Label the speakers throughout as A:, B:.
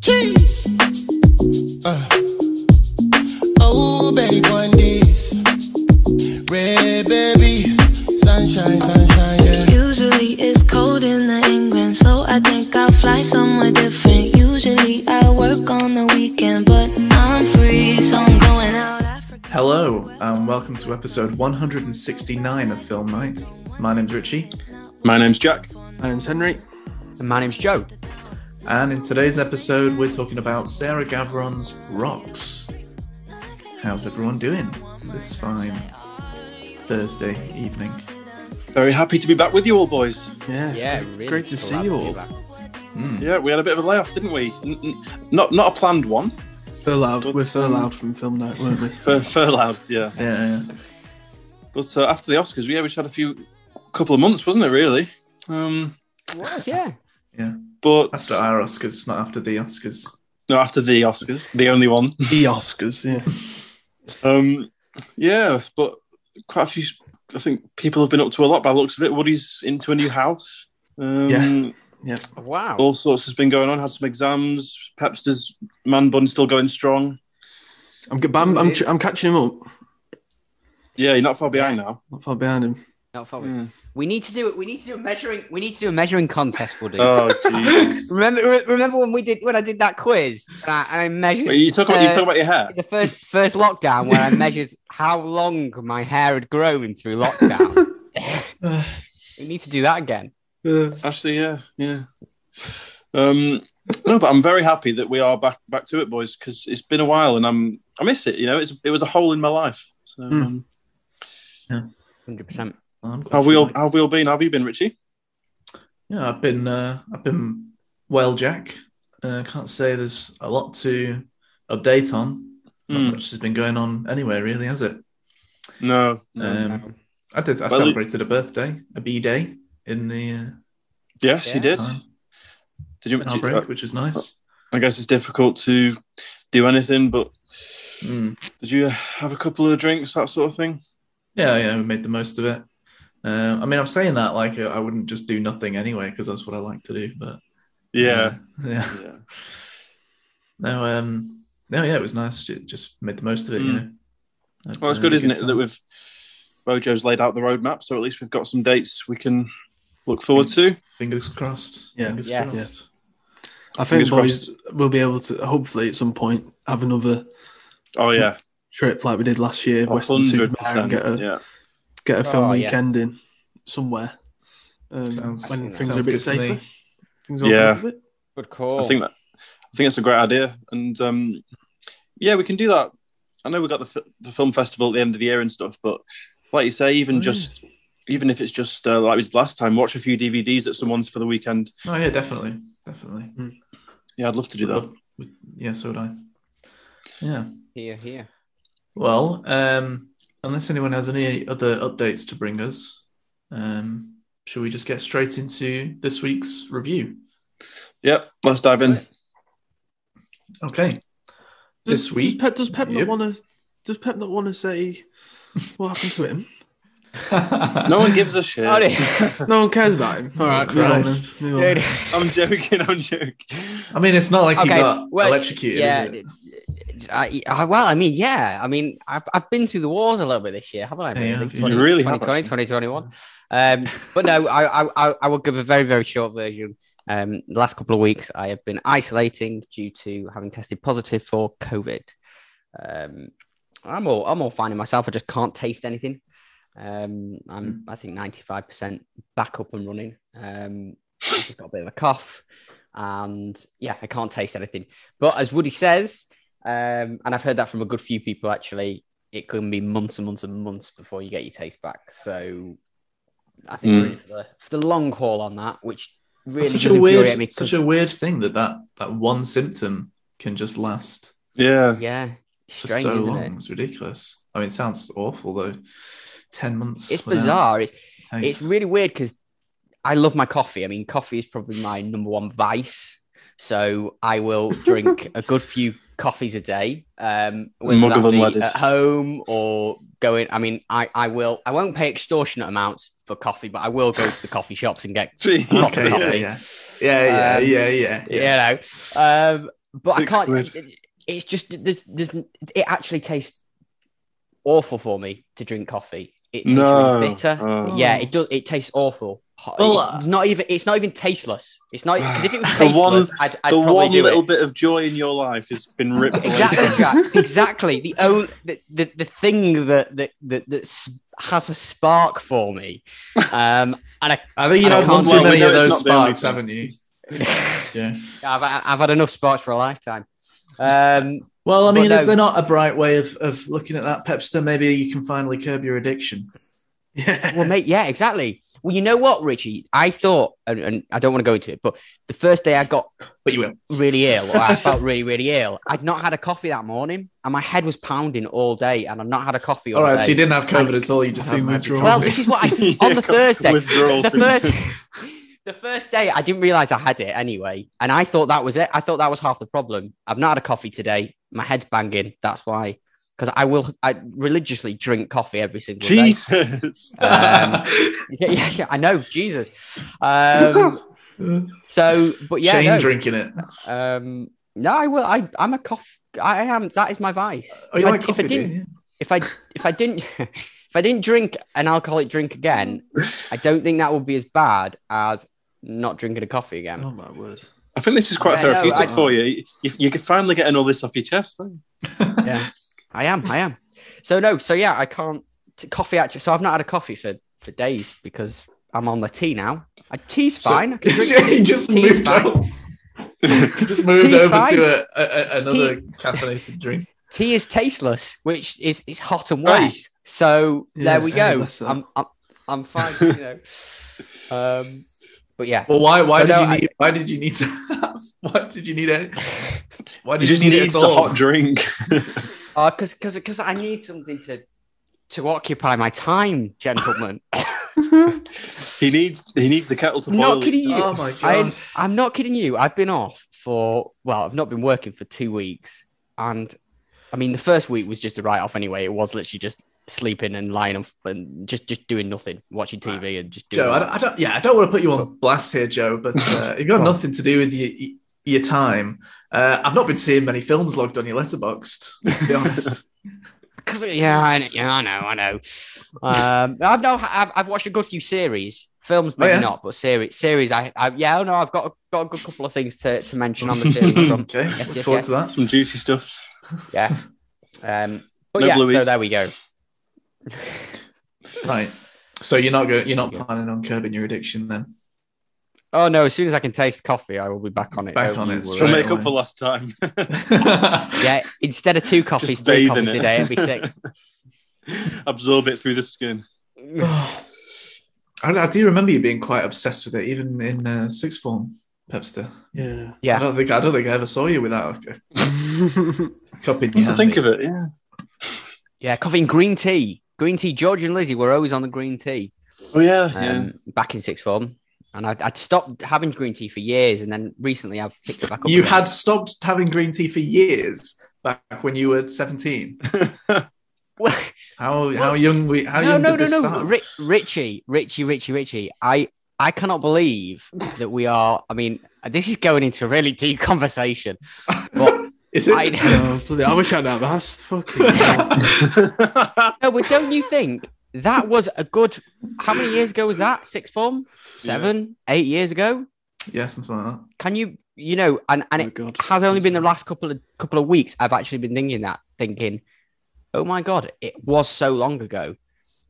A: Cheese. Uh. Oh, Betty Bundy's. Red baby. Sunshine, sunshine, yeah.
B: Usually it's cold in the England, so I think I'll fly somewhere different. Usually I work on the weekend, but I'm free, so I'm going out. Africa.
C: Hello, and welcome to episode 169 of Film Night. My name's Richie,
D: My name's Jack.
E: My name's Henry.
F: And my name's Joe.
C: and in today's episode, we're talking about Sarah Gavron's Rocks. How's everyone doing this fine Thursday evening?
D: Very happy to be back with you all, boys.
E: Yeah.
F: Yeah,
E: it's
F: really
E: great to
F: cool
E: see
F: to
E: you
F: be
E: all.
F: back.
C: Hmm.
D: Yeah, we had a bit of a layoff, didn't we? N- n- Not not a planned one.
E: Furloughed.
D: Good
E: We're
D: son.
E: furloughed from film night, weren't we?
D: Fur- furloughed, yeah.
C: Yeah,
D: But uh, after the Oscars, yeah, we just had a few, couple of months, wasn't it? Really. Um,
F: Was, yeah.
D: but
C: after our Oscars, not after the Oscars.
D: no, after the Oscars, the only one.
E: the Oscars, yeah.
D: Um, yeah, but quite a few. I think people have been up to a lot by the looks of it. Woody's into a new house. Um,
E: Yeah.
F: Wow.
D: All sorts has been going on. Had some exams. Pepster's man bun still going strong.
E: I'm, g- but I'm, I'm, tr- I'm catching him up.
D: Yeah, you're not far behind now.
E: Not far behind him.
F: Not far.
E: Hmm.
F: We need to do it. We need to do a measuring. We need to do a measuring contest, Woody.
D: Oh, jeez.
F: remember, re- remember when we did when I did that quiz that, and I measured
D: Wait, you talk about you
F: Uh,
D: talk about your hair.
F: the first first lockdown where I measured how long my hair had grown through lockdown.
C: Uh,
F: we need to do that again.
E: Uh,
D: Actually, yeah, yeah. Um, no, but I'm very happy that we are back back to it, boys, because it's been a while, and I'm I miss it. You know, it's it was a hole in my life. So,
E: Hmm.
D: um,
F: Hundred percent.
C: I'm glad
D: how have
C: you
D: we all
C: like-
D: how have we all been? How have you been, Richie?
C: Yeah, I've been uh, I've been well, Jack. Uh, can't say there's a lot to update on. Not
D: Hmm.
C: much has been going on anyway, really, has it?
D: No,
C: Um, I did. I
D: Well,
C: celebrated a birthday, a B day in the
D: yes, you
C: uh,
D: did.
C: time
D: Did you?
C: in our
D: did you-
C: break, which was nice.
D: I guess it's difficult to do anything, but
C: Mm.
D: did you have a couple of drinks, that sort of thing?
C: Yeah, yeah, we made the most of it. Uh, I mean, I'm saying that like uh, I wouldn't just do nothing anyway because that's what I like to do. But
D: Yeah,
C: uh, yeah.
D: yeah.
C: No, um, no, yeah, it was nice. Ju- Just made the most of it, you
D: Hmm.
C: know. Had,
D: Well, it's
C: uh,
D: good,
C: a
D: isn't it,
C: time.
D: that we've Bojo's laid out the roadmap, so at least we've got some dates we can look forward to.
C: Fingers crossed.
E: Yeah.
C: Fingers
F: Yes.
C: crossed.
E: I think,
D: Fingers
E: boys, we'll be able to hopefully at some point have another
D: Oh yeah,
E: trip like we did last year, Western
D: hundred
E: Supermare, and
D: percent.
E: get a,
D: Yeah.
E: get a film
F: Oh, yeah.
E: weekend in somewhere um,
C: Sounds-
E: when
F: sounds
E: things are a
C: good to
E: bit safer.
C: me.
E: Things are open
D: Yeah.
E: a bit.
F: Good call.
D: I think that I think it's a great idea, and um, yeah, we can do that. I know we got the, f- the film festival at the end of the year and stuff, but like you say, even
C: Oh, yeah.
D: just even if it's just uh, like we did last time, watch a few DVDs at someone's for the weekend.
C: Oh yeah, definitely, definitely.
D: Yeah, I'd love to do
C: Would
D: that.
C: love- would- yeah, so would I. Yeah.
F: here, here.
C: Well, um, unless anyone has any other updates to bring us, um, should we just get straight into this week's review?
D: Yep, let's dive in.
C: Okay. This
E: does,
C: week-
E: Does Pep, does Pep
C: Yep.
E: not want to? Does Pep not want to say what happened to him?
D: No one gives a shit.
F: Howdy.
E: No one cares about him. All right, move on then,
C: Christ.
E: move on.
F: Dude.
D: I'm joking. I'm joking.
C: I mean, it's not like he
F: Okay,
C: got
F: well,
C: electrocuted.
F: yeah.
C: is it?
F: d- d- I, I- well, I mean, yeah. I mean, I've, I've been through the wars a little bit this year, haven't I?
C: Yeah, you have,
D: You really have,
F: 2020, 2021. Um, but no, I, I, I- I will give a very, very short version. Um, the last couple of weeks, I have been isolating due to having tested positive for COVID. Um, I'm all, I'm all finding myself. I just can't taste anything. Um, I'm,
C: Hmm.
F: I think, 95% back up and running. Um, I've got a bit of a cough, and yeah, I can't taste anything. But as Woody says, um, and I've heard that from a good few people actually, it can be months and months and months before you get your taste back. So I think
D: Mm.
F: we're in for, the, for the long haul on that, which really
C: such
F: does
C: a
F: infuriate me.
C: weird,
F: 'cause-
C: such a weird thing that that that one symptom can just last
D: Yeah.
F: yeah,
C: for
F: strange,
C: so
F: isn't
C: long.
F: it?
C: It's ridiculous. I mean, it sounds awful though. Ten months.
F: It's
C: without
F: bizarre. It's
C: taste.
F: It's really weird because I love my coffee. I mean, coffee is probably my number one vice. So I will drink a good few coffees a day, um, whether
D: Mug of
F: that be
D: unleaded.
F: at home or going. I mean, I, I will. I won't pay extortionate amounts for coffee, but I will go to the coffee shops and get
D: Gee.
F: lots
C: Okay,
F: of
C: yeah,
F: coffee.
C: yeah, yeah, yeah,
F: Um,
C: yeah, yeah, yeah.
F: You know, um, but
D: Six
F: I can't.
D: quid.
F: it- It's just there's, there's, it actually tastes awful for me to drink coffee. It tastes
D: No.
F: really bitter.
D: Oh.
F: Yeah, it does. It tastes awful. Ho-
D: Well,
F: it's not even. It's not even tasteless. It's not because if it was
D: The one-
F: tasteless, I'd, I'd
D: the
F: probably
D: one
F: do
D: little
F: it.
D: bit of joy in your life has been ripped away.
F: Exactly,
D: from you.
F: Jack. Exactly. The only the, the, the thing that that that, that s- has a spark for me, um, and I,
C: I think you've
F: I
C: had
F: can't-
C: one too
F: well, we
C: many
D: know
C: of
D: it's
C: those
D: not the only
C: sparks,
D: thing.
C: haven't you? Yeah.
F: I've I've had enough sparks for a lifetime. Um,
C: Well, I
F: But
C: mean,
F: no.
C: is there not a bright way of, of looking at that, Pepster? Maybe you can finally curb your addiction.
E: Yeah.
F: well, mate, yeah, exactly. Well, you know what, Richie? I thought, and, and I don't want to go into it, but the first day I got
C: But you will.
F: really ill, or I felt really, really ill, I'd not had a coffee that morning, and my head was pounding all day, and I'd not had a coffee all,
C: All right,
F: day.
C: so you didn't have COVID at all. You just
E: I think
C: had magic.
E: withdrawal.
F: well, this is what I on the
D: Yeah,
F: Thursday,
D: withdrawal
F: the
D: symptoms.
F: first, the first day, I didn't realize I had it anyway, and I thought that was it. I thought that was half the problem. I've not had a coffee today. My head's banging. That's why, because I will, I religiously drink coffee every single day.
D: Jesus.
F: Um, yeah, yeah, yeah, I know, Jesus. Um, so, but yeah,
C: Shane
F: no,
C: drinking it.
F: um, no, I will. I, I'm a cough. I am. That is my vice.
C: Oh, you
F: if,
C: like
F: I,
C: coffee,
F: if I
C: do
F: didn't,
C: you?
F: if I, if I didn't, if I didn't drink an alcoholic drink again, I don't think that would be as bad as not drinking a coffee again.
E: Oh my word.
D: I think this is quite
F: Yeah, no,
D: therapeutic
F: I-
D: for you. you. You can finally getting all this off your chest. Though.
C: Oh.
F: Yeah, I am. I am. So no. So yeah, I can't t- coffee actually. So I've not had a coffee for for days because I'm on the tea now. I, tea's
C: So-
F: fine. I can drink
C: Yeah,
F: tea.
C: he just
F: Tea's
C: moved
F: fine.
C: out. He just moved
F: Tea's
C: over
F: fine.
C: to a, a, a, another caffeinated drink.
F: tea is tasteless, which is it's hot and wet.
D: Aye.
F: So
E: Yeah,
F: there we
E: aye,
F: go.
E: that's it.
F: I'm, I'm I'm fine, you know. Um, but yeah,
C: Well, why why
F: So
C: did
F: no,
C: you
F: I-
C: need why did you need to have why did you need it? Why did
D: You
C: you,
D: just
C: need
D: needs
C: it
D: a
C: at all?
D: hot drink.
F: because because because I need something to to occupy my time, gentlemen.
D: he needs he needs the kettle to
F: I'm
D: boil.
F: not kidding you.
C: Oh my god!
F: I, I'm not kidding you. I've been off for well, I've not been working for two weeks, and I mean the first week was just a write off anyway. It was literally just sleeping and lying and, and just just doing nothing, watching TV and just doing.
C: Joe, I don't, I don't, yeah, I don't want to put you on blast here, Joe, but uh, you've got
F: Go on.
C: nothing to do with your, your time. Uh, I've not been seeing many films logged on your letterboxd, to be honest.
F: Cause yeah, I, kn- yeah, I know, I know. Um, I've no, I've, I've watched a good few series, films maybe
C: Oh, yeah?
F: not, but series, series. I, I yeah, oh no, I've got a, got a good couple of things to, to mention on the series front.
C: okay,
F: yes,
C: look
F: yes,
C: forward
F: yes.
C: to that.
D: Some juicy stuff.
F: Yeah, um, but
D: No
F: yeah, so
D: blueies.
F: there we go.
C: Right. So you're not go- you're not
F: Yeah.
C: planning on curbing your addiction then?
F: Oh no, as soon as I can taste coffee, I will be back on it.
C: Back
F: Don't
C: on
F: you
C: it,
F: worry.
D: To
C: Right,
D: make
C: right.
D: up for last time.
F: Yeah, instead of two coffees, three
D: bathe in
F: coffees a
D: it.
F: day, it'd be six.
D: Absorb it through the skin.
C: I, I do remember you being quite obsessed with it, even in uh, sixth form, Pepster.
E: Yeah.
C: I
F: Yeah,
C: don't think I don't think I ever saw you without a,
E: Um,
C: a cup in
D: Come
C: your
D: to
C: hand.
D: think of it, yeah.
F: yeah, coffee and green tea. Green tea. George and Lizzie were always on the green tea.
D: Oh yeah, yeah.
F: um, back in sixth form, and I'd, I'd stopped having green tea for years, and then recently I've picked it back up.
C: You
F: again.
C: had stopped having green tea for years back when you were 17.
F: Well,
C: How how young we how
F: no,
C: young
F: no,
C: did this
F: no, no,
C: start?
F: Ri- Richie, Richie, Richie, Richie. I I cannot believe that we are. I mean, this is going into a really deep conversation. But
C: Is it?
F: I
E: Oh, bloody, I wish I'd have asked. Fucking hell.
F: no, but don't you think that was a good? How many years ago was that? Sixth form, seven, eight years ago.
C: yeah, something like that.
F: Can you, you know, and and
E: Oh,
F: it
E: God.
F: has only been the last couple of couple of weeks I've actually been thinking that, thinking, oh my god, it was so long ago.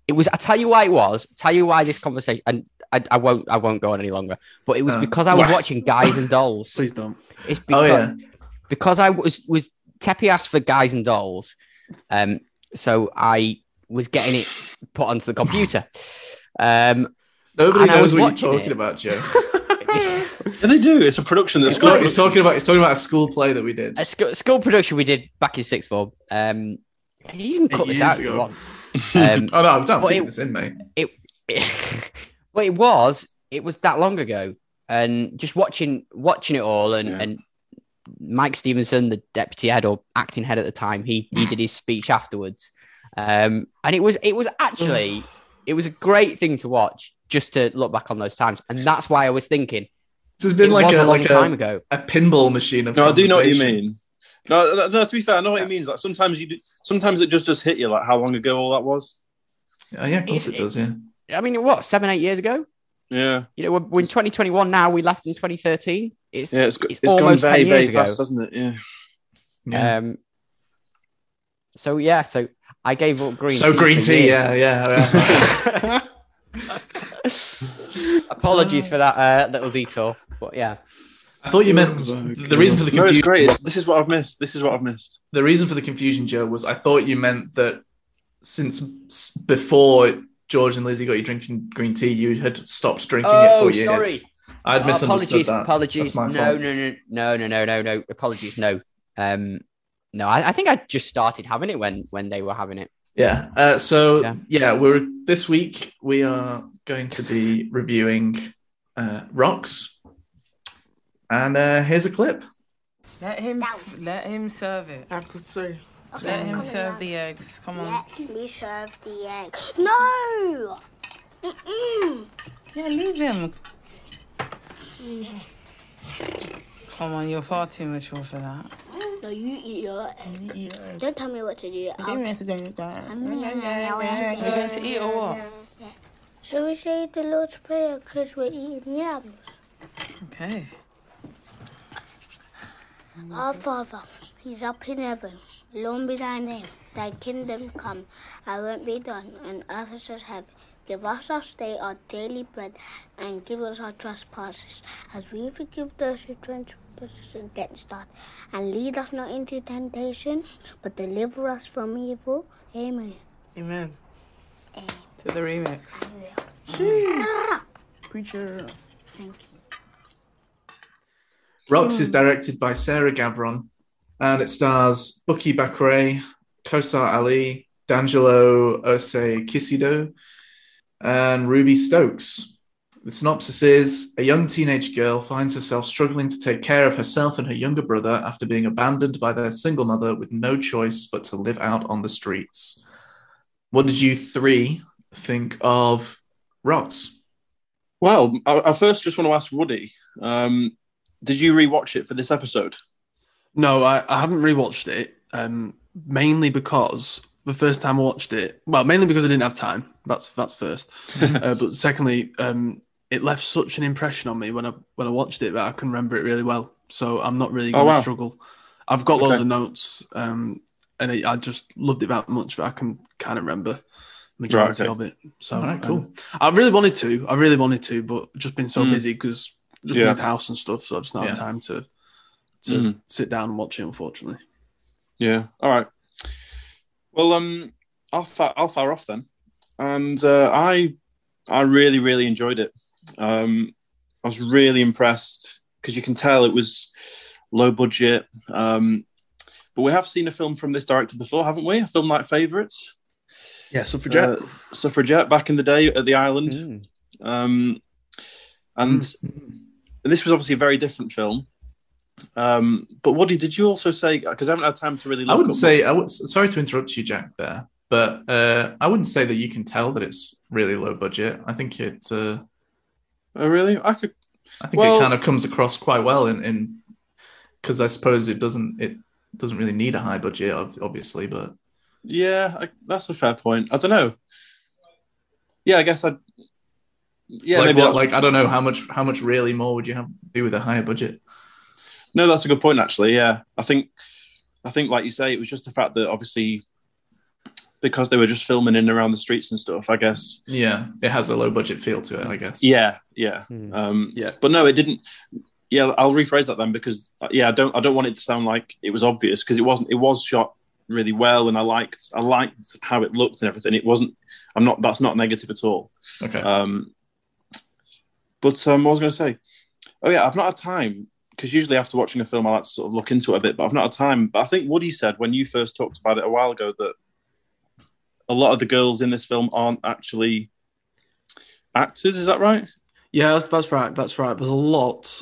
F: It was. I tell you why it was. Tell you why this conversation, and I, I won't. I won't go on any longer. But it was
C: Uh,
F: because I was watching Guys and Dolls.
E: Please don't.
F: It's
C: Oh
F: because,
C: yeah.
F: because I was was Teppy asked for Guys and Dolls, um, so I was getting it put onto the computer. Um,
C: Nobody
F: and I
C: knows
F: was
C: what
F: watching
C: you're talking
F: it.
C: about, Joe.
D: Yeah, they do. It's a production that's
C: It's talk-
D: got
C: it's talking about it's talking about a school play that we did.
F: a school, school production we did back in sixth form. Um, you can cut
C: Eight
F: this
C: years
F: out if you
C: ago.
F: want. Um,
C: Oh no, I've done
F: But
C: keep
F: it-
C: this in, mate.
F: but it was it was that long ago, and just watching watching it all, and
D: Yeah.
F: and Mike Stevenson, the deputy head or acting head at the time, he he did his speech afterwards, um, and it was it was actually it was a great thing to watch just to look back on those times, and that's why I was thinking
C: has been
F: it
C: like
F: was
C: a,
F: a long
C: like
F: time
C: a,
F: ago.
C: a pinball machine of
D: No, I do know what you
C: conversation.
D: mean. No, no, no, to be fair, I know what it means. Like sometimes you, do, sometimes it just does hit you like how long ago all that was.
C: Oh, yeah, of course it,
F: It's-
C: does. Yeah,
F: I mean, what seven, eight years ago?
D: Yeah,
F: You know, we're, we're in 2021 now. We left in 2013. It's
D: yeah, it's go-
F: It's
D: it's gone
F: almost 10
D: very
F: years
D: very
F: ago.
D: fast, hasn't it? Yeah.
C: yeah.
F: um. So yeah, so I gave up green.
C: so
F: tea
C: green
F: for
C: tea.
F: years.
C: Yeah, yeah. yeah.
F: Apologies for that uh, little detour, but yeah,
C: I thought you meant the reason for the
D: No, it's
C: confusion.
D: great. It's, this is what I've missed. This is what I've missed.
C: the reason for the confusion, Joe, was I thought you meant that since s- before George and Lizzie got you drinking green tea, you had stopped drinking it
F: Oh,
C: for years.
F: sorry.
C: I'd misunderstood
F: Uh, apologies,
C: that.
F: apologies.
C: That's my
F: No, no,
C: fault.
F: no, no, no, no, no, no. Apologies, no. Um, no, I, I think I just started having it when when they were having it.
C: Yeah. Uh, so
F: Yeah.
C: yeah. we're this week we are going to be reviewing uh, rocks, and uh, here's a clip.
G: Let him, let him serve it.
E: I could say.
G: Let him
H: come
G: serve
H: around.
G: the eggs. Come on.
H: Let me serve the egg. No! Mm-mm.
G: Yeah, leave him. Come on, you're far too mature for that.
H: No, you eat your egg. Don't tell me what to do. I'll-
G: Are you going to eat or what?
H: Shall we say the Lord's Prayer because we're eating yams?
G: Okay.
H: Our Father, who's up in heaven, long be thy name. Thy kingdom come, thy will be done on earth as it is heaven. Give us our day our daily bread, and give us our trespasses, as we forgive those who trespass against us. And lead us not into temptation, but deliver us from evil. Amen.
E: Amen.
G: To the remix.
E: Preacher.
H: Thank you.
C: Rocks is directed by Sarah Gavron, and it stars Bucky Bakray, Kosar Ali, D'Angelo Ose Kisido, and Ruby Stokes. The synopsis is a young teenage girl finds herself struggling to take care of herself and her younger brother after being abandoned by their single mother with no choice but to live out on the streets. What did you three think of Rocks?
D: Well, I, I first just want to ask Woody. Um, did you rewatch it for this episode?
E: No, I, I haven't rewatched it. Um, mainly because the first time I watched it, well, mainly because I didn't have time. That's that's first. uh, but secondly, um, it left such an impression on me when I when I watched it that I can remember it really well. So I'm not really
D: Oh,
E: going to
D: wow.
E: struggle. I've got loads
D: Okay.
E: of notes, um, and I I just loved it that much that I can kind of remember majority
D: okay.
E: of it. So
C: All right,
E: um,
C: cool.
E: I really wanted to. I really wanted to, but just been so
D: Mm.
E: busy because just
D: Yeah.
E: moved house and stuff, so I've just not had
C: Yeah.
E: time to to
D: Mm.
E: sit down and watch it. Unfortunately,
D: Yeah. All right. Well, um, I'll fire, I'll fire off then, and uh, I I really really enjoyed it. Um, I was really impressed because you can tell it was low budget. Um, but we have seen a film from this director before, haven't we? A film like Favorites,
E: yeah. Suffragette.
D: Uh, Suffragette, back in the day at the island.
F: Mm.
D: Um, and this was obviously a very different film. Um, but Woody, did you also say? Because I haven't had time to really. Look
C: I wouldn't
D: up
C: say. I would. Sorry to interrupt you, Jack. There, but uh, I wouldn't say that you can tell that it's really low budget. I think it. Uh,
D: Oh, really? I could.
C: I think
D: Well-
C: it kind of comes across quite well in in because I suppose it doesn't. It doesn't really need a high budget, ob- obviously. But
D: Yeah, I, that's a fair point. I don't know. Yeah, I guess I. Yeah,
C: like,
D: maybe
C: what-
D: that's,
C: like I don't know how much how much really more would you have do with a higher budget?
D: no, that's a good point actually. Yeah, I think, I think like you say, it was just the fact that obviously, because they were just filming in and around the streets and stuff. I guess.
C: Yeah, it has a low budget feel to it. I guess.
D: Yeah, yeah,
F: Hmm.
D: um,
E: Yeah.
D: But no, it didn't. Yeah, I'll rephrase that then because uh, yeah, I don't I don't want it to sound like it was obvious because it wasn't. It was shot really well, and I liked I liked how it looked and everything. It wasn't. I'm not. That's not negative at all.
C: Okay.
D: Um, but um, what was I going to say? Oh yeah, I've not had time because usually after watching a film, I like to sort of look into it a bit. But I've not had time. But I think Woody said when you first talked about it a while ago that a lot of the girls in this film aren't actually actors. Is that right?
E: Yeah, that's, that's right. That's right. There's a lot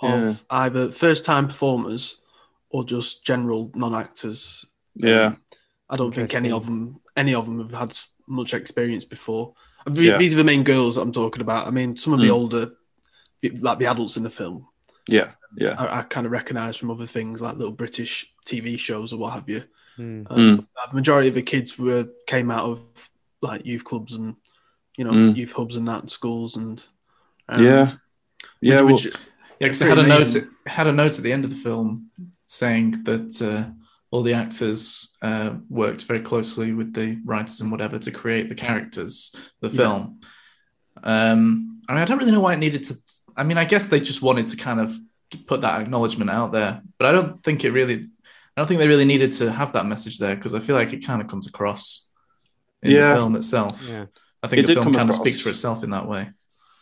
E: of
D: Yeah.
E: either first time performers or just general non actors.
D: Yeah.
E: I don't think any
F: Interesting.
E: of them any of them have had much experience before. I mean,
D: Yeah.
E: These are the main girls that I'm talking about. I mean, some of the
D: Mm.
E: older like the adults in the film.
D: Yeah, yeah.
E: I, I kind of recognise from other things like little British TV shows or what have you.
F: Hmm.
E: Um, The majority of the kids were came out of like youth clubs and you know
D: Mm.
E: youth hubs and that and schools and um,
D: yeah, yeah.
E: which-
D: well,
E: which-
C: Yeah, because it
E: Pretty
C: had a note.
E: amazing.
C: It had a note at the end of the film saying that uh, all the actors uh, worked very closely with the writers and whatever to create the characters, the
E: Yeah.
C: film. Um, I mean, I don't really know why it needed to. I mean, I guess they just wanted to kind of put that acknowledgement out there, but I don't think it really. I don't think they really needed to have that message there because I feel like it kind of comes across in
D: Yeah.
C: the film itself.
F: Yeah.
C: I think
D: It
C: the
D: did
C: film
D: come
C: kind
D: across.
C: of speaks for itself in that way.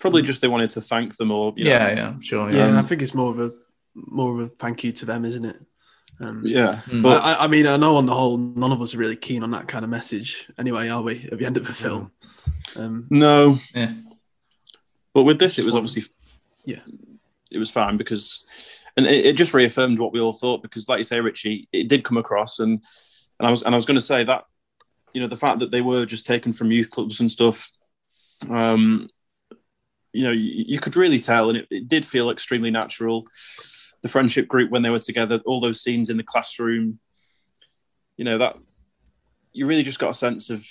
D: probably just they wanted to thank them or you know,
C: Yeah, yeah, sure.
E: yeah,
D: Um,
E: I think it's more of a more of a thank you to them, isn't it? Um,
D: yeah.
C: Mm.
E: But
D: But
E: I, I mean, I know on the whole, none of us are really keen on that kind of message. Anyway, are we at the end of the film? Um,
D: No.
C: Yeah.
D: But with this, it was
E: Just
D: obviously.
E: Yeah.
D: It was fine because, and it, it just reaffirmed what we all thought because, like you say, Richie, it did come across, and and I was and I was going to say that, you know, the fact that they were just taken from youth clubs and stuff, um, you know, you, you could really tell, and it, it did feel extremely natural. The friendship group when they were together, all those scenes in the classroom, you know that you really just got a sense of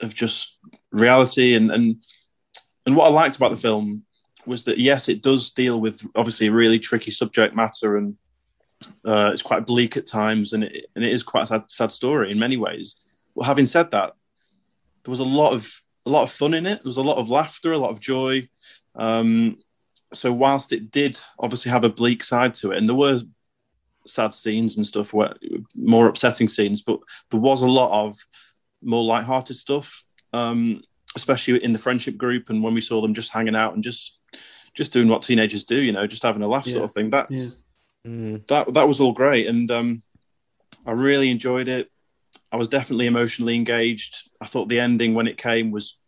D: of just reality and and and what I liked about the film was that yes, it does deal with obviously a really tricky subject matter and uh, it's quite bleak at times and it, and it is quite a sad, sad story in many ways. But having said that, there was a lot of a lot of fun in it. There was a lot of laughter, a lot of joy. Um, so whilst it did obviously have a bleak side to it, and there were sad scenes and stuff, where, more upsetting scenes, but there was a lot of more light-hearted stuff. Um, especially in the friendship group and when we saw them just hanging out and just just doing what teenagers do you know just having a laugh
E: Yeah.
D: sort of thing that
E: Yeah.
F: Mm.
D: that that was all great and um i really enjoyed it i was definitely emotionally engaged i thought the ending when it came was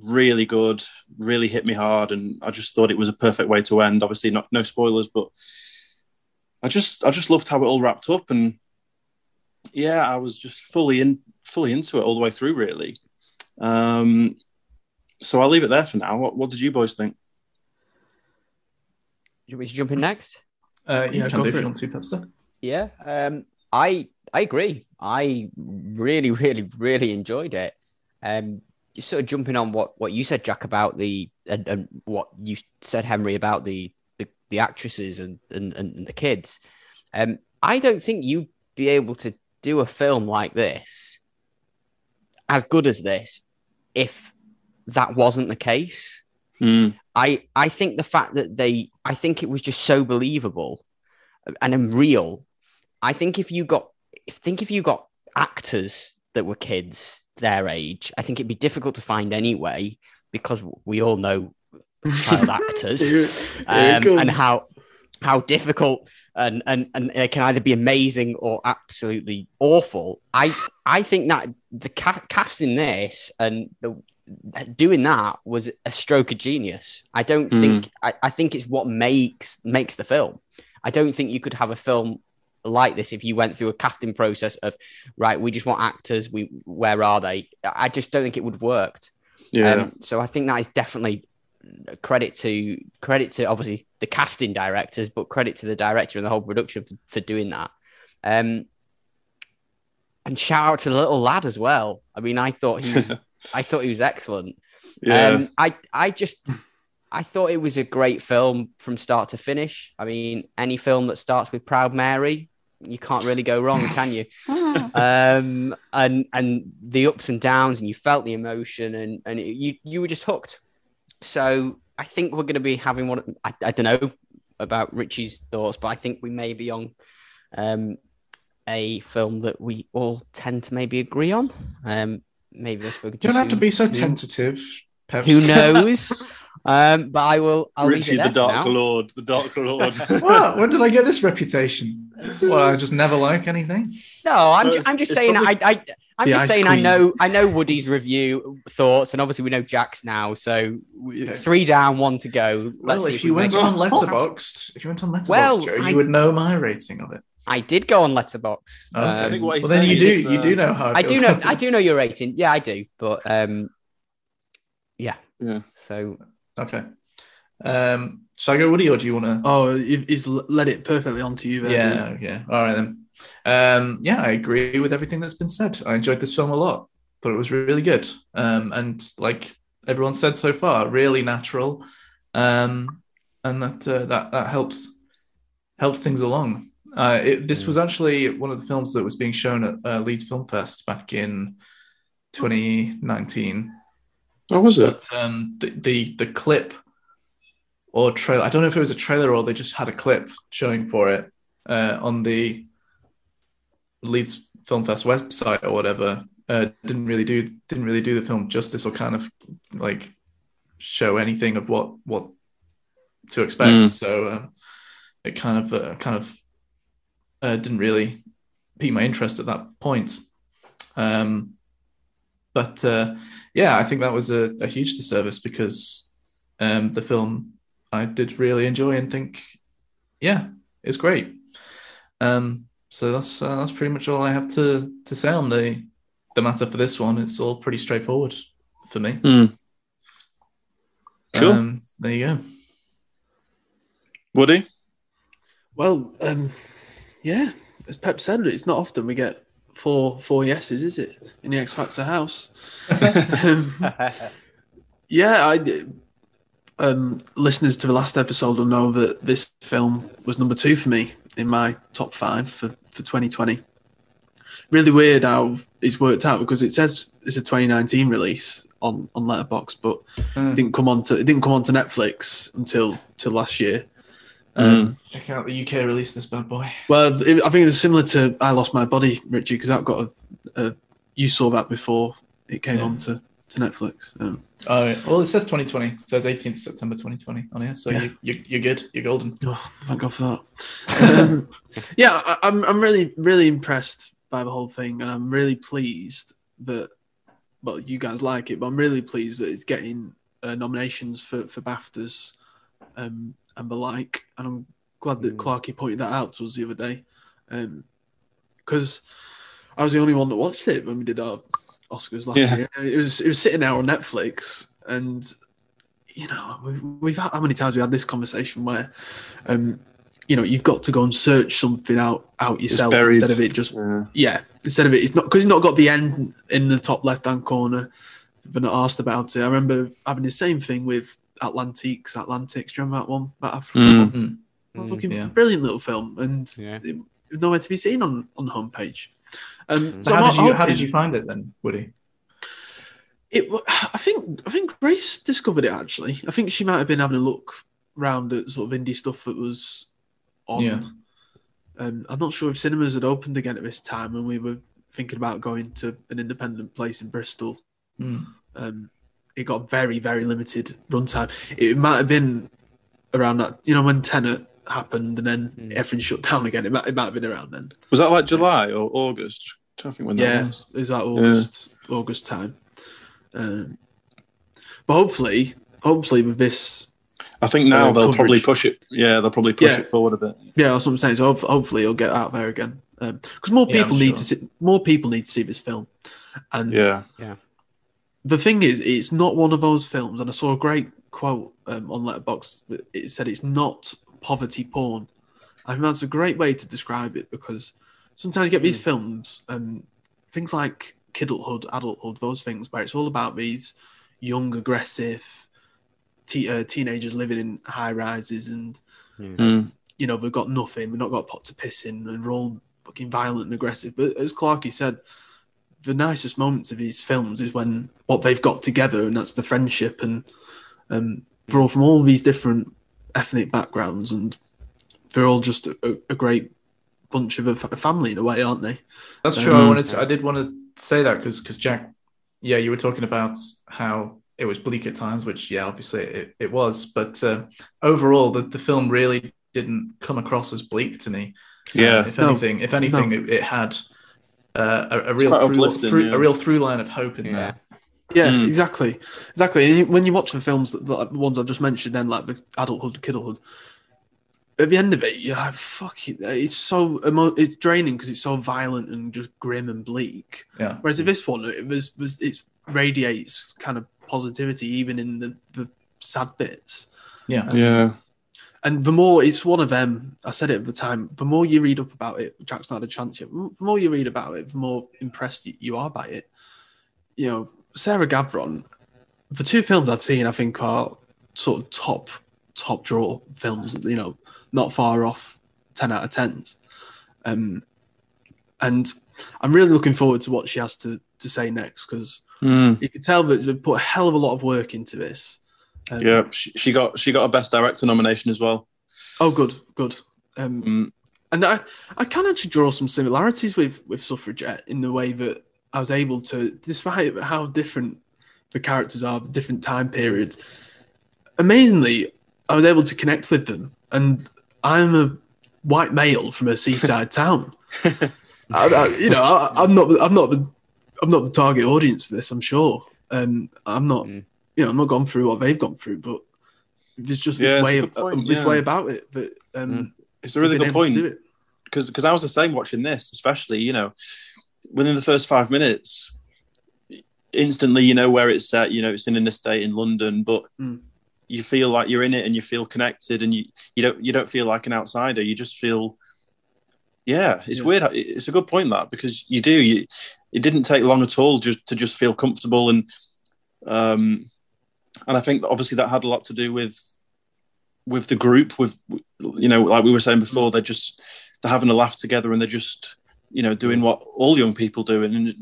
D: really good really hit me hard and i just thought it was a perfect way to end obviously not no spoilers but i just i just loved how it all wrapped up and yeah i was just fully in fully into it all the way through really um so i'll leave it there for now what, what did you boys think
F: Do you want me to jump in next?
C: Uh, you
E: Yeah,
C: can
E: go
C: do if
E: for
C: you
E: it.
C: want to, Pepster.
F: Yeah, um, I I agree. I really, really, really enjoyed it. Um, just sort of jumping on what what you said, Jack, about the and, and what you said, Henry, about the the, the actresses and, and and the kids. Um, I don't think you'd be able to do a film like this, as good as this, if that wasn't the case.
D: Mm,
F: I I think the fact that they I think it was just so believable and and real. I think if you got if think if you got actors that were kids their age, I think it'd be difficult to find anyway because we all know child actors
E: Here- here it
F: um, and
E: comes.
F: how how difficult and, and and they can either be amazing or absolutely awful. I I think that the ca- casting this and the doing that was a stroke of genius. I don't
D: Hmm.
F: think I, I think it's what makes makes the film. I don't think you could have a film like this if you went through a casting process of right, we just want actors, we where are they? I just don't think it would have worked.
D: yeah
F: Um, so I think that is definitely a credit to credit to obviously the casting directors, but credit to the director and the whole production for, for doing that. Um, and shout out to the little lad as well. I mean, I thought he was, I thought he was excellent.
D: yeah
F: Um, I I just I thought it was a great film from start to finish. I mean, any film that starts with Proud Mary, you can't really go wrong, can you? um, and and the ups and downs, and you felt the emotion, and and it, you you were just hooked. So I think we're going to be having one. I, I don't know about Richie's thoughts, but I think we may be on um, a film that we all tend to maybe agree on. Um, maybe I've spoken
C: You don't have to
F: soon.
C: be so
F: Who-
C: tentative, Pepster.
F: Who knows? um, but I will. I'll
D: richie
F: leave it
D: the
F: there for
D: dark
F: now.
D: lord the dark lord
C: What? When did I get this reputation? Well, I just never like anything.
F: No, I'm.
D: No,
F: Ju-
D: it's-
F: I'm just
D: it's
F: saying. I.
D: probably-
F: I I'm
E: The
F: just
E: Ice
F: saying. I
E: Queen.
F: know. I know Woody's review thoughts, and obviously we know Jack's now. So we-
C: Okay.
F: three down, one to go. Let's
C: well, if
F: see Oh, if we
C: you
F: can
C: went
F: make it.
C: on Letterboxd, if you went on Letterboxd,
F: Well,
C: Joe,
F: I-
C: you would know my rating of it.
F: I did go on Letterbox.
C: Okay. I think
D: what
C: Well,
D: he's
C: then you
D: saying
C: do.
D: is,
C: you
D: uh,
C: do know how.
F: I
C: feel
F: do know.
C: about
F: I
C: it.
F: do know your rating. Yeah, I do. But um, yeah.
D: Yeah.
F: So
C: Okay. Um, should I go Woody, or do you want to?
E: Oh, he- he's l- led it perfectly onto you there. dude.
C: yeah, yeah. All right then. Um, yeah, I agree with everything that's been said. I enjoyed this film a lot. Thought it was really good. Um, and like everyone said so far, really natural. Um, and that uh, that that helps helps things along. Uh, it, this was actually one of the films that was being shown at uh, Leeds Film Fest back in 2019.
D: What was it?
C: But um, the, the the clip or trailer, I don't know if it was a trailer or they just had a clip showing for it uh, on the Leeds Film Fest website or whatever. Uh, didn't really do didn't really do the film justice or kind of like show anything of what what to expect.
D: Mm.
C: So um, it kind of uh, kind of uh, didn't really pique my interest at that point. Um, but uh, yeah, I think that was a, a huge disservice because um, the film I did really enjoy and think, yeah, it's great. Um, so that's uh, that's pretty much all I have to to say on the the matter for this one. It's all pretty straightforward for me.
D: Hmm. Cool.
C: Um, there you go.
D: Woody?
E: Well, um, yeah, as Pep said, it's not often we get four four yeses, is it, in the X Factor house? um, yeah, I d- um, listeners to the last episode will know that this film was number two for me in my top five for, for 2020. Really weird how it's worked out because it says it's a 2019 release on on Letterbox, but it didn't come onto it didn't come onto Netflix until till last year. Um,
D: Mm.
C: Check out the UK release of this bad boy.
E: well, it, I think it was similar to "I Lost My Body," Richie, because that got a, a. You saw that before it came
C: Yeah.
E: on to, to Netflix. Um,
C: Oh, well, it says 2020. It says 18th September 2020 on here. So
E: Yeah.
C: you, you, you're good. You're golden.
E: oh, thank God for that. Um, yeah, I, I'm I'm really really impressed by the whole thing, and I'm really pleased that well, you guys like it, but I'm really pleased that it's getting uh, nominations for for BAFTAs um, and the like. And I'm glad that
F: Mm.
E: Clarky pointed that out to us the other day, because I was the only one that watched it when we did our Oscars last
D: Yeah.
E: year. And It was it was sitting out on Netflix, and you know we, we've had how many times we had this conversation where. Um, you know, you've got to go and search something out out yourself
D: buried.
E: instead of it just
D: Yeah.
E: yeah, instead of it, it's not because he's not got the end in the top left hand corner. But not asked about it. I remember having the same thing with Atlantiques, Atlantics. Do you remember that one? That African
C: Hmm.
D: Mm.
E: one?
F: Mm,
E: Fucking
C: yeah.
E: brilliant little film, and
F: Yeah.
E: it, was nowhere to be seen on on the homepage. Um, so
C: So how
E: I'm
C: did, you, how
E: hoping-
C: did you find it then, Woody?
E: it wa- I think I think Grace discovered it actually. I think she might have been having a look round at sort of indie stuff that was on.
C: Yeah.
E: Um, I'm not sure if cinemas had opened again at this time, and we were thinking about going to an independent place in Bristol.
C: Mm.
E: Um, it got very very limited runtime. It might have been around that you know when Tenet happened, and then
F: Mm.
E: everything shut down again. It might it might have been around then.
D: Was that like July or August? I don't think when that
E: Yeah,
D: was.
E: it was like August, August time. Um, but hopefully, hopefully with this,
D: I think now
E: Uh,
D: they'll
E: coverage.
D: probably push it. Yeah, they'll probably push
E: Yeah.
D: it forward a bit.
E: yeah, that's what I'm saying. So hope- hopefully it'll get out there again because more
C: Yeah, I'm
E: people need
C: sure.
E: to see, more people need to see this film. And
D: Yeah.
E: the thing is, it's not one of those films. And I saw a great quote um, on Letterbox. It said it's not poverty porn. I think that's a great way to describe it because sometimes you get these films, um, things like kidulthood, adulthood, those things, where it's all about these young, aggressive te- uh, teenagers living in high rises and
D: Mm.
E: you know, they've got nothing, they've not got a pot to piss in, and they're all fucking violent and aggressive. But as Clarkey said, the nicest moments of these films is when what they've got together, and that's the friendship, and um, they're all from all these different ethnic backgrounds, and they're all just a, a- a great bunch of a, fa- a family in a way, aren't they?
C: That's true. I
D: Um,
C: wanted to, I did want to say that because Jack, yeah, you were talking about how it was bleak at times, which yeah, obviously it, it was, but uh, overall the, the film really didn't come across as bleak to me. Uh,
D: Yeah.
C: if
E: No.
C: anything, if anything,
E: No.
C: it, it had uh, a, a real
D: quite
C: through,
D: uplifting,
C: through,
D: yeah.
C: a real through line of hope in
F: Yeah.
C: there.
E: Yeah,
D: Mm.
E: exactly, exactly. And you- when you watch the films, that, like the ones I've just mentioned, then like the adulthood, kidulthood, at the end of it, you're like, fuck it. It's so emo- it's draining because it's so violent and just grim and bleak.
C: Yeah.
E: Whereas in this one, it was was it radiates kind of positivity even in the, the sad bits.
C: Yeah.
D: Yeah.
E: And the more it's one of them, I said it at the time, the more you read up about it, Jack's not had a chance yet. The more you read about it, the more impressed you- you are by it. You know, Sarah Gavron, the two films I've seen, I think are sort of top, top draw films, you know, not far off 10 out of 10s. Um, and I'm really looking forward to what she has to, to say next because
D: Mm.
E: you can tell that they put a hell of a lot of work into this. Um,
D: Yeah. She, she got she got a best director nomination as well.
E: Oh, good, good. Um,
D: Mm.
E: And I, I can actually draw some similarities with with Suffragette in the way that I was able to, despite how different the characters are, the different time periods. Amazingly, I was able to connect with them, and I'm a white male from a seaside town. I, I, you know, I, I'm not, I'm not the, I'm not the target audience for this. I'm sure. Um, I'm not,
F: Mm.
E: you know, I'm not gone through what they've gone through, but there's just
D: Yeah,
E: this
D: it's a
E: way,
D: good point,
E: this
D: yeah.
E: way about it that um,
D: It's a really good
E: they've been able to
D: point.
E: do it.
D: because because I was the same watching this, especially you know, within the first five minutes, instantly you know where it's set. You know it's in an estate in London, but
E: Mm.
D: you feel like you're in it and you feel connected, and you you don't you don't feel like an outsider. You just feel, yeah, it's
E: Yeah.
D: weird. It's a good point that because you do you. It didn't take long at all just to just feel comfortable and um, and I think that obviously that had a lot to do with with the group with you know like we were saying before they're just they're having a laugh together and they're just you know doing what all young people do and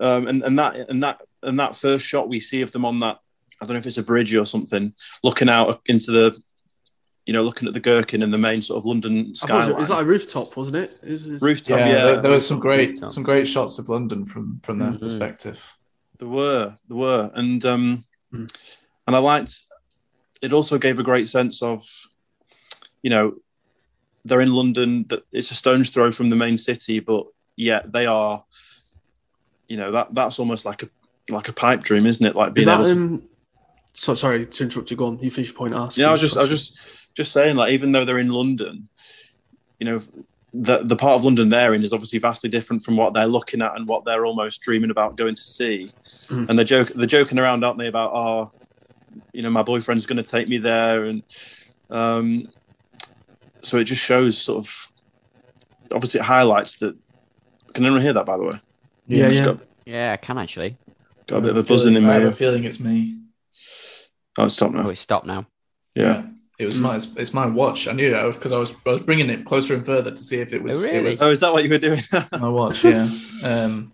D: um, and and that and that and that first shot we see of them on that I don't know if it's a bridge or something looking out into the you know looking at the Gherkin and the main sort of London
E: I thought it was-
D: skyline
E: It was like a rooftop, wasn't it? It was, it's-
D: rooftop
C: Yeah,
D: yeah,
C: There, there were some great
F: Rooftop.
C: some great shots of London from from their
F: Mhm.
C: perspective.
D: There were, there were, and um,
E: Mm.
D: and I liked. It also gave a great sense of, you know, they're in London. That it's a stone's throw from the main city, but yeah, they are. You know that that's almost like a like a pipe dream, isn't it? Like
E: Did
D: being
E: that,
D: able to.
E: um, so sorry to interrupt you. Go on. You finish your point. Ask.
D: Yeah, I was just, I was just, just saying, like, even though they're in London, you know, the the part of London they're in is obviously vastly different from what they're looking at and what they're almost dreaming about going to see.
E: Mm.
D: And they're joke, they're joking around, aren't they, about, oh, you know, my boyfriend's going to take me there, and um, so it just shows sort of, obviously, it highlights that. Can anyone hear that? By the way,
E: Yeah,
D: Just
E: yeah.
D: Got,
F: Yeah, I can actually.
D: got a bit of a
C: I have feeling-
D: buzzing in
C: I
D: my
C: have a
D: ear.
C: feeling it's me.
D: Oh, stop
F: Oh,
D: now.
F: it's stopped now.
D: Yeah.
C: It was my it's, it's my watch. I knew it because I was I was bringing it closer and further to see if it was
F: Oh,
C: it
F: really?
C: was
D: Oh, is that what you were doing?
C: my watch. Yeah. Um.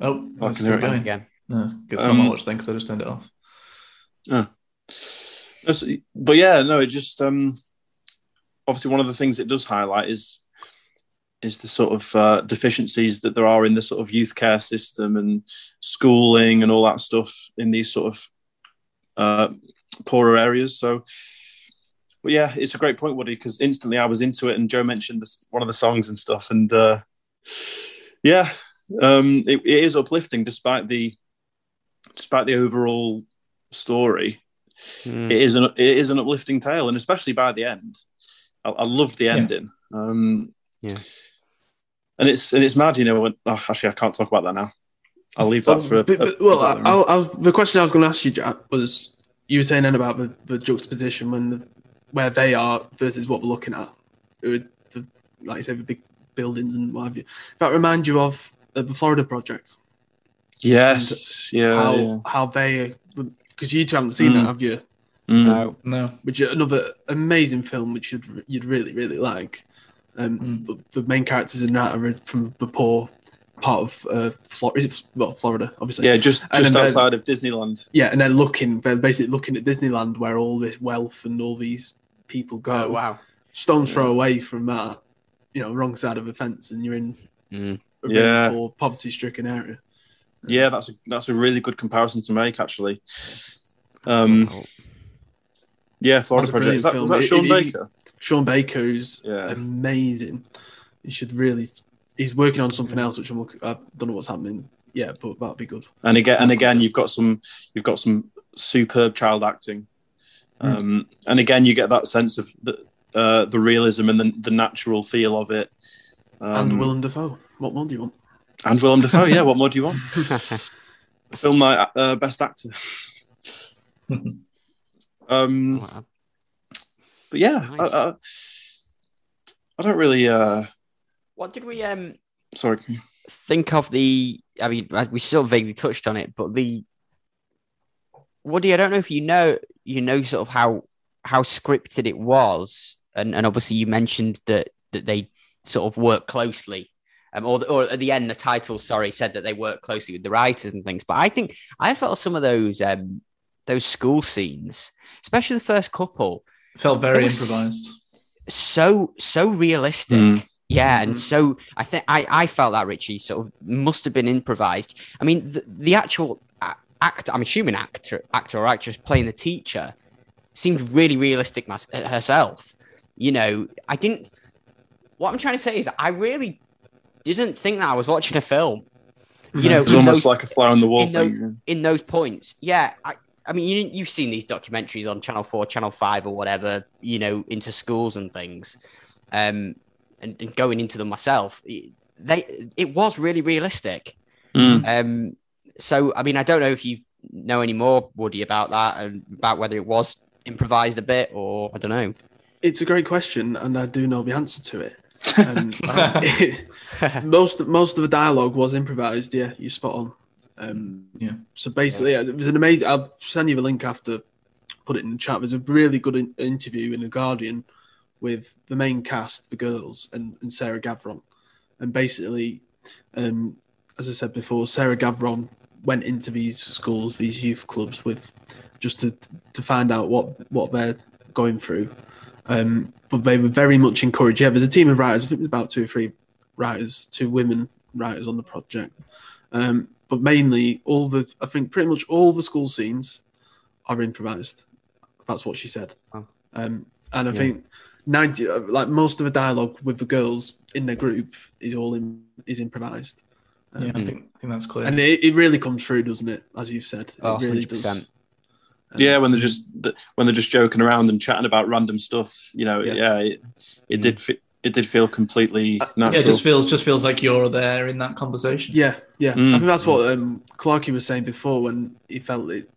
C: Oh,
D: I can
C: it's
D: hear
C: still
D: it
C: going.
F: Again.
C: No, it's it's
D: Um,
C: not my watch then because I just turned it off.
D: That's- but yeah, no, it just um, obviously one of the things it does highlight is is the sort of uh, deficiencies that there are in the sort of youth care system and schooling and all that stuff in these sort of uh, poorer areas. So, but yeah, it's a great point, Woody, because instantly I was into it, and Joe mentioned this, one of the songs and stuff, and uh, yeah, um, it, it is uplifting despite the despite the overall story
F: Mm.
D: it is an it is an uplifting tale, and especially by the end, I, I love the
C: Yeah.
D: ending. Um,
F: Yeah.
D: and it's and it's mad, you know. When, oh, actually, I can't talk about that now. I'll leave that for. A,
E: but, but,
D: a-
E: well, I, I, I was- the question I was going to ask you, Jack, was you were saying then about the, the juxtaposition when the, where they are versus what we're looking at, It would- the, like you say, the big buildings and what have you. That remind you of uh, the Florida Project,
D: yes, yeah,
E: how
D: Uh, yeah.
E: how they because you two haven't seen
D: Mm.
E: that, have you?
D: Mm.
C: No.
E: which is another amazing film which you'd you'd really really like. Um,
F: Hmm.
C: Mm.
E: but the main characters in that are from the poor part of uh, Flor- is it, well Florida, obviously.
D: yeah, just
E: and
D: just
E: then-
D: outside of Disneyland.
E: Yeah, and they're looking they're basically looking at Disneyland where all this wealth and all these people go.
F: Oh, wow.
E: Stones throw away from that, you know, wrong side of the fence, and you're in
F: Mm.
E: a
D: Hmm. Yeah.
E: really poor, poverty-stricken area.
D: Yeah, that's a, that's a really good comparison to make, actually. Um,
F: Oh,
D: yeah, Florida
E: That's a
D: Project. Is that,
E: brilliant
D: was that
E: film. It-
D: Sean
E: it- it-
D: Baker?
E: Sean Baker, who's
D: Yeah.
E: amazing. You should really. He's working on something else, which I'm, look- I don't know what's happening yet, but that'd be good.
D: and again and again you've got some you've got some superb child acting
F: Hmm.
D: um, and again you get that sense of the uh, the realism and the, the natural feel of it um,
E: and Willem Dafoe. What more do you want?
D: and Willem Dafoe yeah what more do you want film night uh, best actor um,
F: wow.
D: But yeah,
F: Nice.
D: I, I, I don't really. Uh,
F: What did we um
D: sorry,
F: think of the? I mean, uh, we sort of vaguely touched on it, but the Woody. I don't know if you know you know sort of how how scripted it was, and and obviously you mentioned that that they sort of work closely. Um, or, the, or at the end, the title, sorry, said that they work closely with the writers and things. But I think I felt some of those um, those school scenes, especially the first couple,
C: Felt very
F: It was-
C: improvised.
F: so so realistic.
D: Mm.
F: Yeah, and
C: Mhm.
F: so I think I I felt that Richie sort of must have been improvised. I mean, the, the actual a- act I'm assuming actor actor or actress playing the teacher seemed really realistic mas- uh, herself. You know, I didn't. What I'm trying to say is, I really didn't think that I was watching a film. You
D: Mm-hmm.
F: know,
D: it was almost
F: those-
D: like a fly on the wall
F: in those-
D: thing.
F: in those points, yeah. I, I mean, you, you've seen these documentaries on Channel Four, Channel Five, or whatever, you know, into schools and things, um, and, and going into them myself. it- They, it was really realistic.
D: Mm.
F: Um, so, I mean, I don't know if you know any more, Woody, about that and about whether it was improvised a bit or I don't know.
E: It's a great question, and I do know the answer to it. Um, I- most most of the dialogue was improvised. Yeah, you're spot on. Um,
C: Yeah.
E: So basically, yeah, it was an amazing. I'll send you the link after. Put it in the chat. There's a really good in- interview in the Guardian with the main cast, the girls, and, and Sarah Gavron. And basically, um, as I said before, Sarah Gavron went into these schools, these youth clubs, with just to to find out what what they're going through. Um, but they were very much encouraged. Yeah, there's a team of writers. I think there's about two or three writers, two women writers on the project. Um, but mainly, all the I think pretty much all the school scenes are improvised. That's what she said.
F: Wow.
E: Um, and I
F: Yeah.
E: think ninety, uh, like most of the dialogue with the girls in their group, is all in, is improvised. Um,
C: yeah, I think, I think that's clear.
E: And it, it really comes through, doesn't it? As you've said, it
F: Oh,
E: really does.
F: 100%.
E: Um,
D: Yeah, when they're just th- when they're just joking around and chatting about random stuff. You know,
E: Yeah.
D: yeah, it, it did fe- it did feel completely
C: Uh, yeah,
D: natural.
C: it just feels just feels like you're there in that conversation.
E: Yeah, yeah. I
D: Mm.
E: think that's what um, Clarkey was saying before when he felt it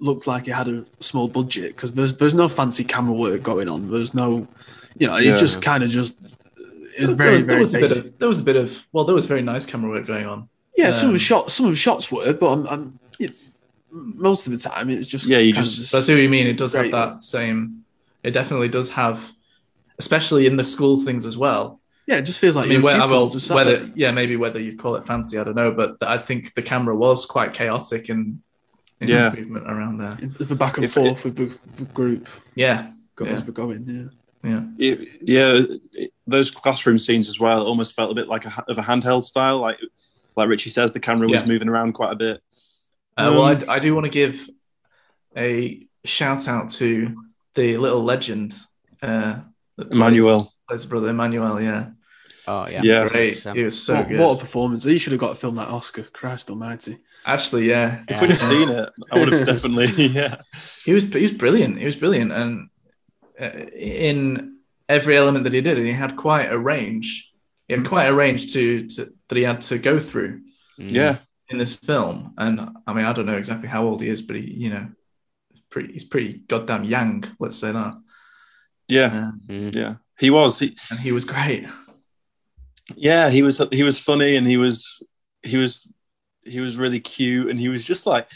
E: looked like it had a small budget because there's there's no fancy camera work going on. There's no, you know, it's
D: Yeah.
E: just kind of just
C: There
E: it's
C: was,
E: very
C: there
E: very
C: was, there was a
E: basic.
C: bit of there was a bit of well, there was very nice camera work going on.
E: yeah, some of
C: um,
E: the shots some of the shots were, but I'm, I'm you know, most of the time it was just
D: Yeah, you
E: kind of
D: just-
C: But I see what you mean. It does
E: Right.
C: have that same. It definitely does have, especially in the school things as well.
E: yeah, it just feels like
C: I mean,
E: you're
C: where,
E: a
C: I
E: pupil
C: will,
E: just sat
C: whether
E: there.
C: yeah, maybe whether you'd call it fancy, I don't know. But I think the camera was quite chaotic in, in
D: Yeah.
C: its movement around there.
E: In the back and
D: If it-
E: forth with the, the group
C: Yeah,
E: got
C: Yeah.
E: as we're going. Yeah,
C: yeah.
D: It- yeah, it- those classroom scenes as well almost felt a bit like a, ha- of a handheld style. Like like Richie says, the camera was
C: Yeah.
D: moving around quite a bit.
C: Uh, well,
D: Um,
C: I, I do want to give a shout out to the little legend, uh, that plays-
D: Emmanuel,
C: plays his brother Emmanuel. Yeah,
F: Oh yeah,
D: Yeah.
C: great.
F: So-
C: He was so
E: what,
C: good.
E: what a performance! He should have got a film like Oscar. Christ Almighty.
C: Actually, yeah,
D: if we'd have seen it, I would have definitely. Yeah,
C: he was he was brilliant. He was brilliant, and uh, in every element that he did, and he had quite a range. He had quite a range to, to that he had to go through
F: Mm.
D: yeah,
C: in this film. And I mean, I don't know exactly how old he is, but he, you know, pretty he's pretty goddamn young. Let's say that.
D: yeah,
C: Um,
F: Mm.
D: yeah. He was. He,
C: and he was great.
D: yeah, he was. He was funny, and he was. He was. He was really cute, and he was just like.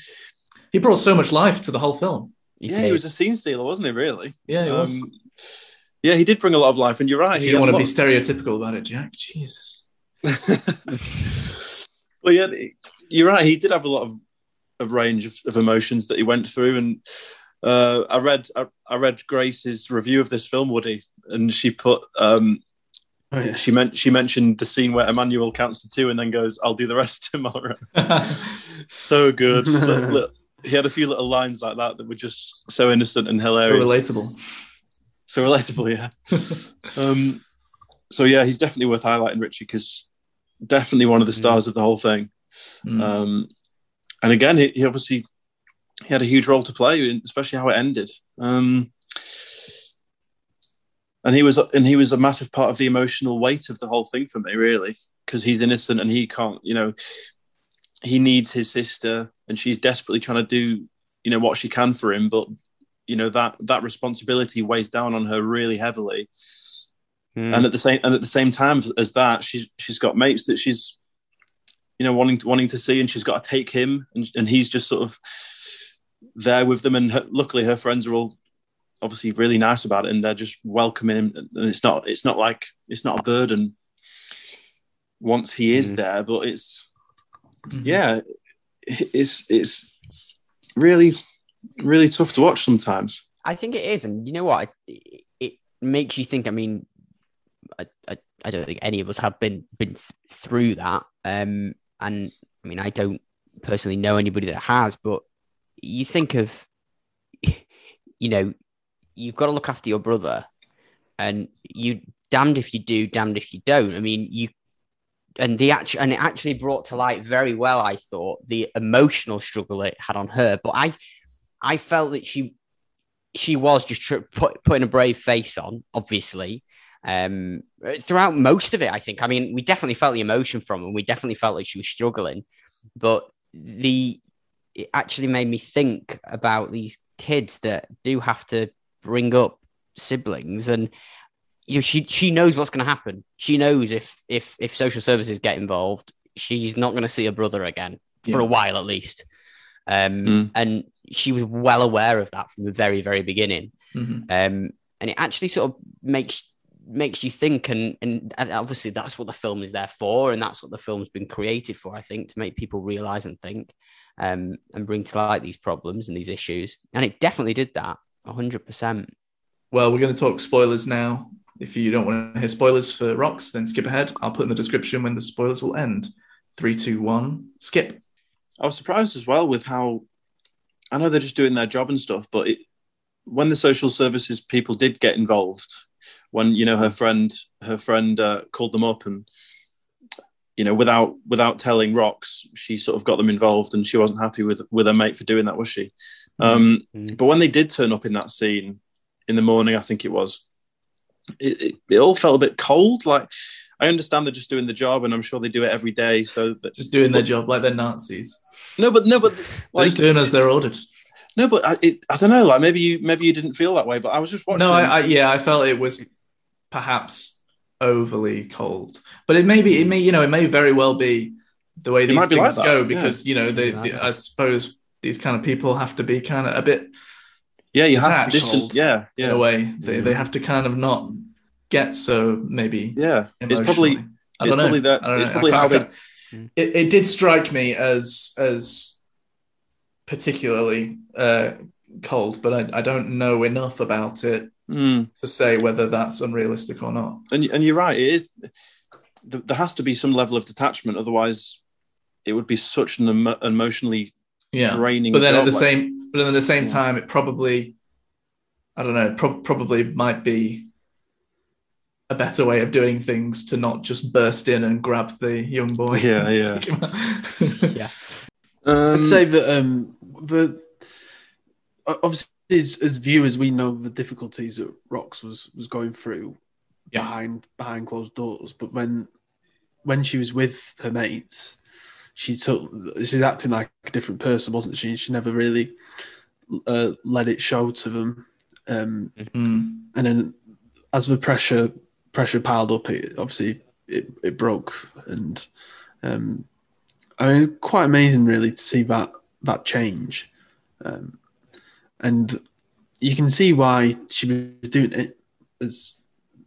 C: He brought so much life to the whole film.
F: You
D: Yeah,
F: did.
D: he was a scene stealer, wasn't he? Really.
C: Yeah, he was.
D: Um, yeah, he did bring a lot of life, and you're right.
C: If
D: he
C: you don't
D: had
C: want to
D: a
C: be
D: lot
C: stereotypical about it, Jack. Jesus.
D: well, yeah, you're right. He did have a lot of, of range of, of emotions that he went through, and uh, I read I, I read Grace's review of this film, Woody, and she put um,
E: Oh, yeah.
D: she meant she mentioned the scene where Emmanuel counts to two and then goes, "I'll do the rest tomorrow." so good. Look, look, he had a few little lines like that that were just so innocent and
C: so
D: hilarious,
C: relatable.
D: so relatable. Yeah. um, so yeah, he's definitely worth highlighting, Richie, because definitely one of the stars of the whole thing.
C: Mm.
D: Um, and again, he, he obviously he had a huge role to play, in- especially how it ended. Um, and he was and he was a massive part of the emotional weight of the whole thing for me, really, because he's innocent and he can't, you know, he needs his sister, and she's desperately trying to do, you know, what she can for him, but you know that that responsibility weighs down on her really heavily.
F: Hmm.
D: And at the same and at the same time as that, she's she's got mates that she's you know wanting to, wanting to see, and she's got to take him, and and he's just sort of there with them. And her, luckily, her friends are all obviously really nice about it, and they're just welcoming him. And it's not it's not like it's not a burden once he is
F: Mhm.
D: there, but it's
C: Hmm.
D: yeah, it's it's really really tough to watch sometimes.
F: I think it is, and you know what? It, it makes you think. I mean, I, I, I don't think any of us have been been th- through that. Um, and I mean, I don't personally know anybody that has, but you think of, you know, you've got to look after your brother, and you damned if you do, damned if you don't. I mean, you. And the act- and it actually brought to light very well, I thought, the emotional struggle it had on her. But I, I felt that she she was just tr- put, putting a brave face on, obviously. Um, throughout most of it, I think. I mean, we definitely felt the emotion from her. and We definitely felt like she was struggling, but the it actually made me think about these kids that do have to bring up siblings, and you know, she she knows what's going to happen. She knows if if if social services get involved, she's not going to see her brother again for a while at least. Um,
D: Mm.
F: and she was well aware of that from the very very beginning
C: Mhm.
F: um and it actually sort of makes makes you think and and, and obviously that's what the film is there for and that's what the film's been created for i think to make people realize and think um and bring to light these problems and these issues and it definitely did that 100%
C: Well, we're going to talk spoilers now. If you don't want to hear spoilers for Rocks, then skip ahead. I'll put in the description when the spoilers will end. Three, two, one, skip.
D: I was surprised as well with how I know they're just doing their job and stuff, but it, when the social services people did get involved, when you know her friend her friend uh, called them up and you know without without telling rocks she sort of got them involved and she wasn't happy with with her mate for doing that was she um
F: Mhm.
D: but when they did turn up in that scene in the morning i think it was it, it, it all felt a bit cold like i understand they're just doing the job and i'm sure they do it every day so that
C: Just doing their job like they're Nazis.
D: no but no but
C: They're
D: like
C: just doing as they're ordered.
D: no, but I, it, I don't know. Like maybe you maybe you didn't feel that way, but I was just watching.
C: No,
D: it.
C: I, I yeah, I felt it was perhaps overly cold, but it may be, it may you know, it may very well be the way
D: Hmm. It
C: these
D: might be
C: things
D: like that,
C: go
D: yeah.
C: because you know, they,
F: Yeah.
C: the- I suppose these kind of people have to be kind of a bit
D: yeah, you have to
C: detached.
D: distance. Yeah,
C: in a
D: yeah,
C: way. They they have to kind of not get so maybe
D: yeah. It's
C: emotionally.
D: probably
C: I
D: it's
C: don't know.
D: probably that-
C: I don't
D: it's
C: know.
D: probably
C: I can't-
D: how
C: I can't- it, it did strike me as as particularly uh, cold, but I, I don't know enough about it
D: Mm.
C: to say whether that's unrealistic or not.
D: and you- and you're right. It is. th- There has to be some level of detachment, otherwise, it would be such an emo- emotionally
C: Yeah,
D: draining.
C: but then at
D: job,
C: the
D: like-
C: same but then at the same
D: Yeah.
C: time, it probably I don't know prob probably might be a better way of doing things to not just burst in and grab the young boy.
D: Yeah, yeah.
C: yeah.
F: yeah
D: Um,
E: I'd say that um, the o- obviously as, as viewers we know the difficulties that Rox was was going through
C: Yeah.
E: behind behind closed doors, but when when she was with her mates, she took she's acting like a different person, wasn't she? She never really uh, let it show to them, um,
C: Mm.
E: and then as the pressure pressure piled up, it obviously it, it broke, and um, I mean, it's quite amazing really to see that that change, um, and you can see why she was doing it as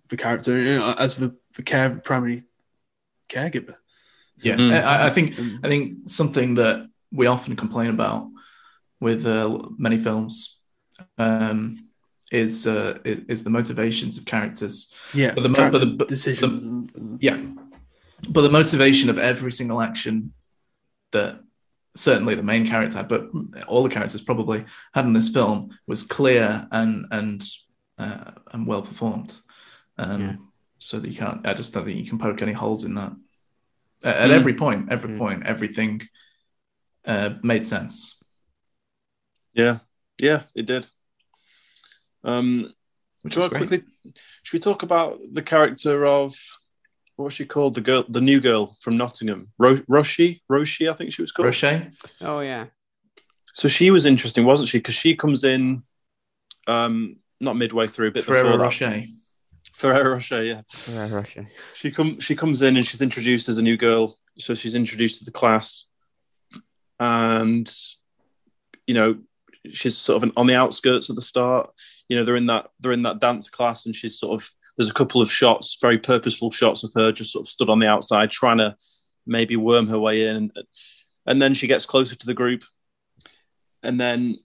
E: the character, you know, as the, the care primary caregiver.
C: Yeah,
D: Mm.
C: I, I think
E: Um,
C: I think something that we often complain about with uh, many films um, is, uh, is is the motivations of characters.
E: yeah,
C: but the mo-
E: character
C: but the- but the-
E: decisions and- and-
C: Yeah, but the motivation of every single action that certainly the main character, had, but all the characters probably had in this film was clear and and uh, and well performed. Um,
F: Yeah.
C: So that you can't. I just don't think you can poke any holes in that. At, at
D: Mm.
C: every point, every
F: Mm.
C: point, everything uh, made sense.
D: yeah, yeah, it did. Um,
C: Which
D: do
C: is
D: I
C: great.
D: quickly? Should we talk about the character of what was she called? The girl, the new girl from Nottingham, Ro- Roshi, Roshi, I think she was called.
C: Roche?
F: oh yeah
D: So she was interesting, wasn't she? Because she comes in um, not midway through, a bit
C: Ferrero
D: before that.
C: Rocher.
D: Ferrero Rocher, yeah.
F: Ferrero Rocher.
D: She come she comes in and she's introduced as a new girl. So she's introduced to the class, and you know she's sort of an, on the outskirts at the start. You know they're in that they're in that dance class, and she's sort of there's a couple of shots, very purposeful shots of her just sort of stood on the outside trying to maybe worm her way in, and then she gets closer to the group, and then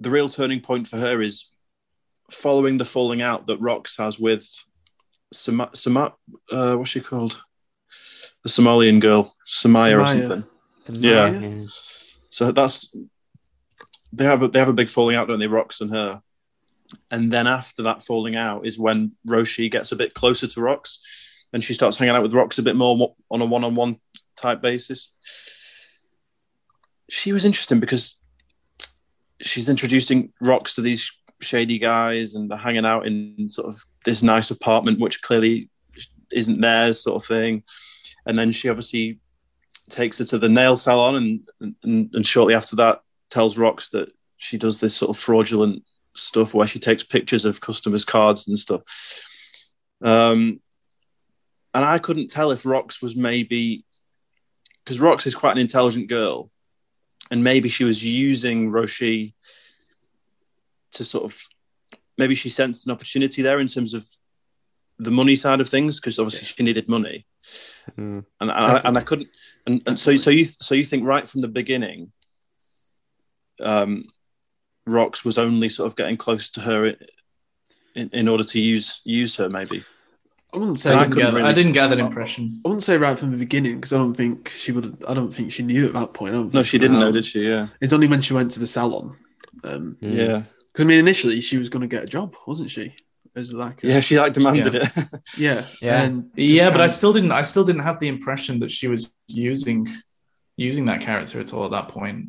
D: the real turning point for her is following the falling out that Rox has with Sama, Sama, uh, what's she called? The Somalian girl, Samaya, or
E: Samaya.
D: something.
F: Samaya.
D: So that's they have a, they have a big falling out, don't they? Rox and her, and then after that falling out is when Roshi gets a bit closer to Rox, and she starts hanging out with Rox a bit more on a one on one type basis. She was interesting because she's introducing Rox to these shady guys, and they're hanging out in sort of this nice apartment, which clearly isn't theirs, sort of thing. And then she obviously takes her to the nail salon and, and and shortly after that tells Rox that she does this sort of fraudulent stuff where she takes pictures of customers' cards and stuff. Um, and I couldn't tell if Rox was maybe because Rox is quite an intelligent girl, and maybe she was using Roshi to sort of maybe she sensed an opportunity there in terms of the money side of things because obviously she needed money
F: Mm.
D: and and I, and I couldn't and, and so so you so you think right from the beginning um rocks was only sort of getting close to her i- in, in order to use use her maybe
E: I wouldn't say
C: I
E: I,
C: didn't,
D: couldn't
C: get,
D: really-
C: I didn't get that impression.
E: wouldn't say right from the beginning because I don't think she would. I don't think she knew at that point. I don't
D: no
E: think
D: she didn't know
E: knew.
D: did she yeah
E: It's only when she went to the salon. Um,
F: Mm.
D: yeah
E: Because I mean, initially she was going to get a job, wasn't she? As like, a,
D: yeah she like demanded it
E: yeah,
F: Yeah.
E: And then
C: Yeah,
E: just
C: but
E: kind
C: I
E: of-
C: still didn't. I still didn't have the impression that she was using using that character at all at that point.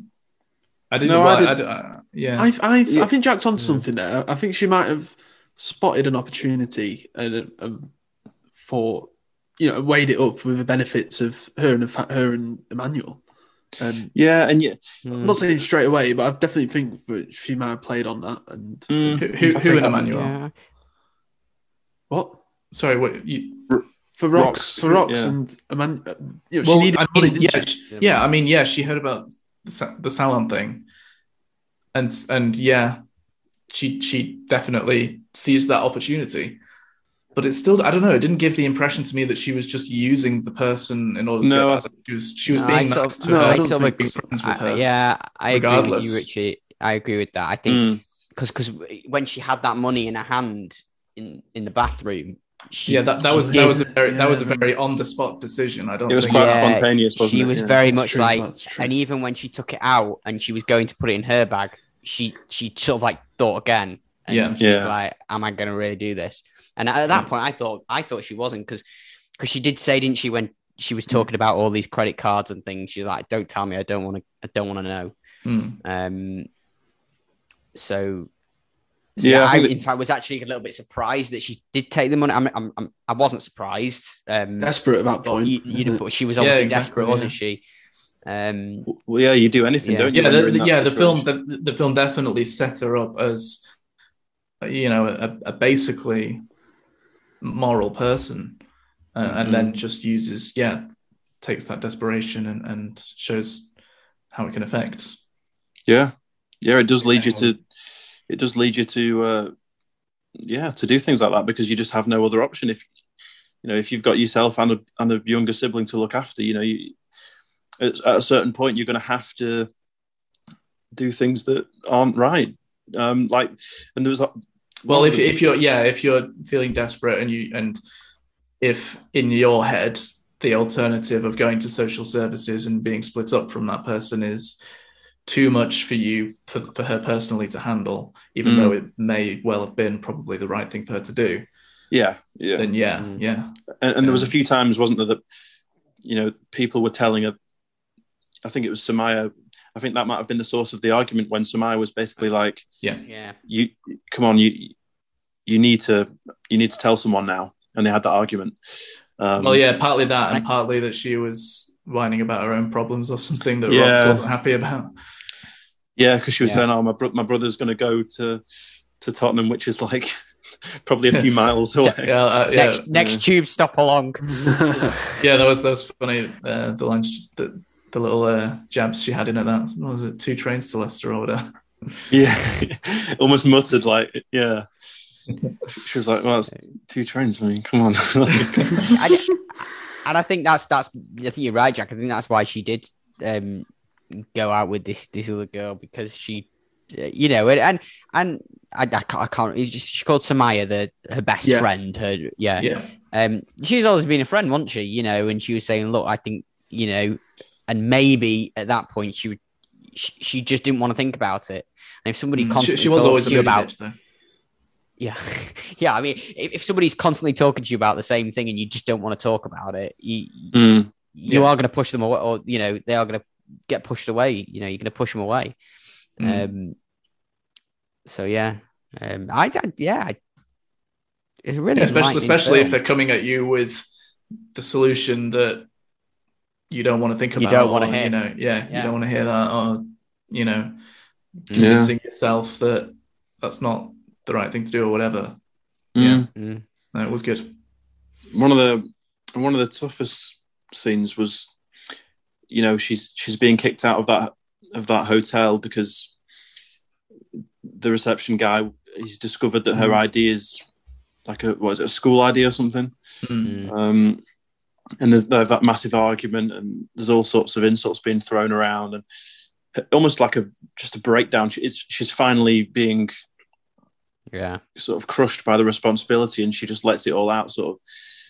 C: I didn't.
D: No, I
C: well, I
D: did-
C: d- uh, yeah,
E: I, I,
D: Yeah.
E: I think Jack's
C: Mm.
E: onto something there. I think she might have spotted an opportunity and um, for you know weighed it up with the benefits of her and her and Emmanuel. Um,
D: yeah and yeah
E: I'm
F: Mm.
E: not saying straight away, but I definitely think that she might have played on that. And
D: Mm.
C: who who, who
D: I take
C: in
D: that-
C: Emmanuel?
F: Yeah.
E: what
C: Sorry, what you?
E: for
D: Rocks,
E: Rox, for Rox
D: yeah.
E: and Emmanuel? You know,
C: well,
E: she needed
C: I
E: money,
C: mean,
E: didn't
C: yeah,
E: she?
C: she- yeah. I mean, yeah. She heard about the sa- the salon thing, and s- and yeah, she she definitely seized that opportunity. But it's still, I don't know. It didn't give the impression to me that she was just using the person in order to.
D: No,
C: get that. She was she was
F: No, I
C: being
F: sort
C: nice
F: of-
C: to
E: no,
C: her.
E: I
C: and
E: sort
F: of
C: being
F: ex-
C: friends with
F: I-
C: her.
F: yeah, I agree with you,
C: regardless.
F: Richie. I agree with that. I think
D: Mm.
F: because because when she had that money in her hand in in the bathroom, she,
C: yeah, that, that
F: she
C: was
F: did-
C: that was a very
E: Yeah,
C: that was a
E: I remember.
C: very on the spot decision. I don't.
D: it was
C: think
D: quite
F: Yeah,
D: spontaneous wasn't
F: she
D: it
F: was
D: Yeah.
F: very
E: That's
F: much
E: true,
F: like,
E: that's true.
F: and even when she took it out and she was going to put it in her bag, she she sort of like thought again. And
C: Yeah. Mm.
F: she was
D: Yeah.
F: like, am I going to really do this? And at that point, I thought I thought she wasn't because because she did say, didn't she, when she was talking about all these credit cards and things, she was like, don't tell me, I don't want to, I don't want to know.
C: Hmm.
F: Um, so. so
D: Yeah,
F: yeah,
D: I
F: I,
D: think that-
F: in fact, was actually a little bit surprised that she did take the money. I'm, I'm, I'm, I wasn't surprised. Um,
E: Desperate at that
F: but
E: point.
F: you, you know, but she was
C: Yeah,
F: obviously
C: exactly,
F: desperate,
C: yeah.
F: wasn't she? Um,
D: well, yeah you do anything
F: Yeah.
D: don't you
C: yeah,
D: when you're
C: the,
D: in that
C: yeah. The film,
D: situation?
C: the, the film definitely set her up as, you know, a, a basically moral person, uh,
D: Mm-hmm.
C: and then just uses yeah, takes that desperation and and shows how it can affect.
D: yeah yeah it does lead you
C: Yeah.
D: to it does lead you to uh yeah to do things like that because you just have no other option if you know if you've got yourself and a, and a younger sibling to look after you know you at, at a certain point you're going to have to do things that aren't right um like and there was a-
C: Well, if
D: Well,
C: if you're yeah, if you're feeling desperate and you and if in your head the alternative of going to social services and being split up from that person is too much for you for, for her personally to handle, even
D: Mm.
C: though it may well have been probably the right thing for her to do,
D: yeah yeah Hmm.
C: then yeah,
F: Mm.
C: yeah,
D: and, and there was a
C: Yeah.
D: few times wasn't there that you know people were telling her i think it was samaya i think that might have been the source of the argument when samaya was basically like
F: yeah,
D: you come on you you need to you need to tell someone now and they had that argument um,
C: well, yeah, partly that and
F: I-
C: partly that she was whining about her own problems or something that
D: Yeah.
C: Rox wasn't happy about.
D: yeah because she was
F: Yeah.
D: saying oh my, bro- my brother's going to go to to Tottenham, which is like probably a few miles away.
C: Yeah, uh, yeah,
F: next next tube stop along.
C: Yeah, that was that was funny. Uh, the line, sh- the, the little uh, jabs she had in at that. What was it? Two trains to Leicester or whatever.
D: Yeah, almost muttered like, yeah. She was like, "Well, it's two trains, man. Come on." Like,
F: and, and I think that's that's I think you're right, Jack. I think that's why she did um, go out with this this other girl because she, uh, you know, and and, and I, I can't, I can't. It's just she called Samaya the her best
C: Yeah.
F: friend. Her yeah.
C: Yeah,
F: Um, she's always been a friend, wasn't she? You know, and she was saying, "Look, I think you know," and maybe at that point she would, she, she just didn't want to think about it. And if somebody
C: Mm. she,
F: constantly
C: she was
F: talks
C: always
F: to
C: a
F: you
C: moody
F: about uh,
C: bitch, though.
F: yeah, yeah. I mean, if, if somebody's constantly talking to you about the same thing and you just don't want to talk about it, you
D: mm,
F: you
C: Yeah.
F: are going to push them away, or you know, they are going to get pushed away. You know, you're going to push them away.
C: Mm.
F: Um, so yeah, um, I, I yeah, I- it's a really
C: Yeah, especially
F: enlightening
C: especially if
F: film.
C: they're coming at you with the solution that you don't want to think
F: You
C: about.
F: don't wanna
C: or,
F: hear.
C: You know, yeah,
F: Yeah.
C: you don't want to hear that, or you know,
F: Yeah.
C: convincing yourself that that's not the right thing to do or whatever. Yeah.
F: Mm.
C: No, it was good.
D: one of the one of the toughest scenes was you know she's she's being kicked out of that of that hotel because the reception guy he's discovered that her ID is like a what is it a school ID or something
C: Mm.
D: um and there's, there's that massive argument and there's all sorts of insults being thrown around and almost like a just a breakdown she, it's, she's finally being
F: yeah.
D: sort of crushed by the responsibility and she just lets it all out sort of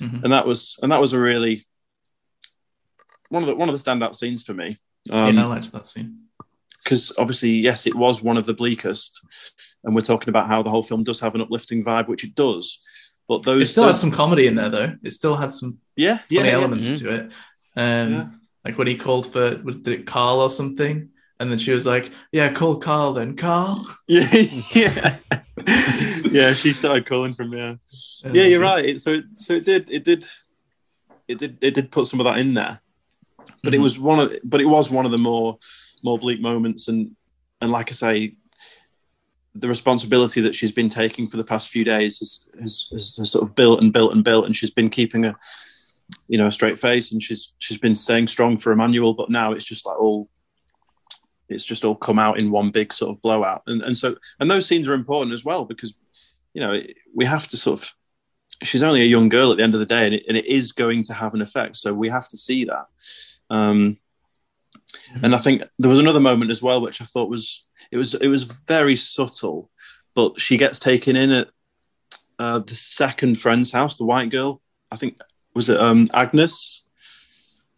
C: Mhm.
D: Mm-hmm. and that was and that was a really one of the one of the standout scenes for me because
C: yeah, I liked that scene.
D: obviously yes it was one of the bleakest and we're talking about how the whole film does have an uplifting vibe which it does but
C: It
D: those
C: still had
D: those-
C: some comedy in there, though. It still had some
D: yeah yeah,
C: funny
D: yeah.
C: elements
F: Mhm.
C: to it. Um,
D: Yeah.
C: Like when he called for, did it Carl or something? And then she was like, yeah, call Carl then, Carl.
D: yeah, yeah, yeah. She started calling from yeah.
C: And
D: Yeah,
C: it was
D: you're
C: good.
D: right. It, so, it- so it did, it did, it did, it did put some of that in there. But it
C: Mhm.
D: was one of, but it was one of the more, more bleak moments. And and like I say, the responsibility that she's been taking for the past few days has has, has, has sort of built and built and built, and she's been keeping a, you know, a straight face, and she's she's been staying strong for Emmanuel. But now it's just like all. It's just all come out in one big sort of blowout, and and so and those scenes are important as well because, you know, we have to sort of she's only a young girl at the end of the day, and it, and it is going to have an effect. So we have to see that. Um,
C: Mm-hmm.
D: and I think there was another moment as well, which I thought was it was it was very subtle, but she gets taken in at uh, the second friend's house, the white girl. I think was it um, Agnes?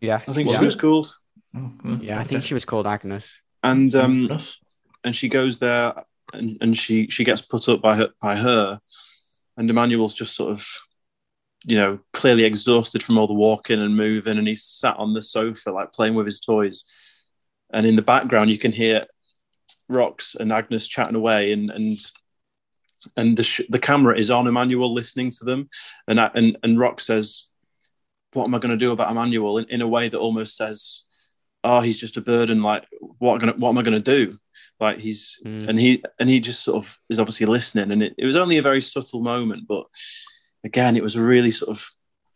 F: Yes.
D: I think
C: Was
D: she was
C: it?
D: called.
C: Oh, well,
F: Yeah, I think
C: okay.
F: she was called Agnes.
D: And um,
C: Rough.
D: and she goes there and, and she she gets put up by her by her and Emmanuel's just sort of you know clearly exhausted from all the walking and moving and he's sat on the sofa like playing with his toys and in the background you can hear Rox and Agnes chatting away and and and the sh- the camera is on Emmanuel listening to them and I- and and Rox says what am I going to do about Emmanuel in, in a way that almost says oh he's just a burden like what gonna what am I going to do like he's
F: Mm.
D: and he and he just sort of is obviously listening and it, it was only a very subtle moment but again it was a really sort of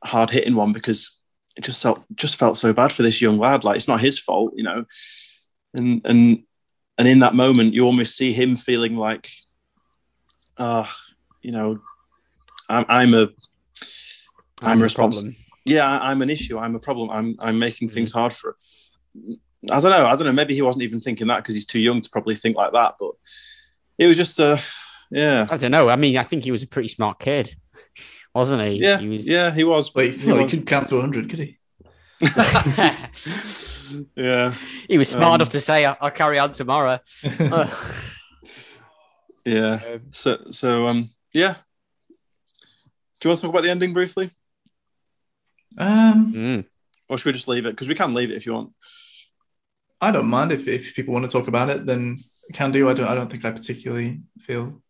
D: hard hitting one because it just felt just felt so bad for this young lad like it's not his fault you know and and and in that moment you almost see him feeling like ah you know I'm, I'm a I'm
F: the
D: respons-
F: problem.
D: yeah I- i'm an issue i'm a problem i'm i'm
C: Mm-hmm.
D: making things hard for i don't know i don't know maybe he wasn't even thinking that because he's too young to probably think like that but it was just uh yeah
F: I don't know. I mean, I think he was a pretty smart kid, wasn't he?
D: yeah
F: He was...
D: yeah he was
C: Wait,
D: he
C: well, he
D: was.
C: couldn't count to 100, could he?
D: yeah
F: he was smart
D: Um,
F: enough to say, "I- "I'll carry on tomorrow." Ugh.
D: yeah so so um yeah do you want to talk about the ending briefly
C: um,
F: Mm.
D: or should we just leave it because we can leave it if you want
C: I don't mind if, if people want to talk about it, then can do. I don't. I don't think I particularly feel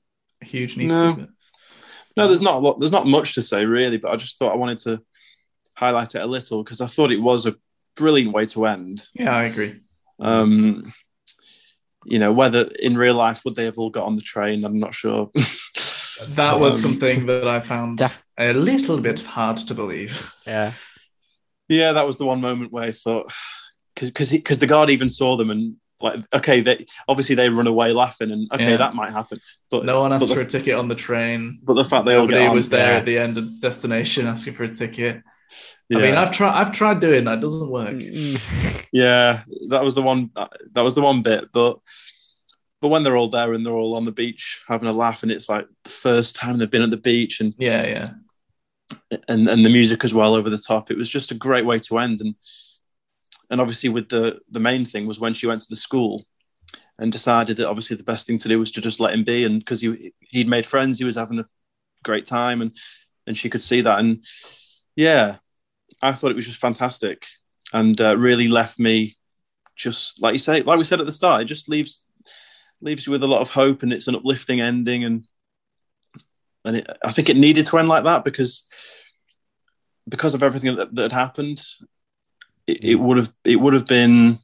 C: a huge need
D: No.
C: to.
D: No, there's not a lot. There's not much to say really, but I just thought I wanted to highlight it a little because I thought it was a brilliant way to end.
C: Mm. But yeah, I agree.
D: Um, you know, whether in real life would they have all got on the train? I'm not sure.
C: That was
D: Um,
C: something that I found
F: Yeah.
C: a little bit hard to believe.
F: Yeah.
D: Yeah, that was the one moment where I thought, because because the guard even saw them and like, okay, they obviously they run away laughing and okay,
C: Yeah.
D: that might happen, but
C: No one asked
D: but
C: for
D: the-
C: a ticket on the train.
D: but the fact they all
C: Nobody
D: get on,
C: was there
F: yeah.
C: at the end of destination asking for a ticket.
D: Yeah,
C: I mean, I've tried. I've tried doing that. It doesn't work.
F: Mm.
D: yeah, that was the one. That was the one bit, but. But when they're all there and they're all on the beach having a laugh, and it's like the first time they've been at the beach, and
C: Yeah, yeah.
D: and and the music as well over the top. It was just a great way to end, and and obviously with the the main thing was when she went to the school and decided that obviously the best thing to do was to just let him be, and because he he'd made friends, he was having a great time, and and she could see that, and yeah, I thought it was just fantastic, and uh, really left me just like you say, like we said at the start, it just leaves leaves you with a lot of hope, and it's an uplifting ending, and. And it, I think it needed to end like that because because of everything that, that had happened, it, it would have it would have been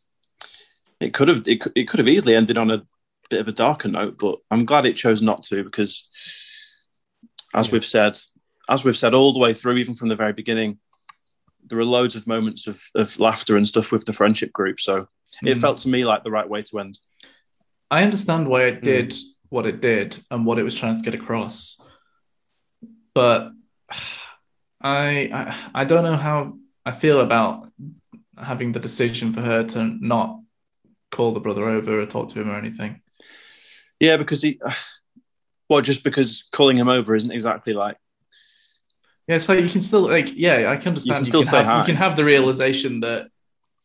D: it could have it, could- it could have easily ended on a bit of a darker note, but I'm glad it chose not to because, as we've said, as we've said all the way through, even from the very beginning, there are loads of moments of, of laughter and stuff with the friendship group. So it
C: Mm.
D: felt to me like the right way to end.
C: I understand why
D: Mm.
C: it did what it did and what it was trying to get across, but I, I I don't know how I feel about having the decision for her to not call the brother over or talk to him or anything.
D: Yeah, because he, well, just because calling him over isn't exactly like
C: Yeah, so you can still like yeah, I can understand.
D: still say
C: have,
D: hi.
C: You can have the realization that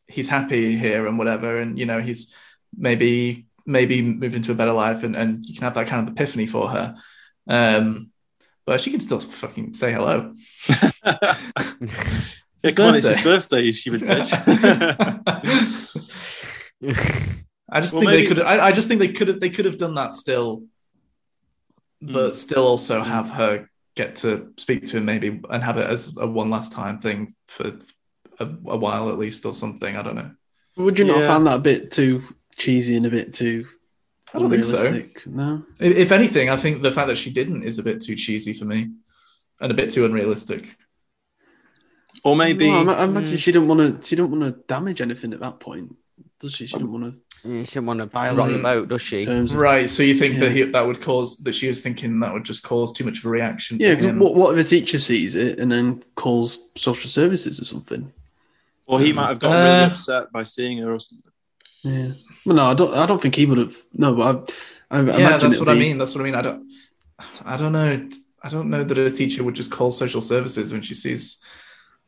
C: he's happy here and whatever, and you know he's maybe maybe moving to a better life, and and you can have that kind of epiphany for her. Um, but she can still fucking say hello.
D: yeah, come on, it's his birthday, you stupid bitch.
C: I just
D: Well,
C: think
D: maybe-
C: they could. I, I just think they could. have They could have done that still,
D: Hmm.
C: but still also have her get to speak to him maybe and have it as a one last time thing for a, a while at least or something. I don't know.
E: Would you not
D: Yeah.
E: have found that a bit too cheesy and a bit too
C: I don't think so.
E: unrealistic? No.
C: I- If anything, I think the fact that she didn't is a bit too cheesy for me, and a bit too unrealistic.
D: or maybe
E: No, I ma- I imagine
C: Mm.
E: she didn't want to. She didn't want to damage anything at that point, does she? She didn't want to.
F: Mm, She doesn't want to rock
E: Violent.
F: the boat, does she?
E: Terms of,
C: Right. So you think that he,
E: Yeah.
C: that would cause that she was thinking that would just cause too much of a reaction. for
E: yeah, because
C: him.
E: what, what if a teacher sees it and then calls social services or something?
D: Or he might have gotten really
C: Uh,
D: upset by seeing her or something.
E: Yeah. Well, no, I don't. I don't think he would have. No, but I, I
C: yeah,
E: imagine
C: that's
E: it
C: what
E: would
C: I
E: be-
C: mean. That's what I mean. I don't, I don't know. I don't know that a teacher would just call social services when she sees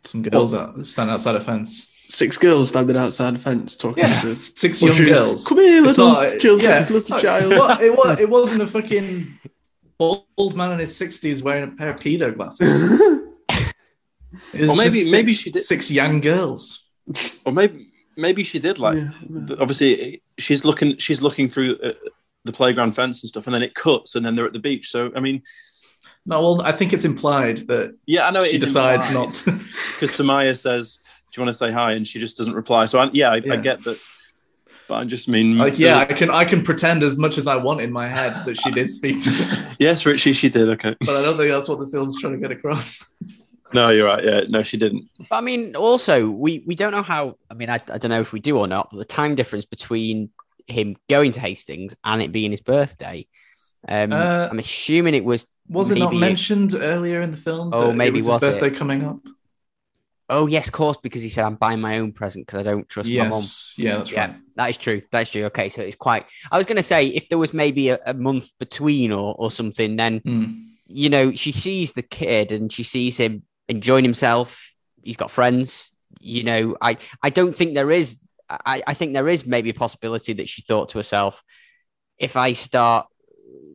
C: some girls out standing outside a fence.
E: Six girls standing outside a fence talking
C: Yeah,
E: to
C: six
E: Well,
C: young
E: she-
C: girls.
E: Come here,
C: It's
E: little
C: not-
E: children,
C: yeah,
E: little
C: it's not-
E: child.
C: What, it was. It wasn't a fucking bald man in his sixties wearing a pair of pedo glasses. It was
D: Or maybe-
C: just six,
D: maybe she did-
C: six young girls.
D: Or maybe maybe she did like.
E: Yeah, no.
D: th- Obviously, she's looking she's looking through uh, the playground fence and stuff, and then it cuts, and then they're at the beach. So I mean,
C: No, well, I think it's implied that
D: yeah, I know
C: she decides not. to-
D: because Samaya says, "Do you want to say hi?" and she just doesn't reply. So I, yeah, I,
C: Yeah.
D: I get that, but I just mean
C: like, yeah, I can I can pretend as much as I want in my head that she did speak to me.
D: yes, Richie, she did. Okay,
C: but I don't think that's what the film's trying to get across.
D: no, you're right. Yeah, no, she didn't.
F: But I mean, also, we, we don't know how. I mean, I, I don't know if we do or not, but the time difference between him going to Hastings and it being his birthday. Um,
C: Uh,
F: I'm assuming it was.
C: Was it not
F: Maybe it-
C: mentioned earlier in the film?
F: Oh,
C: that
F: maybe
C: it was,
F: was
C: his
F: it?
C: birthday coming up.
F: Oh, yes, of course, because he said, I'm buying my own present because I don't trust my mom.
C: Yes, yeah, that's
F: Yeah,
C: right.
F: that is true. That's true. Okay, so it's quite. I was going to say, if there was maybe a, a month between or, or something, then
C: Hmm.
F: you know, she sees the kid and she sees him enjoying himself. He's got friends. You know, I, I don't think there is. I, I think there is maybe a possibility that she thought to herself, if I start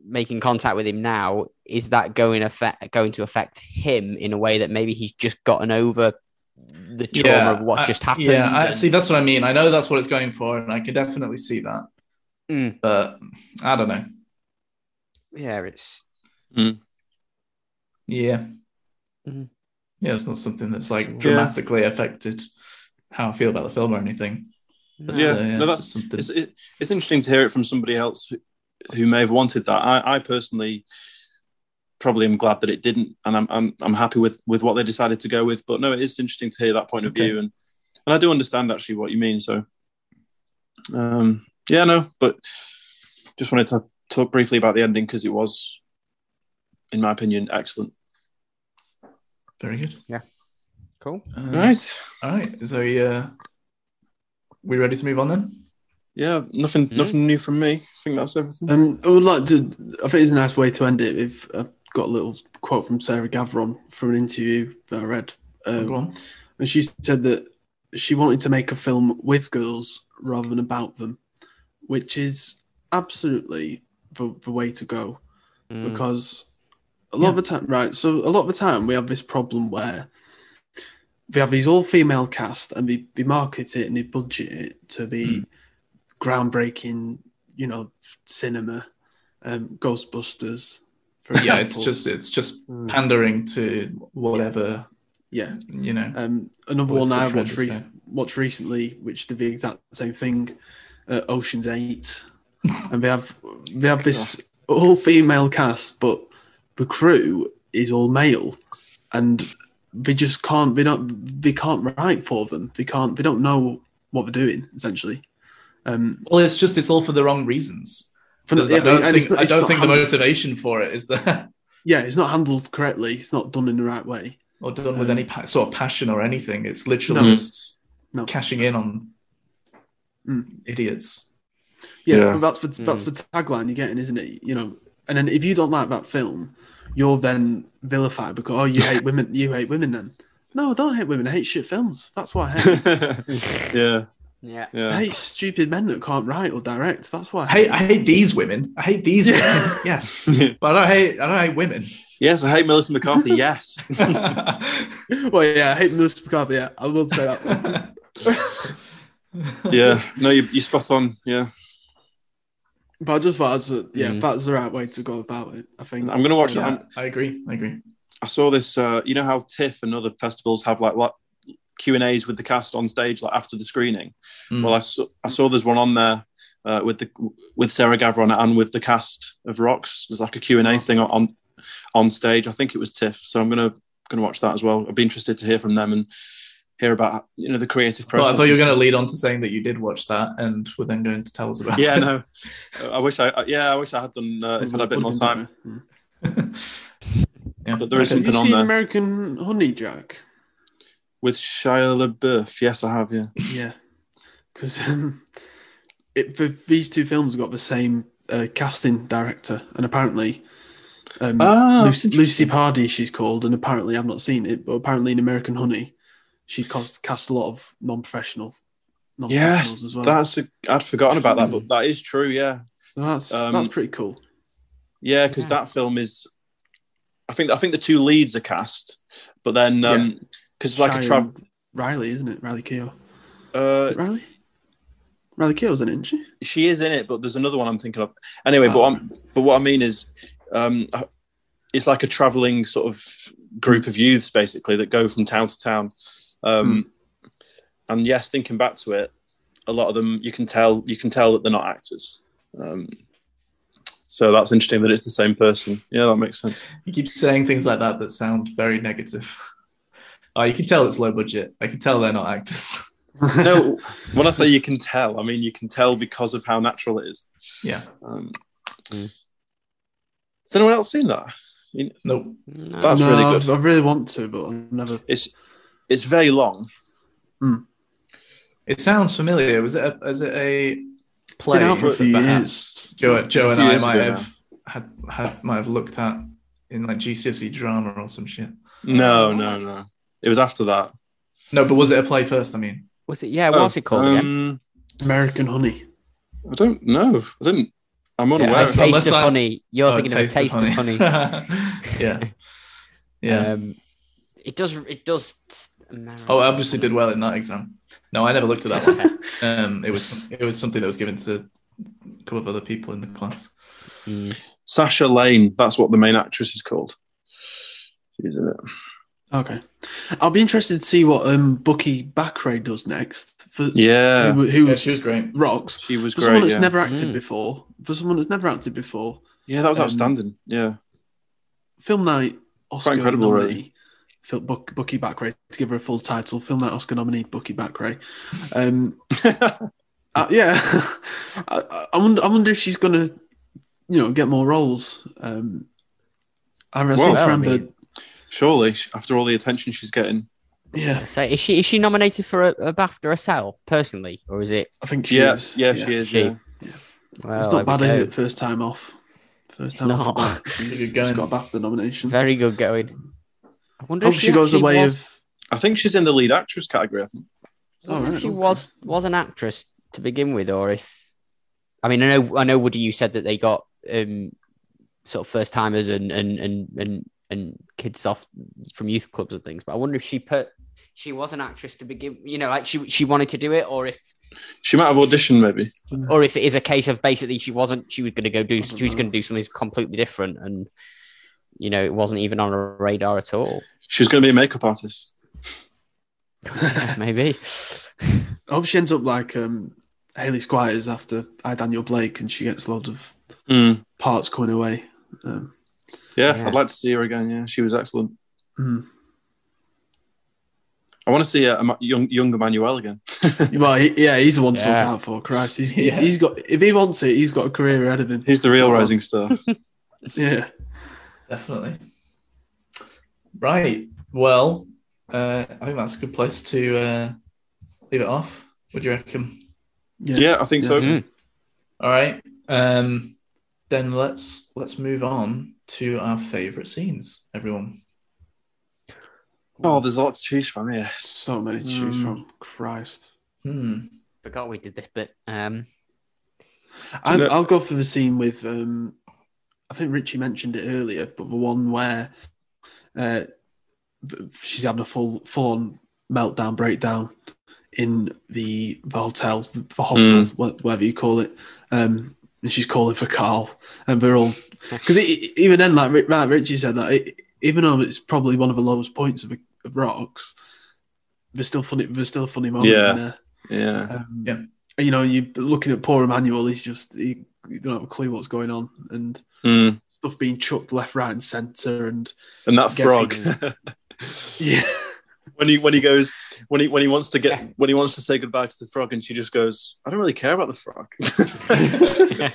F: making contact with him now, is that going affect going to affect him in a way that maybe he's just gotten over the trauma
C: Yeah,
F: of what's
C: I-
F: just happened?
C: Yeah, I
F: and-
C: see. That's what I mean. I know that's what it's going for, and I can definitely see that.
F: Mm.
C: But I don't know.
F: yeah, it's
C: Yeah,
F: Mhm.
C: yeah, it's not something that's like dramatically affected how I feel about the film or anything. But,
D: Yeah,
C: uh,
D: no, that's-
C: it's something.
D: It's, it, it's interesting to hear it from somebody else who, who may have wanted that. I, I personally probably am glad that it didn't, and I'm, I'm I'm happy with with what they decided to go with. But no, it is interesting to hear that point of
C: Okay.
D: view, and and I do understand actually what you mean. So, um, yeah, no, but just wanted to talk briefly about the ending because it was, in my opinion, excellent.
C: Very good.
F: Cool.
C: Uh,
D: Right?
C: All right. So, uh, we ready to move on then?
D: Yeah, nothing
F: Hmm.
D: nothing new from me. I think that's everything.
E: Um, I would like to. I think it's a nice way to end it. If I've got a little quote from Sarah Gavron from an interview that I read,
C: Go
E: um,
C: on.
E: and she said that she wanted to make a film with girls rather than about them, which is absolutely the, the way to go
F: Mm.
E: because a lot of the time, right? So a lot of the time we have this problem where we have these all-female cast and we, we market it and they budget it to
C: Mm.
E: be groundbreaking, you know, cinema, um, Ghostbusters. For
C: Yeah, it's
E: example.
C: just it's just pandering to whatever
E: yeah.
C: you know.
E: Um, another
C: Well, it's
E: one I
C: good for
E: watched,
C: others,
E: re- watched recently, which did the exact same thing, uh, Ocean's Eight, and they have they have this all female cast, but the crew is all male, and they just can't they don't they can't write for them. They can't they don't know what they're doing essentially. Um,
C: Well, it's just it's all for the wrong reasons.
E: for the-
C: I
E: yeah,
C: don't
E: and
C: think,
E: it's not-
C: I
E: it's
C: don't
E: not
C: think the
E: handled-
C: motivation for it is there
E: yeah, it's not handled correctly. It's not done in the right way.
C: or done with
E: Um,
C: any pa- sort of passion or anything. It's literally
E: No.
C: just
E: No.
C: cashing in on
E: Mm.
C: idiots.
E: Yeah,
D: Yeah.
E: but that's the that's the tagline you're getting, isn't it? You know, and then if you don't like that film, you're then vilified because oh, you hate women, you hate women. Then no, I don't hate women. I hate shit films. That's what I hate.
D: yeah,
F: Yeah.
E: I
D: yeah.
E: hate stupid men that can't write or direct. That's why I
C: I
E: hate.
C: hate I hate these women. I hate these women. yes, but I don't hate I don't hate women.
D: yes, I hate Melissa McCarthy. Yes.
E: well, yeah, I hate Melissa McCarthy. Yeah, I will say that. one.
D: yeah no you, you spot on yeah
E: but I just thought that's a, yeah,
F: Mm.
E: that's the right way to go about it. I think
D: i'm gonna watch that
C: Yeah,
D: I'm-
C: I agree. I agree.
D: i saw this uh you know how tiff and other festivals have like, like q and a's with the cast on stage like after the screening
C: Mm.
D: well i saw i saw there's one on there uh, with the with sarah gavron and with the cast of rocks there's like a q and a thing on on stage i think it was tiff so i'm gonna gonna watch that as well i'd be interested to hear from them and hear about you know the creative
C: Well, I
D: process
C: thought you were
D: and
C: going to lead on to saying that you did watch that and were then going to tell us about
D: stuff. yeah
C: it.
D: no i wish i yeah i wish i had done uh, if i'd had a bit more time
E: Would've been better.
C: Yeah.
D: But there is
E: Mm. Have
D: Something
E: you
D: on
E: seen
D: there.
E: American Honey Jack?
D: with shia labeouf yes i have yeah
C: Hmm.
E: Yeah, because um, it the, these two films got the same uh, casting director, and apparently, um,
D: Ah,
E: Luc-
D: that's interesting.
E: Lucy Pardy, she's called, and apparently I've not seen it, but apparently in American Honey, she cast, cast a lot of non-professional, non-professionals
D: Yes,
E: as well. Hmm.
D: that's a, I'd forgotten about that, but that is true. Yeah,
E: So that's
D: um,
E: that's pretty cool.
D: yeah, because
F: Yeah.
D: that film is, I think I think the two leads are cast, but then because it's like a
E: Shia
D: travel.
E: Riley, isn't it? Riley Keough.
D: Uh,
E: Is it Riley? Riley Keough's in it, isn't she?
D: she is in it, but there's another one I'm thinking of. Anyway, but
E: Oh.
D: I'm, but what I mean is, um, it's like a traveling sort of group of youths basically that go from town to town. Um, And yes, thinking back to it, a lot of them you can tell you can tell that they're not actors. Um, so that's interesting that it's the same person. Yeah, that makes sense.
C: You keep saying things like that that sound very negative. Oh, you can tell it's low budget. I can tell they're not actors.
D: no, when I say you can tell, I mean you can tell because of how natural it is.
C: Yeah.
D: Um,
F: Mm.
D: Has anyone else seen that?
C: Nope.
F: No.
D: That's
E: no,
D: really
E: I-
D: good.
E: I really want to, but I've never.
D: It's it's very long.
C: It sounds familiar. Was it a, is it a play
E: Been out for a
C: that
E: few
C: perhaps
E: years.
C: Joe, Joe and
D: It's a few
C: I
D: years
C: might
D: ago
C: have had, had might have looked at in like GCSE E drama or some shit.
D: No, no, no. It was after that.
C: No, but was it a play first? I mean,
F: Was it? Yeah. What's it called again?
D: Oh, Um,
E: American Honey.
D: I don't know. I didn't. I'm
F: Yeah,
D: unaware.
F: a
C: Well,
D: of that.
F: taste
C: unless
F: of
C: I-
F: honey. You're
C: Oh,
F: thinking of a taste of honey.
C: yeah. Yeah.
F: Um, it does. It does. American
C: Oh, I obviously did well in that exam. No, I never looked at that one. um, it was it was something that was given to a couple of other people in the class.
F: Mm.
D: Sasha Lane. That's what the main actress is called. She's in it.
E: Okay. I'll be interested to see what um, Bucky Backray does next for
D: Yeah,
E: who, who
C: Yeah, she was great.
E: rocks
D: she was
E: for someone
D: great.
E: that's
D: Yeah. Hmm.
E: never acted
F: Mm.
E: before. For someone that's never acted before,
D: yeah, that was
E: um,
D: outstanding. Yeah,
E: film night Oscar
D: incredible,
E: nominee.
D: really.
E: Phil, Buck, Bucky Backray to give her a full title. Film night Oscar nominee Bucky Backray. Um, Uh, yeah, I, I- I wonder. I wonder if she's gonna, you know, get more roles. Um, I, re- I
D: Well,
E: seem to
F: I
E: remember.
F: mean-
D: surely sh- after all the attention she's getting.
E: Yeah,
F: So is she is she nominated for a, a BAFTA herself personally, or is it?
E: I think she
D: Yeah,
E: is.
D: yeah, she is.
F: She-
D: Yeah.
F: Well,
E: It's
F: Oh, there we
E: not bad, is
F: go.
E: it? First time off. First time
F: It's
E: off.
F: not.
E: the bat.
C: Good
E: She's, she's
C: going.
E: got a BAFTA nomination.
F: Very good going. I wonder
E: Hope
F: if
E: she goes the
F: actually
E: way
F: was,
E: of.
D: I think she's in the lead actress category. I think.
F: I wonder
E: All
F: if
E: right,
F: she
E: okay.
F: was was an actress to begin with, or if I mean, I know I know Woody. You said that they got um, sort of first timers and and and and and kids off from youth clubs and things, but I wonder if she put she was an actress to begin. You know, like she she wanted to do it, or if
D: She might have auditioned maybe.
F: or if it is a case of basically she wasn't she was going to go do
E: I don't
F: she was
E: know.
F: going to do something completely different and you know it wasn't even on her radar at all
D: She was going to be a makeup artist.
F: maybe
E: I hope she ends up like um, Haley Squires after I Daniel Blake, and she gets loads of
D: Hmm.
E: parts coming away. Um,
D: Yeah,
F: Yeah.
D: I'd like to see her again. Yeah, she was excellent.
E: hmm.
D: I want to see uh, Emma- young young Emmanuel again.
E: Well, he, yeah, he's the one to look
F: Yeah.
E: out for. Christ, he's,
C: Yeah.
E: he's got if he wants it, he's got a career ahead of him.
D: He's the real
E: Oh.
D: rising star.
E: Yeah,
C: Definitely. Right. Well, uh, I think that's a good place to uh, leave it off. What do you reckon?
E: yeah.
D: yeah, I think so.
F: Mm.
C: All right. Um, then let's let's move on to our favorite scenes, everyone.
D: Oh, there's a lot to choose from here.
E: So many to choose
F: Mm.
E: from. Christ,
C: Hmm.
F: forgot we did this but um
E: I,
D: know-
E: I'll go for the scene with. Um, I think Richie mentioned it earlier, but the one where uh, th- she's having a full full on meltdown breakdown in the, the hotel, the hostel,
D: Hmm.
E: wha- whatever you call it, um, and she's calling for Carl, and they're all because even then, like Ri- right, Richie said that it, even though it's probably one of the lowest points of, of rocks, there's still funny. There's still a funny moment
D: Yeah.
E: in there.
D: Yeah,
E: Um,
C: Yeah.
E: and, You know, you looking at poor Emmanuel. He's just he, you don't have a clue what's going on, and
D: Hmm.
E: stuff being chucked left, right, and centre. And
D: and that
E: Guessing.
D: frog.
E: yeah,
D: when he when he goes when he when he wants to get when he wants to say goodbye to the frog, and she just goes, "I don't really care about the frog."
F: yeah.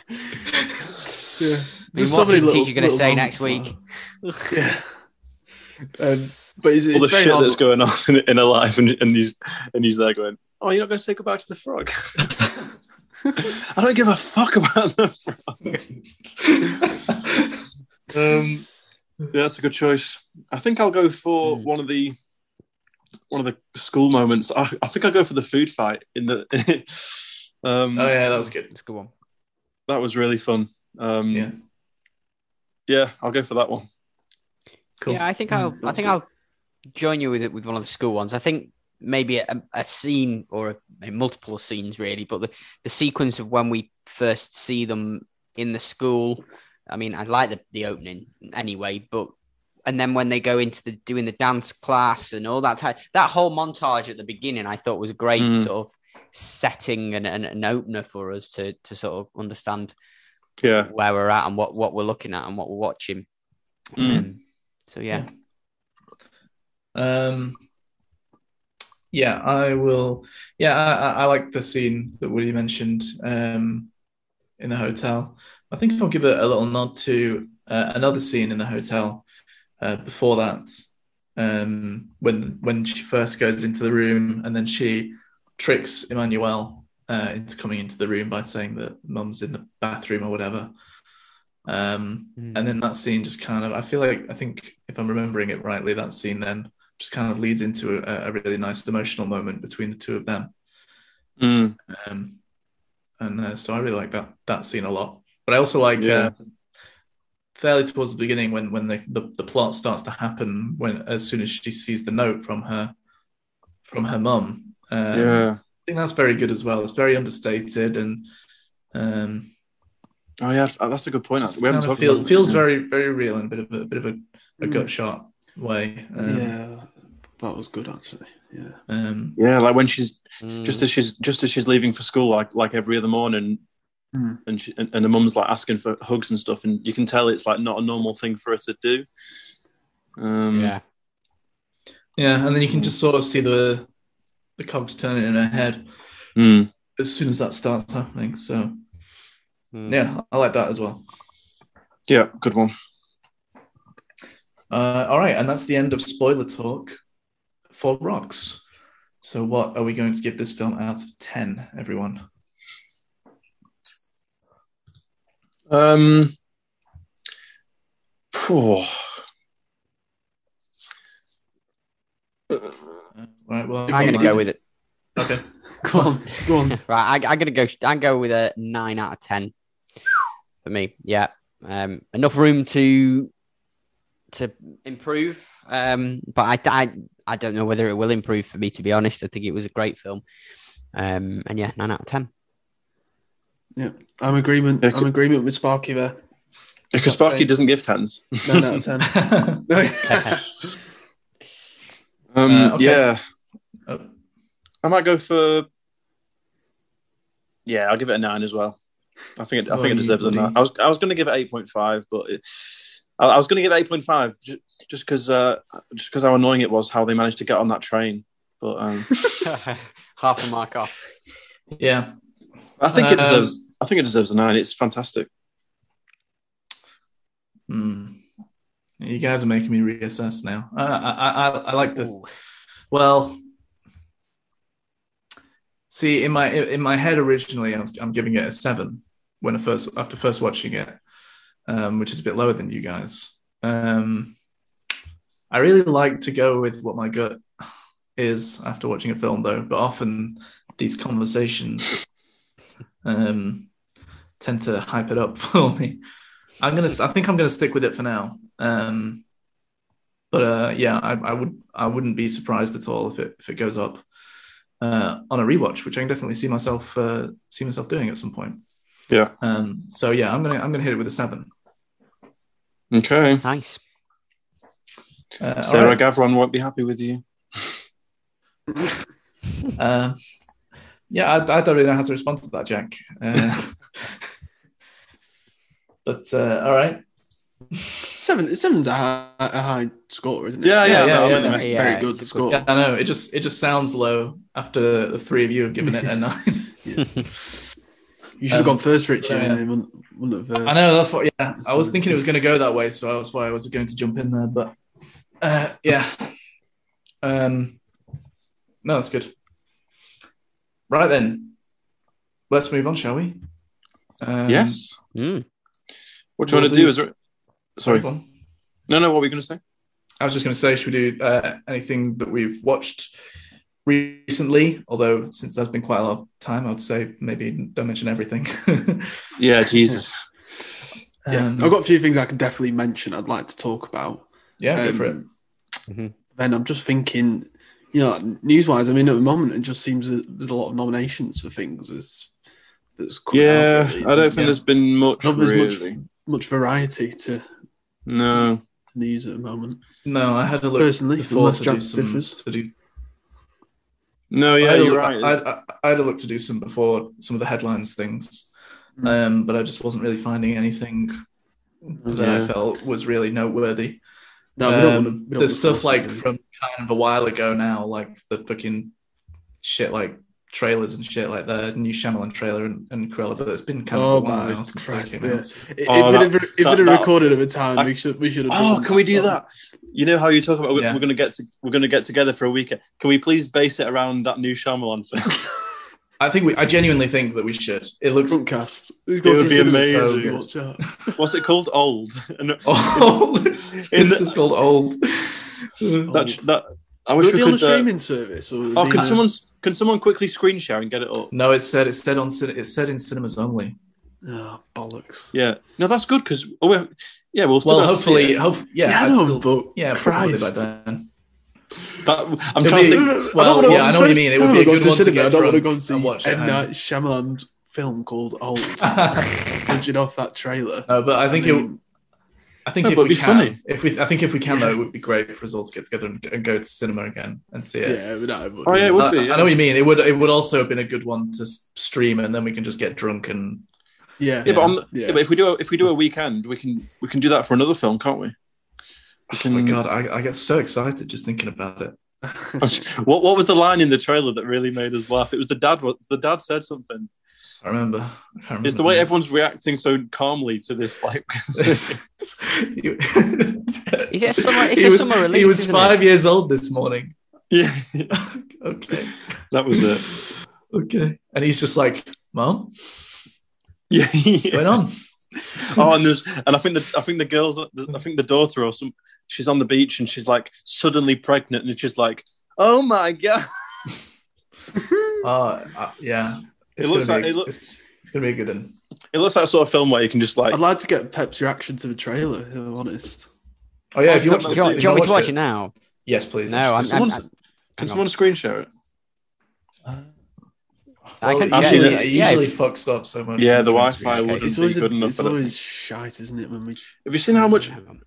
E: yeah.
F: what's his teacher gonna say next week?
E: yeah. Um, but it's,
D: All
E: it's
D: the
E: very
D: shit
E: hard.
D: that's going on in, in her life, and, and he's and he's there going, "Oh, you're not going to say goodbye to the frog." I don't give a fuck about the Um, yeah, that's a good choice. I think I'll go for
C: Hmm.
F: Mm.
D: one of the one of the school moments. I, I think I'll go for the food fight in the. um,
C: Oh yeah, that was good.
F: let's go on
D: That was really fun. Um,
C: Yeah.
D: yeah. I'll go for that one.
C: Cool.
F: yeah i think
E: Mm,
F: i'll i
E: that's
F: think
E: good.
F: i'll join you with it with one of the school ones i think maybe a, a scene or a, maybe multiple scenes really but the, the sequence of when we first see them in the school i mean i like the, the opening anyway but and then when they go into the doing the dance class and all that type, that whole montage at the beginning i thought was a great
C: Hmm.
D: Mm.
F: sort of setting and, and an opener for us to to sort of understand
D: Yeah.
F: where we're at and what what we're looking at and what we're watching
C: Hmm.
D: Mm.
F: um, so yeah
C: Um, yeah, I will. Yeah, I, I, I like the scene that Woody mentioned um, in the hotel. I think I'll give a, a little nod to uh, another scene in the hotel uh, before that, um, when when she first goes into the room and then she tricks Emmanuel uh, into coming into the room by saying that Mum's in the bathroom or whatever. Um,
F: Mm.
C: and then that scene just kind of, I feel like, I think if I'm remembering it rightly, that scene then just kind of leads into a, a really nice emotional moment between the two of them.
D: Mm.
C: Um, and uh, so I really like that that scene a lot. But I also like
D: Yeah.
C: uh, fairly towards the beginning when when the, the the plot starts to happen when as soon as she sees the note from her from her mum. Um,
D: yeah.
C: I think that's very good as well. It's very understated and um,
D: Oh yeah, that's a good point.
C: Just
D: We haven't
C: kind of
D: talked
C: feel,
D: about
C: feels
D: it.
C: very very real in a bit of a bit of a, a
E: Mm.
C: gut shot way. Um,
E: yeah, That was good, actually. Yeah.
C: Um,
D: Yeah, like when she's
F: Mm.
D: just as she's just as she's leaving for school, like like every other morning,
F: Mm.
E: Hmm.
D: and, she, and and the mum's like asking for hugs and stuff, and you can tell it's like not a normal thing for her to do. Um,
F: yeah.
C: yeah, and then you can just sort of see the the cogs turning in her head
D: hmm.
C: as soon as that starts happening. So
F: Mm.
C: yeah, I like that as well.
D: yeah, good one.
C: Uh, all right, and that's the end of spoiler talk for Rocks. So what are we going to give this film out of ten, everyone?
D: Um, phew.
C: Uh, all right, well,
F: I'm gonna go with it.
C: okay.
E: Go on. Go on.
F: right, I, I'm gonna go. I'm go with a nine out of ten for me. Yeah, um, enough room to to improve, um, but I, I I don't know whether it will improve for me. To be honest, I think it was a great film, um, and yeah, nine out of ten.
E: I'm agreement.
D: Okay.
E: I'm agreement with Sparky there.
D: Because Sparky doesn't give tens.
E: Nine out of ten.
D: Um,
C: Uh, okay.
D: Yeah,
C: Oh,
D: I might go for. Yeah, I'll give it a nine as well. I think it, I
C: Oh,
D: think it
C: you
D: deserves a
C: bloody-
D: nine. I was I was going to give it eight point five, but it, I, I was going to give it eight point five just because uh, just because how annoying it was how they managed to get on that train. But um,
F: Half a mark off.
C: yeah.
D: I think it
C: Um,
D: deserves I think it deserves a nine. It's fantastic.
C: Hmm. You guys are making me reassess now. I I I, I- I like the
F: Ooh.
C: well. See, in my in my head originally, I was, I'm giving it a seven when I first after first watching it, um, which is a bit lower than you guys. Um, I really like to go with what my gut is after watching a film, though. But often these conversations um, tend to hype it up for me. I'm gonna. I think I'm gonna stick with it for now. Um, but uh, yeah, I, I would. I wouldn't be surprised at all if it if it goes up uh, on a rewatch, which I can definitely see myself uh, see myself doing at some point.
D: Yeah.
C: Um, so yeah, I'm gonna I'm gonna hit it with a seven.
D: Okay,
F: Nice.
C: Uh, all
D: Sarah
C: right.
D: Gavron won't be happy with you.
C: Um, yeah, I, I don't really know how to respond to that, Jack. Uh, but uh, all right.
E: Seven. Seven's a high, a high score, isn't it?
D: Yeah, yeah,
C: Yeah, yeah,
D: no,
C: yeah,
D: I'm in
E: It's
D: there.
E: a
F: yeah,
E: very
F: it's
E: good
F: a good-
E: score.
C: Yeah, I know. It just it just sounds low after the three of you have given it a nine.
E: You should have
C: Um,
E: gone first, Richie.
C: yeah,
E: and
C: yeah.
E: then wouldn't, wouldn't have. Uh,
C: I know that's what. Yeah, I was thinking it was going to go that way, so that's why I was going to jump in there. But uh, yeah, um, no, that's good. Right then, let's move on, shall we? Um,
D: yes.
F: Mm.
D: What do
C: we'll
D: you want to do?
C: do-
D: Is there... Sorry.
C: go on.
D: No, no. What were you going to say?
C: I was just going to say, should we do uh, anything that we've watched recently? Although since there's been quite a lot of time, I would say maybe don't mention everything.
D: Yeah, Jesus.
E: yeah.
C: um,
E: I've got a few things I can definitely mention. I'd like to talk about.
C: yeah, go
E: Um,
C: for it. Mm-hmm.
F: Mhm.
E: Then I'm just thinking, you know, news-wise. I mean, at the moment, it just seems that there's a lot of nominations for things. That's that's coming
D: yeah,
E: out, really.
D: I don't think
C: Yeah.
D: there's been much.
E: Not as much-
D: really.
E: much variety to, to
D: No.
E: news at the moment.
C: No, I had a look
E: Personally,
C: before
E: unless
C: to do,
E: Jack
C: some,
E: differs.
C: to do
D: No,
C: I
D: yeah,
C: had a
D: you're
C: look-
D: right.
C: I, I, I had a look to do some before some of the headlines things,
E: Mm.
C: um, but I just wasn't really finding anything that I
D: Yeah.
C: felt was really noteworthy.
E: No, we
C: Um,
E: don't wanna- we don't
C: there's
E: wanna
C: stuff
E: force
C: like
E: somebody.
C: from kind of a while ago now, like the fucking shit, like trailers and shit, like the new Shyamalan trailer and, and Cruella, but it's been kind of
E: Oh
C: a while
E: my
C: now since
E: Christ,
C: that came
E: yeah.
C: out.
E: If
D: Oh,
E: it had-
D: that-
E: if it had
D: that- that-
E: recorded at the time,
D: I-
E: we should we should have.
D: Oh,
E: done
D: can we do that? You know how you talk about we-
C: Yeah.
D: we're going to get to, we're going to get together for a weekend. Can we please base it around that new Shyamalan film?
C: I think we, I genuinely think that we should. It looks.
E: Frontcast. It
D: would be
C: amazing.
E: Watch out.
D: What's it called? Old. And
C: Oh, old. it's
D: Is it-
C: just called old.
D: that,
E: Old.
D: that I
E: Would
D: wish
E: it be
D: we
E: on a
D: could. Uh,
E: streaming service? Or would it
D: oh,
E: be
D: can
E: on a-
D: someone can someone quickly screen share and get it up?
C: No, it said it said on cin- it said in cinemas only.
E: Oh, bollocks.
D: Yeah. No, that's good because oh, we're- yeah, we'll still
C: Well,
D: have to see
C: hopefully,
D: it.
C: hope yeah,
E: Yeah, I
C: I'd
E: know,
C: still-
E: but
C: yeah, probably by
E: Christ.
C: then.
D: That, I'm
C: It'll be-
D: trying to think.
C: Well,
E: don't wanna
C: yeah,
E: watch
C: I
E: the
C: know what you
E: first
C: mean. It would
E: time
C: be a
E: I go
C: good
E: to
C: one to
E: cinema,
C: get
E: I don't want to
C: drunk
E: go and
C: and
E: see
C: watch
E: M
C: at home.
E: Night Shyamalan's film called Old.
C: no,
E: Judging off that trailer,
C: Uh, but I think
E: mean,
C: it. I think
D: No,
C: if
D: but
C: we
D: it'd
C: can,
D: be funny.
C: if we, I think if we can though, it would be great for us all to get together and, and go to cinema again and see it.
E: Yeah, but no, it would
D: Oh, yeah, it would
C: I,
D: be.
C: I
D: yeah.
C: know what you mean. It would it would also have been a good one to s- stream, and then we can just get drunk and
E: yeah,
D: Yeah, but, on the,
E: Yeah.
D: yeah. but if we do a, if we do a weekend, we can we can do that for another film, can't we? we
C: oh
D: can,
C: my god, I, I get so excited just thinking about it.
D: What what was the line in the trailer that really made us laugh? It was the dad. The dad said something.
C: I remember. I can't remember
D: It's the way everyone's reacting so calmly to this. Like,
C: You-
F: Is it a summer- it's
C: he
F: a
C: was,
F: summer
C: He
F: release,
C: was
F: isn't it?
C: five years old this morning.
D: yeah,
C: okay.
D: that was it.
C: Okay. And he's just like, Mom,
D: Yeah,
C: what's going on.
D: Oh, and there's and I think the I think the girls I think the daughter or some she's on the beach and she's like suddenly pregnant and it's just like oh my god
C: Oh, uh, yeah.
D: It looks
C: gonna
D: like-
C: be,
D: it looks-
C: It's, it's gonna be a good one.
D: it looks like a sort of film where you can just like
E: I'd like to get Pep's reaction to the trailer. If I'm honest,
C: Oh yeah,
D: Oh,
C: if you
D: no,
C: watch
D: no,
F: Do
C: this,
F: you want, do
C: if
F: you want me to watch
C: watched
F: it now?
C: Yes, please.
F: No,
C: It's
F: I'm-
C: just-
D: someone,
F: I'm-
D: can
F: hang
D: someone screen share it
F: I can.
C: Well,
D: I've
F: yeah,
D: seen
C: usually,
F: yeah,
C: it
F: yeah.
C: usually fucks up so much.
D: Yeah,
C: when
D: the
C: it's on
D: Wi-Fi
C: screen.
D: would- wouldn't
E: it's
D: be
E: always,
D: good enough
E: it's
D: for that.
E: always shite, isn't it? When we
D: have you seen how much
F: Hang on.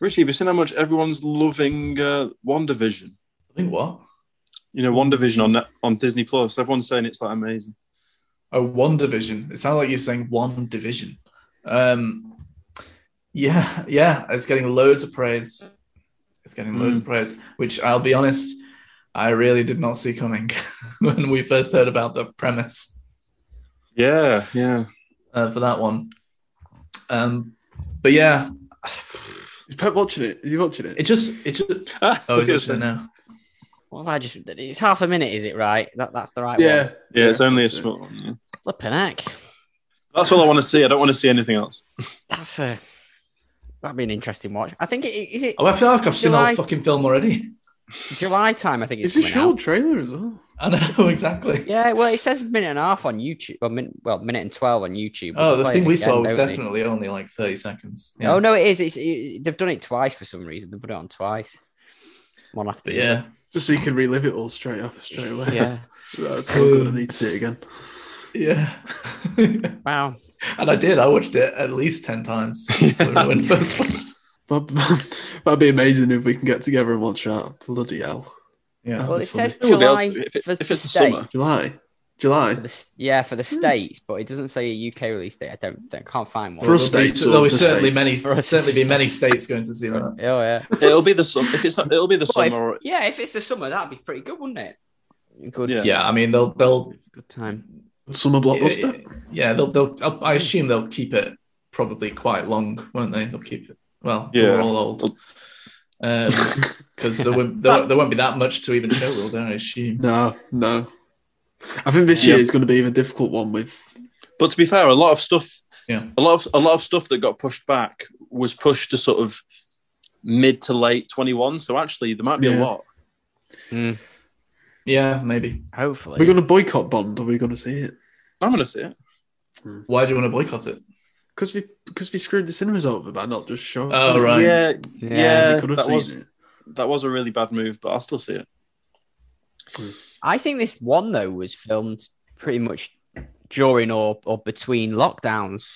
D: Richie have you seen how much everyone's loving uh, WandaVision
C: I think what?
D: you know WandaVision on Net- on Disney Plus everyone's saying it's like amazing
C: Oh, one division. It sounds like you're saying one division. Um, yeah, yeah, it's getting loads of praise. It's getting loads
E: Hmm.
C: of praise, which I'll be honest, I really did not see coming when we first heard about the premise
D: yeah yeah
C: uh, for that one. Um, but yeah,
E: is Pep watching it? Is he watching it?
C: it just it just
D: Ah,
C: oh,
D: look at
C: it's
D: this.
C: now.
F: What have I just? It's half a minute, is it right? That that's the right
E: yeah,
F: one.
D: yeah it's only a
E: that's it.
D: small one yeah.
F: Flipping heck.
D: that's all I want to see I don't want to see anything else
F: That's a. That'd be an interesting watch. I think it is it
C: Oh, I feel like I've seen the
F: July.
C: whole fucking film already.
F: July time. I think it's,
E: It's a
F: coming
E: short
F: out.
E: trailer as well.
C: I know exactly.
F: Yeah, well, it says minute and a half on YouTube. Well, min- well minute and twelve on YouTube.
C: Oh,
F: They
C: the
F: play
C: thing
F: it
C: we
F: again,
C: saw was
F: don't they?
C: definitely only like thirty seconds.
F: Oh no, it is. It's it, they've done it twice for some reason. They put it on twice. One after.
C: but
F: the other.
C: yeah.
E: Just so you can relive it all straight up, straight away.
F: Yeah.
E: That's so good. I need to see it again.
C: Yeah. and
F: Wow.
C: I did. I watched it at least 10 times when when I first watched.
E: But, but- that'd be amazing if we can get together and watch that. Bloody hell!
C: Yeah.
F: Well, it says
D: Who would
F: July
D: else- if, it-
F: for
D: if
F: the
D: it's the
F: state.
D: summer
E: July,
F: For the
E: July.
F: s- yeah, for the states, but it doesn't say a UK release date. I don't, I can't find one.
E: For
C: There'll
E: us
C: be-
E: states or
C: there'll be
E: the
C: certainly
E: states?
C: many,
F: For us-
C: certainly be many states going to see that.
F: oh yeah.
D: it'll be the summer if it's not it'll be the
F: Well, if-
D: summer or
F: yeah, if it's the summer, that'd be pretty good, wouldn't it? Good.
D: Yeah.
C: Yeah. I mean, they'll, they'll,
F: Good time.
E: Summer blockbuster.
C: yeah, they'll, they'll, I'll- I assume they'll keep it probably quite long, won't they? They'll keep it, well, till
D: Yeah.
C: we're all old. Because there, won't, there, won't- there won't be that much to even show, will there? I assume.
E: No, no. I think this
D: Yeah.
E: year is going to be a difficult one with.
D: But to be fair, a lot of stuff,
C: Yeah.
D: a lot of a lot of stuff that got pushed back was pushed to sort of mid to late twenty one. So actually, there might be
E: Yeah.
D: a lot.
C: Yeah, maybe.
E: We're
F: Hopefully.
E: going to boycott Bond. Are we going to see it?
D: I'm gonna see it.
C: Why do you want to boycott it?
E: Because we because we screwed the cinemas over by not just showing.
C: Oh,
E: it.
C: right.
D: Yeah,
F: Yeah,
D: yeah,
E: we could have
D: that
E: seen
D: was
E: it.
D: that was a really bad move, but I'll still see it.
F: I think this one though was filmed pretty much during or or between lockdowns.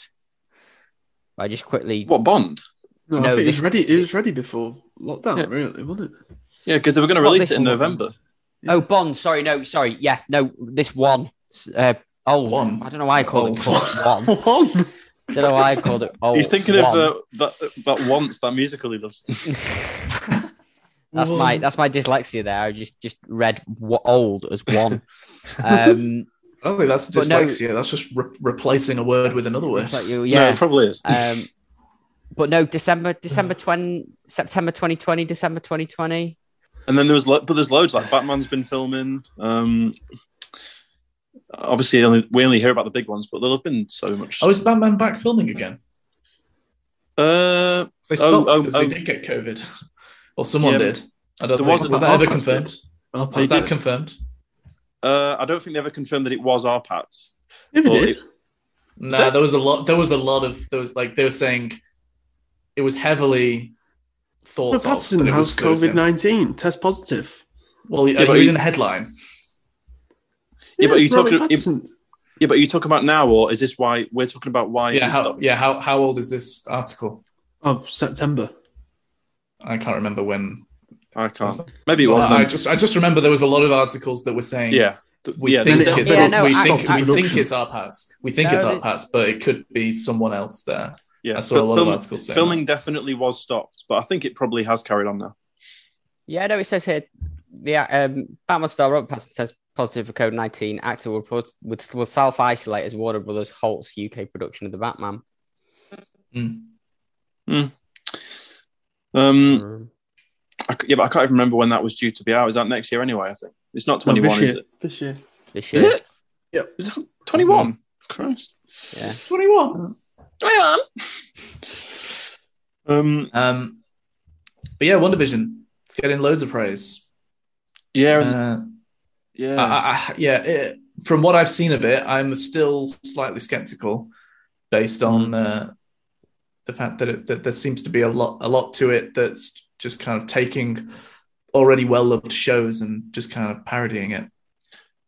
F: I just quickly.
D: What Bond?
E: No, I
F: No,
E: think it was
F: this-
E: ready. It was ready before lockdown,
D: Yeah.
E: really, wasn't it?
D: Yeah, because they were going to
F: What,
D: release
F: this
D: it in
F: one,
D: November.
F: Oh, Bond. Sorry, no, sorry. Yeah, no, this one. S- Uh, old.
C: One.
F: I don't know why I called it
C: Old.
F: one. don't know why I called it old.
D: He's thinking
F: Oh, One.
D: of uh, that that once that musical he loves.
F: That's my that's my dyslexia there. I just just read w- old as one. Um,
C: I don't think Oh, that's
F: But no-
C: dyslexia. that's just re- replacing a word with another word.
F: it's like you-
D: yeah,
F: yeah.
D: it probably is.
F: um, but no, December December twenty September twenty twenty December twenty twenty.
D: and then there was lo- but there's loads like Batman's been filming. Um, obviously, only, we only hear about the big ones, but there'll have been so much.
C: Oh, is Batman back filming again?
D: uh,
C: They
D: Oh,
C: stopped
D: oh,
C: because
D: oh.
C: they did get COVID, or someone
D: Yeah,
C: did. I don't
D: there
C: think,
D: was
C: was,
D: a-
C: that ever
D: podcast
C: confirmed?
E: Oh,
D: They
C: Was that
D: did.
C: confirmed?
D: Uh, I don't think they ever confirmed that it was our Pats.
E: yeah, we
D: Well,
E: did.
C: No, there was a lot. There was a lot of there was like they were saying it was heavily
E: Well,
C: thought of.
E: Patterson
C: but it
E: has
C: was- it was
E: COVID
C: him.
E: nineteen test positive.
C: Well,
D: Yeah,
C: yeah,
D: but
C: are
D: you-
C: you reading the headline?
D: Yeah, but are you
E: Robert
D: talking-
E: Pattinson.
D: Yeah, but are you talking about now, or is this why we're talking about why? it
C: Yeah,
D: was
C: how,
D: stopped?
C: yeah. How how old is this article?
E: of Oh, September.
C: I can't remember when.
D: I can't. Maybe it
C: Well,
D: wasn't.
C: I just I just remember there was a lot of articles that were saying
D: yeah. Th-
C: we
D: yeah,
C: think
D: there's
C: it's
D: definitely-
F: Yeah, no,
C: we
F: I-
C: think
F: I-
C: we think it's our pats. We think it's
F: No,
C: our
F: it-
C: pats, but it could be someone else there.
D: yeah.
C: I saw a lot of
D: film-
C: articles saying
D: Filming definitely was stopped, but I think it probably has carried on now.
F: Yeah, no, it says here the um, Batman star Robert Pattinson says positive for COVID nineteen. Actor will, report, will, will self isolate as Warner Brothers halts UK production of the Batman.
C: Mm.
D: Um,
F: Mm.
D: I c yeah, but I can't even remember when that was due to be out. Is that next year anyway? I think it's not
E: No,
D: 21,
E: this
D: is
E: year.
D: it?
E: This year.
F: This
D: Is
F: year,
D: it?
E: Yeah.
D: Is it
C: Mm.
D: 21?
C: Mm-hmm.
D: Christ.
F: yeah.
C: 21.
D: 21. um,
C: Um, but yeah, Wonder Vision. It's getting loads of praise.
D: yeah, and-
C: Uh,
D: yeah.
C: I, I, I- yeah, it, from what I've seen of it, I'm still slightly skeptical, based on uh, the fact that, it, that there seems to be a lot a lot to it that's just kind of taking already well loved shows and just kind of parodying it.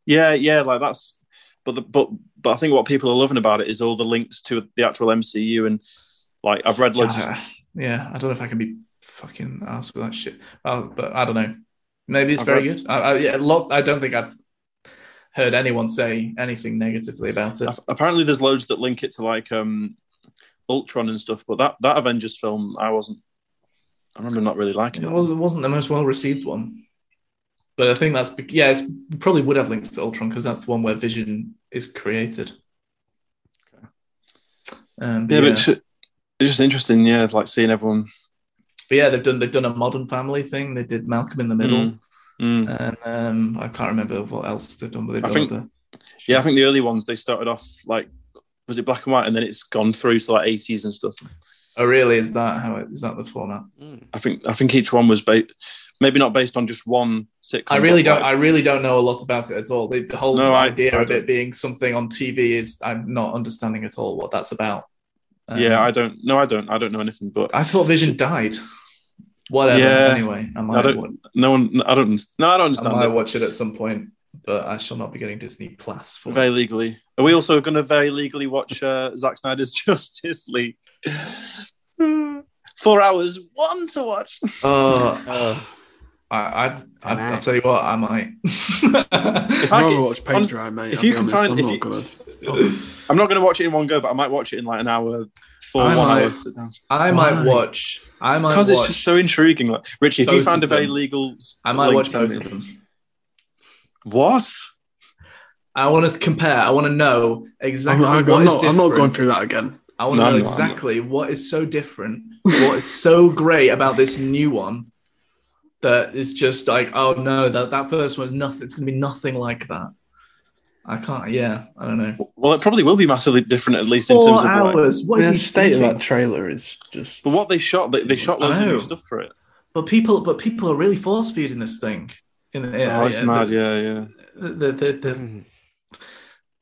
D: Yeah, yeah, like that's. But the, but but I think what people are loving about it is all the links to the actual MCU and like I've read loads. Of,
C: yeah, yeah, I don't know if I can be fucking asked for that shit. Oh, but I don't know. Maybe it's
D: I've
C: very good. I, I, yeah, lot, I don't think I've heard anyone say anything negatively about it.
D: ap- apparently, there's loads that link it to like um, Ultron and stuff. But that that Avengers film, I wasn't. I remember not really liking
C: It
D: it.
C: was- it wasn't the most well received one, but I think that's be- yeah, it's probably would have links to Ultron because that's the one where Vision is created. Um, but yeah,
D: Yeah, but it's, it's just interesting. Yeah, like seeing everyone.
C: But yeah, they've done they've done a Modern Family thing. They did Malcolm in the Middle,
D: Mm, mm.
C: and um, I can't remember what else they've done. But they've
D: I
C: done
D: think-
C: other
D: Yeah, I think the
C: shits.
D: early ones they started off like was it black and white, and then it's gone through to like 80s and stuff.
C: oh really is that how it, is that the format?
D: I think I think each one was ba- maybe not based on just one sitcom.
C: I really
D: but,
C: don't.
D: like,
C: I really don't know a lot about it at all. The, the whole
D: No, I-
C: idea
D: I
C: of it being something on TV is I'm not understanding at all what that's about. Um,
D: yeah, I don't. No, I don't. I don't know anything. But
C: I thought Vision died. Whatever.
D: Yeah.
C: Anyway, I
D: I
C: might,
D: don't
C: wa-
D: no one. I don't. No,
C: I
D: I don't
C: might
D: understand. It.
C: watch it at some point, but I shall not be getting Disney Plus for
D: Very
C: it.
D: legally, are we also going to very legally watch uh, Zack Snyder's Justice League? Four hours, one to watch.
C: Oh, I, I, I,
F: Can I?
C: I'll tell you what, I might.
D: If
E: I'd
D: I
E: rather
D: could-
E: watch paint
D: honest-
E: dry, mate.
D: if
E: I'll
D: you
E: be
D: can
E: honest,
D: find-
E: I'm
D: if
E: not
D: you-
E: gonna.
D: I'm not going to watch it in one go, but I might watch it in like an hour, four
C: I
D: one
C: might.
D: hour sit down
C: I might
E: Why?
C: watch. I might
D: because
C: watch.
D: it's just so intriguing. Like Richie, if you
C: Both
D: found a
C: of
D: very
C: them.
D: legal,
C: I might
D: link
C: watch
D: to
C: both
D: it-
C: of them.
D: What?
C: I want to compare. I want to know
E: I'm
C: exactly
E: not,
C: what
E: I'm,
C: is
E: not, I'm not
C: different.
E: going through that again.
C: I want to
D: No, I'm
C: know
D: not, I'm not.
C: exactly what is so different, what is so great about this new one that is just like, oh no, that, that first one's nothing. It's going to be nothing like that. I can't. Yeah, I don't know.
D: Well, it probably will be massively different, at least in terms
C: Four
D: of like-
C: hours. what is
E: the
C: he
E: state of
C: thinking?
E: that trailer is just.
D: but what they shot. They, they shot loads of
C: I know.
D: new stuff for it.
C: But people, but people are really force feeding this thing. In,
D: oh, it's mad. yeah, yeah.
C: The, the, the, the-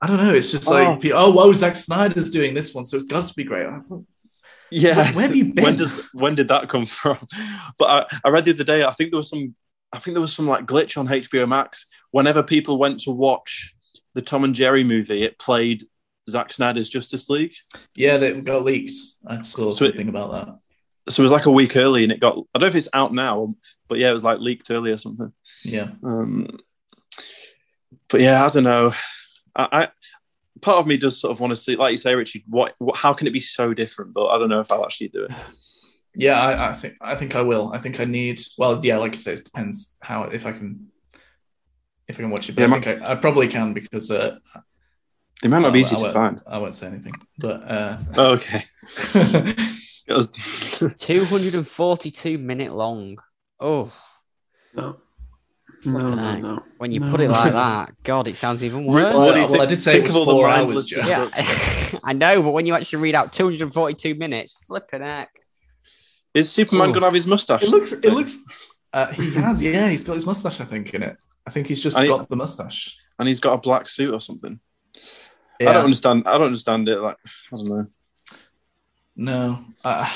C: I don't know. It's just
D: Oh.
C: like, pe- oh, whoa, Zack Snyder's doing this one, so it's got to be great. I thought,
D: Yeah.
C: Where- where have you been?
D: When does when did that come from? But I, I read the other day. I think there was some. I think there was some like glitch on HBO Max. Whenever people went to watch the Tom and Jerry movie, it played Zack Snyder's Justice League.
C: yeah, that got leaked. I saw
D: So it-
C: something about that.
D: So it was like a week early, and it got. I don't know if it's out now, but yeah, it was like leaked early or something.
C: Yeah.
D: Um, but yeah, I don't know. I, I part of me does sort of want to see, like you say, Richie. What, what? How can it be so different? But I don't know if I'll actually do it.
C: Yeah, I, I think I think I will. I think I need. Well, yeah, like you say, it depends how if I can if I can watch it. But
D: Yeah,
C: I
D: my-
C: think I, I probably can because uh,
D: It might not be
C: I-
D: easy
C: I
D: to
C: won't-
D: find.
C: I won't say anything. But uh,
D: Oh, okay. It was-
F: Two hundred and forty-two minute long. Oh,
E: No. No,
F: Fucking
E: no,
F: heck.
E: no.
F: when you
E: No.
F: put it like that, God, it sounds even worse.
C: well,
D: What do you
C: well,
D: think-
C: I did say it
D: think
C: was
D: of all the
C: four
D: mindless
C: hours. Jeff.
D: stuff.
F: Yeah, I know, but when you actually read out 242 minutes, flipping heck.
D: is Superman gonna have his mustache?
C: It looks. It looks. Uh, he has. Yeah, he's got his mustache. I think in it. I think he's just
D: I-
C: got the mustache.
D: and he's got a black suit or something. I
C: Yeah.
D: don't understand. I don't understand it. Like I don't know.
C: No. Uh,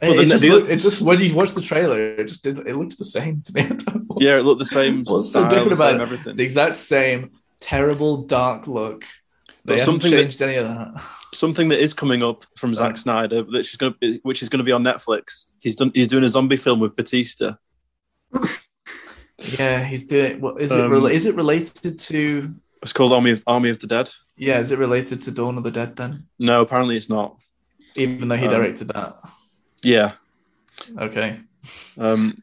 D: Well,
C: it,
D: then
C: it just
D: the-
C: looked, it just when you watch the trailer, it just did it looked the same to me. I don't know
D: yeah,
C: what's-
D: it looked the same.
C: What's so
D: style,
C: different
D: the same
C: about it?
D: Everything.
C: the exact same terrible dark look. They
D: But
C: haven't
D: something that-
C: changed any of that.
D: Something that is coming up from
E: Oh.
D: Zack Snyder, that she's gonna be, which is going to be on Netflix. He's done. He's doing a zombie film with Batista.
C: Yeah, he's doing. What is
D: Um,
C: it? Rela- is it related to?
D: It's called Army of Army of the Dead.
C: Yeah, is it related to Dawn of the Dead then?
D: No, apparently it's not.
C: Even though he
D: Um,
C: directed that.
D: Yeah.
C: Okay,
D: Um,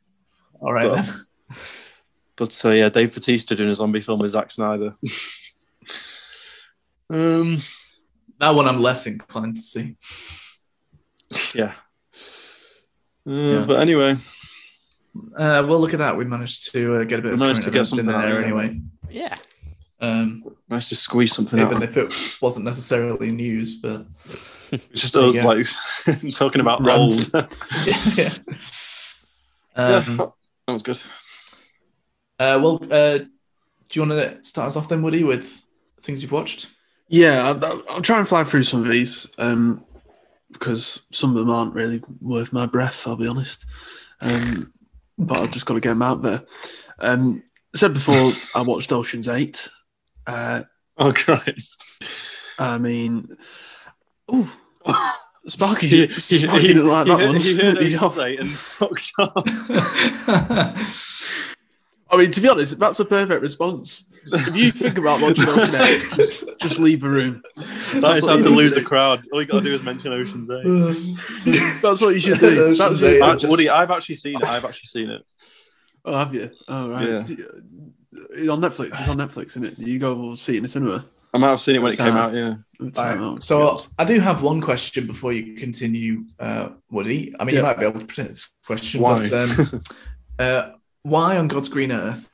C: all right.
D: but-
C: then.
D: but uh, yeah, Dave Batista doing a zombie film with Zack Snyder. um,
C: That one I'm less inclined to see.
D: yeah. Uh,
C: Yeah.
D: But anyway,
C: Uh, well, look at that. We managed to uh, get a bit
D: We
C: of
D: managed
C: current
D: to get
C: events in
D: something out
C: there
D: of it.
C: anyway.
F: Yeah.
C: Um,
D: nice to squeeze something out.
C: even if it wasn't necessarily news, but
D: It's just us
C: Yeah.
D: like talking about
C: Rant.
D: roles.
C: yeah.
D: Yeah,
C: Um,
D: that was good.
C: uh, well, uh, do you want to start us off then, Woody, with things you've watched?
E: Yeah, I- I'll, I'll try and fly through some of these um, because some of them aren't really worth my breath, I'll be honest. Um, but I've just got to get them out there. Um, I said before, I watched Ocean's 8. Uh,
D: Oh Christ!
E: I mean, ooh, Sparky's
D: He- he-
E: Sparky didn't like
D: he-
E: that
D: he-
E: one.
D: he heard
E: He's
D: it
E: off.
D: today and fucked off.
E: I mean, to be honest, that's a perfect response. If you think about watching Ocean's 8, just, just leave the room.
D: That is
E: what
D: how to
E: you need to
D: lose
E: do.
D: a crowd. All you got to do is mention Ocean's Eight.
E: That's what you should do.
C: Ocean's
E: That's
C: Eight.
E: what-
D: I, Woody, I've actually seen it. I've actually seen it.
E: Oh, have you? Oh, right.
D: Yeah.
E: Do you- It's on Netflix. It's on Netflix, isn't it? You go and see it in the cinema.
D: I might have seen it when it
E: Time.
D: came out. Yeah.
E: With time
C: Right.
E: out.
C: So I do have one question before you continue, uh, Woody. I mean,
E: Yeah.
C: you might be able to present this question.
D: Why?
C: But, um, uh, why on God's green earth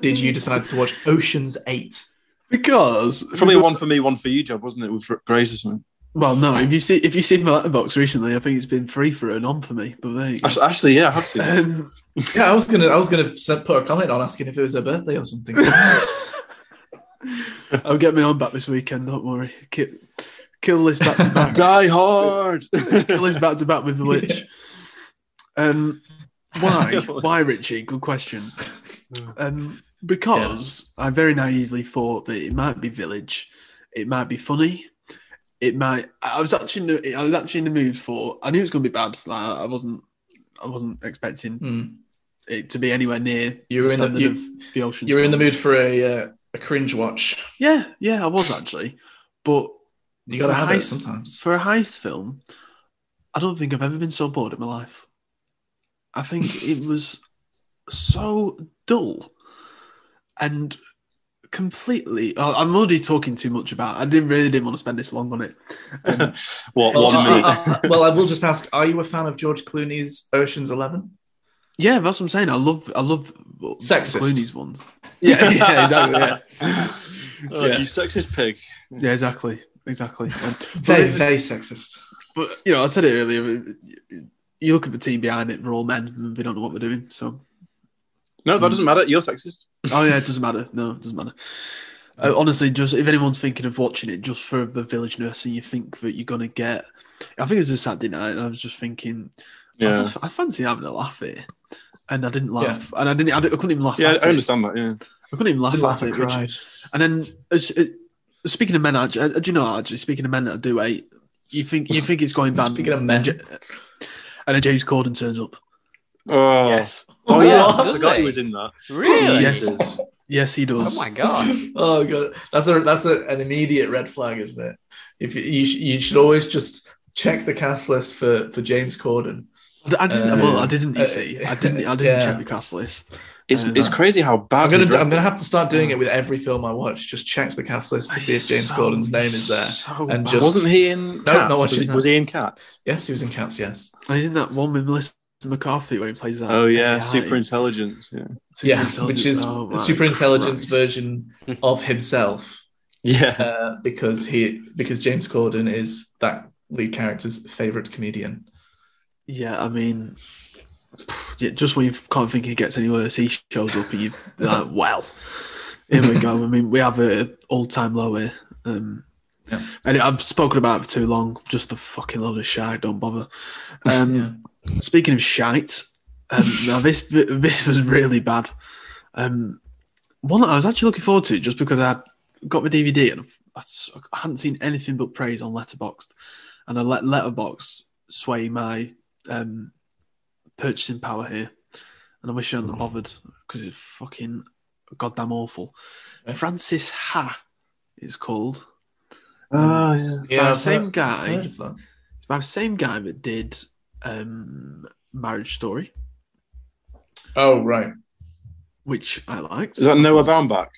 C: did you decide to watch Ocean's Eight?
E: because
D: Probably one for me, one for you, job, wasn't it? With Grace or something.
E: Well, no. If you see if you see my letterbox recently, I think it's been free for and on for me. But there you go.
D: Actually, actually, yeah, I have seen it.
E: Um,
C: Yeah, I was gonna, I was gonna s- put a comment on asking if it was her birthday or something.
E: I'll get me on back this weekend. Don't worry. Kill, kill this back to back.
D: Die Hard.
E: kill this back to back with the witch. Um, why? why, Richie? Good question. Um, because I very naively thought that it might be Village, it might be funny, it might. I was actually in the, I was actually in the mood for. I knew it was going to be bad. Like, I wasn't. I wasn't expecting
C: Hmm.
E: it to be anywhere near
C: You were in the
E: standard
C: you,
E: of the ocean.
C: you were in the mood for a uh, a cringe watch.
E: Yeah, yeah, I was actually, but
C: You gotta
E: For
C: have it
E: heist-
C: sometimes.
E: for a heist film, I don't think I've ever been so bored in my life. I think it was so dull and completely. oh, I'm already talking too much about. It. I didn't really didn't want to spend this long on it. Um,
D: what
C: Well,
E: Well,
D: one
C: just-
E: me.
D: minute?
C: I- I- well, I will just ask: Are you a fan of George Clooney's Ocean's Eleven?
E: yeah, that's what I'm saying. I love I love
C: Sexist.
E: Clooney's ones. Yeah, yeah, exactly. Yeah,
D: Oh,
E: Yeah.
D: You sexist pig.
E: yeah exactly, exactly. Um,
C: Very, very sexist.
E: But you know, I said it earlier. You look at the team behind it; we're all men, and they don't know what they're doing. So,
D: No, that doesn't matter. You're sexist.
E: oh yeah, it doesn't matter. No, it doesn't matter. Uh, honestly, just if anyone's thinking of watching it, just for the village nurse, and you think that you're gonna get, I think it was a Saturday night, and I was just thinking, I,
D: Yeah.
E: f- I fancy having a laugh at it, and I didn't laugh, and I didn't, I, didn't- I couldn't even laugh.
D: Yeah,
E: at
D: I
E: it.
D: understand that. Yeah.
E: I couldn't even laugh at
C: Laugh
E: it.
C: and
E: which-
C: cried.
E: and then, as, uh, speaking of men, actually, uh, do you know actually speaking of men that do eight, you think you think it's going bad?
C: Speaking of
E: and
C: men.
E: Ja- and then James Corden turns up.
D: Oh,
F: Yes.
D: oh yeah, I
F: Doesn't
D: forgot he
F: he?
D: was in that.
F: Really?
E: Yes.
D: Jesus.
E: Yes, he
F: Oh
E: does.
F: my god.
C: Oh god, that's a that's a, an immediate red flag, isn't it? If you you, sh- you should always just check the cast list for for James Corden.
E: I didn't.
C: Uh,
E: well, I didn't. You
C: uh,
E: see, I didn't. I didn't
C: yeah.
E: check the cast list.
D: It's
E: Um,
D: it's crazy how bad.
C: I'm gonna
D: his
C: do- I'm
D: rap-
C: gonna have to start doing it with every film I watch. Just check the cast list to see if James
E: So-
C: Corden's name is there.
E: so
C: and
E: bad.
C: just-
D: Wasn't he in?
C: not
D: Cats? was,
C: watching
D: he,
C: that.
D: was he in Cats?
C: Yes, he was in Cats. Yes,
E: And isn't that one with Melissa McCarthy where he plays that?
D: Oh yeah,
E: AI?
D: super intelligence. Yeah.
E: Super
C: yeah,
E: intelligent-
C: which is
E: oh my
C: super intelligence
E: Christ.
C: version of himself.
D: Yeah.
C: uh, because he because James Corden is that lead character's favorite comedian.
E: Yeah, I mean, yeah, just when you can't think it gets any worse, he shows up and you like, well, here we go. I mean, we have a all time low here. Um,
C: Yeah.
E: And I've spoken about it for too long. Just a fucking load of shite. Don't bother. Um, Speaking of shite, um, now this this was really bad. Um, one that I was actually looking forward to just because I got my DVD and I I, s- I haven't seen anything but praise on Letterboxd, and I let Letterbox sway my um, purchasing power here. And I wish I hadn't
C: Hmm.
E: bothered because it's fucking goddamn awful.
C: Yeah.
E: Francis Ha, it's called.
D: Ah,
E: It's by the same guy.
C: I've heard of that.
E: It's by the same guy that did um, Marriage Story,
C: Oh right,
E: which I liked.
D: Is that Noah Baumbach?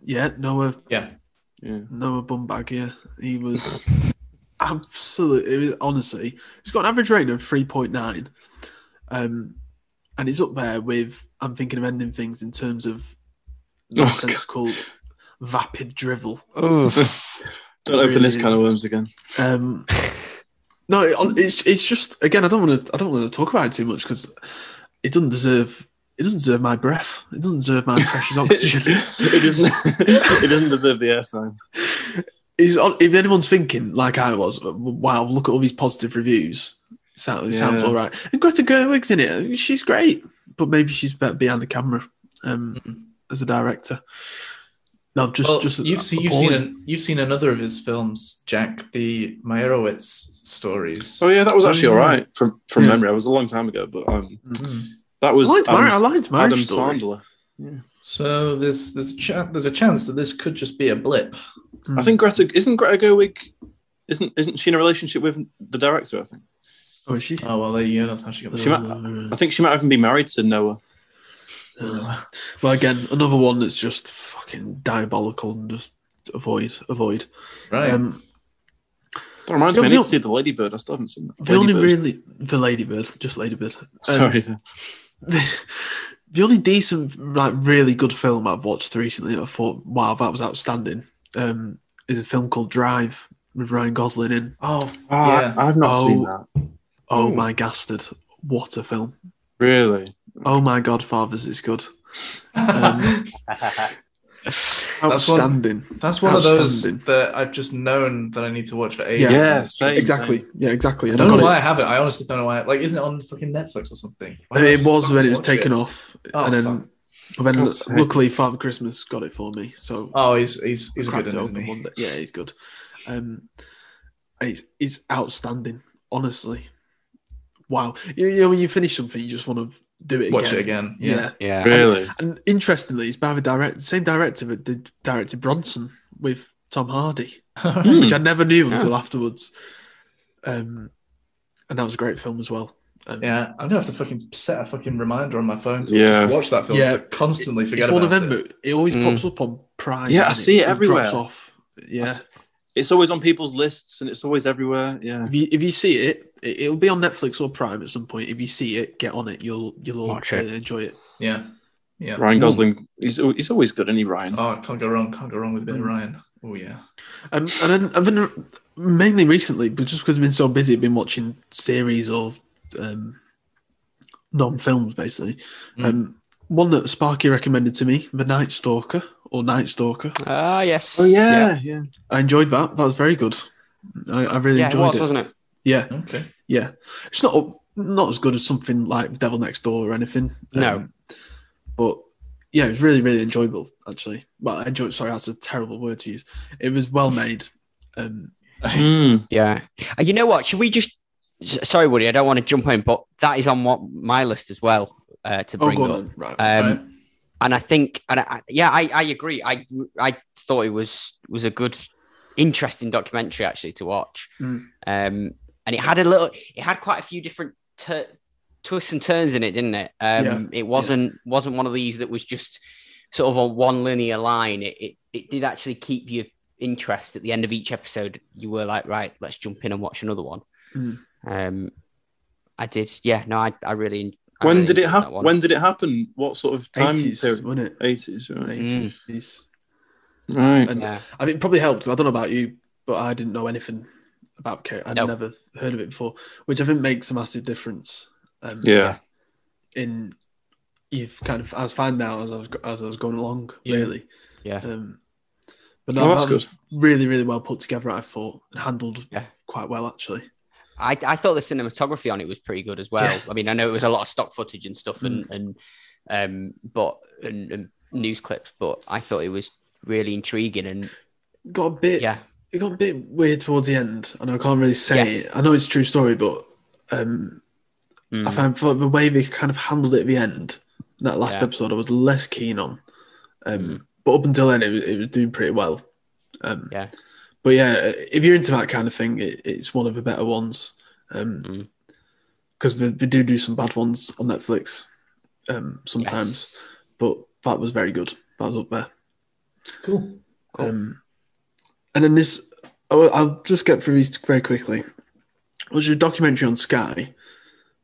E: Yeah, Noah
C: yeah.
D: Yeah.
E: Noah Bumbag, yeah. He was absolutely, it was, honestly, he's got an average rating of 3.9. Um, and he's up there with, I'm thinking of ending things in terms of
D: Oh, God.
E: nonsensical, vapid drivel.
D: Don't open this kind of worms again.
E: Um, no, it, on- it's, it's just, again, I don't want to, I don't want to talk about it too much because it doesn't deserve, it doesn't deserve my breath. It doesn't deserve my precious oxygen.
D: it doesn't. It doesn't deserve the airtime.
E: is on, if anyone's thinking like I was, wow, look at all these positive reviews. Sounds,
D: Yeah.
E: sounds all right. And Greta Gerwig's in it. She's great, but maybe she's better behind the camera um, as a director. No, just
C: Mm-hmm. well,
E: just
C: you've seen you've seen
E: appalling.
C: an, you've seen another of his films, Jack, the Meyerowitz stories.
D: Oh yeah, that was
E: Oh,
D: actually
E: yeah.
D: all right from from
E: Yeah.
D: memory. It was a long time ago, but um,
C: Mhm.
D: that was
E: I liked, Mar- I
D: Adam's-
E: liked Marriage
D: Adam
E: Story. Mm-hmm.
D: Sandler.
C: So there's there's a cha- there's a chance that this could just be a blip.
E: Mm.
D: I think Greta isn't Greta Gerwig. Isn't isn't she in a relationship with the director? I think.
E: Oh, is she?
C: Oh well, there you go. That's how she got
D: She
C: the.
D: might- I think she might even be married to Noah.
E: Uh, well, again, another one that's just fucking diabolical and just avoid, avoid.
C: Right.
E: Um,
D: That reminds
E: No,
D: me, I need
E: no.
D: to see the Ladybird. I still haven't seen that.
E: the only
D: Ladybird.
E: really the Ladybird, just Ladybird. Um,
D: Sorry.
E: the, the only decent, like, really good film I've watched recently that I thought, wow, that was outstanding, um, is a film called Drive with Ryan Gosling in.
C: oh f-
D: Ah,
C: yeah.
D: I- I've not
E: Oh.
D: seen that.
E: Oh
D: Ooh.
E: my bastard. What a film.
D: Really?
E: Oh my god, Fathers is good. um,
C: That's one-
E: Outstanding.
C: That's one of those
E: Outstanding.
C: that I've just known that I need to watch for ages.
E: Yeah.
D: same,
E: exactly. Yeah, exactly.
C: I
E: And I
C: don't know
E: got
C: why
E: it.
C: I have it. I honestly don't know why. Like, isn't it on fucking Netflix or something? Why
E: And
C: do I
E: it was
C: fucking
E: when it was
C: watch
E: taken off.
C: Oh,
E: and then,
C: fuck.
E: but then
D: That's sick.
E: luckily, Father Christmas got it for me. So
C: Oh, he's he's he's a
E: cracked
C: good
E: it
C: one, isn't
E: open
C: he?
E: one day. Yeah, he's good. Um, it's, it's outstanding, honestly. Wow. You, you know, when you finish something, you just want to do it
C: Watch
E: again.
C: it again.
E: Yeah.
C: Yeah.
F: Yeah.
D: Really?
E: And interestingly, it's by the direct, same director that did, directed Bronson with Tom Hardy,
D: Hmm.
E: which I never knew until afterwards. Um, and that was a great film as well. Um,
C: Yeah, I'm gonna have to fucking set a fucking reminder on my phone to
D: Yeah.
C: just watch that film.
E: Yeah.
C: to constantly forget
E: It's one of
C: about
E: them.
C: it.
E: that- It always
F: Mm.
E: pops up on Prime.
D: Hmm. Yeah, I
E: and
D: see it everywhere.
E: Drops off. Yeah.
D: s- It's always on people's lists and it's always everywhere. Yeah.
E: If you if you see it, it it'll be on Netflix or Prime at some point. If you see it, get on it. You'll you'll
F: Watch
E: uh,
F: it.
E: enjoy it.
C: Yeah, yeah.
D: Ryan Gosling, he's, al- he's always good, isn't he, Ryan?
C: Oh, I can't go wrong. Can't go wrong with a bit of
E: Mm.
C: Ryan. Oh yeah.
E: Um, and then I've been mainly recently, but just because I've been so busy, I've been watching series or um, non films basically.
F: Hmm.
E: Um, one that Sparky recommended to me, The Night Stalker or Night Stalker.
F: Ah, yes.
D: Oh, yeah, yeah.
E: I enjoyed that. That was very good. I, I really
F: Yeah, it
E: enjoyed
F: was, wasn't it?
E: Yeah,
C: Okay.
E: Yeah, it's not not as good as something like Devil Next Door or anything. Um,
F: No.
E: but yeah, it was really really enjoyable actually. Well, I enjoyed. Sorry, that's a terrible word to use. It was well made. Um,
D: Mm.
F: Yeah. Uh, you know what? Should we just? s- Sorry, Woody. I don't want to jump in, but that is on what my list as well uh, to
E: oh,
F: bring
E: go on
F: up.
E: then. right.
F: Um,
C: Right.
F: and I think, and I, I- yeah, I, I agree. I I thought it was was a good, interesting documentary actually to watch.
E: Mm.
F: Um, and it had a little, it had quite a few different tur twists and turns in it, didn't it? Um,
E: Yeah.
F: It wasn't wasn't one of these that was just sort of on one linear line. It, it it did actually keep your interest at the end of each episode. You were like, right, let's jump in and watch another one.
E: Mm.
F: Um, I did, yeah. No, I I really. I
D: When
F: really
D: did it
F: enjoyed that
D: happen?
F: one.
D: When did it happen? What sort of time
E: Eighties,
D: period?
E: wasn't it?
D: 80s, right.
F: Mm.
E: Eighties.
D: Right.
E: And
F: Yeah.
E: I mean, it probably helped. I don't know about you, but I didn't know anything about Kerry. I'd
F: No.
E: never heard of it before, which I think makes a massive difference. Um,
D: Yeah.
E: in you've kind of I was fine now as I was as I was going along
C: Yeah.
E: really.
F: Yeah.
E: Um, but no,
D: Oh, that's
E: that was
D: good.
E: really really well put together. I thought and handled
F: Yeah.
E: quite well actually.
F: I, I thought the cinematography on it was pretty good as well.
E: Yeah.
F: I mean, I know it was a lot of stock footage and stuff, and and um, but and, and news clips, but I thought it was really intriguing and
E: Got a bit
F: yeah,
E: it got a bit weird towards the end, and I can't really say
F: Yes.
E: it. I know it's a true story, but um,
F: Mm.
E: I found the way they kind of handled it at the end, that last
F: Yeah. Mm.
E: episode, I was less keen on. Um, But up until then, it was, it was doing pretty well. Um,
F: Yeah.
E: But yeah, if you're into that kind of thing, it, it's one of the better ones. Because
F: Mm.
E: they, they do do some bad ones on Netflix um, sometimes, but that was very good. That was up there.
C: Cool.
E: Um, and then this, I'll, I'll just get through these very quickly. There's a documentary on Sky,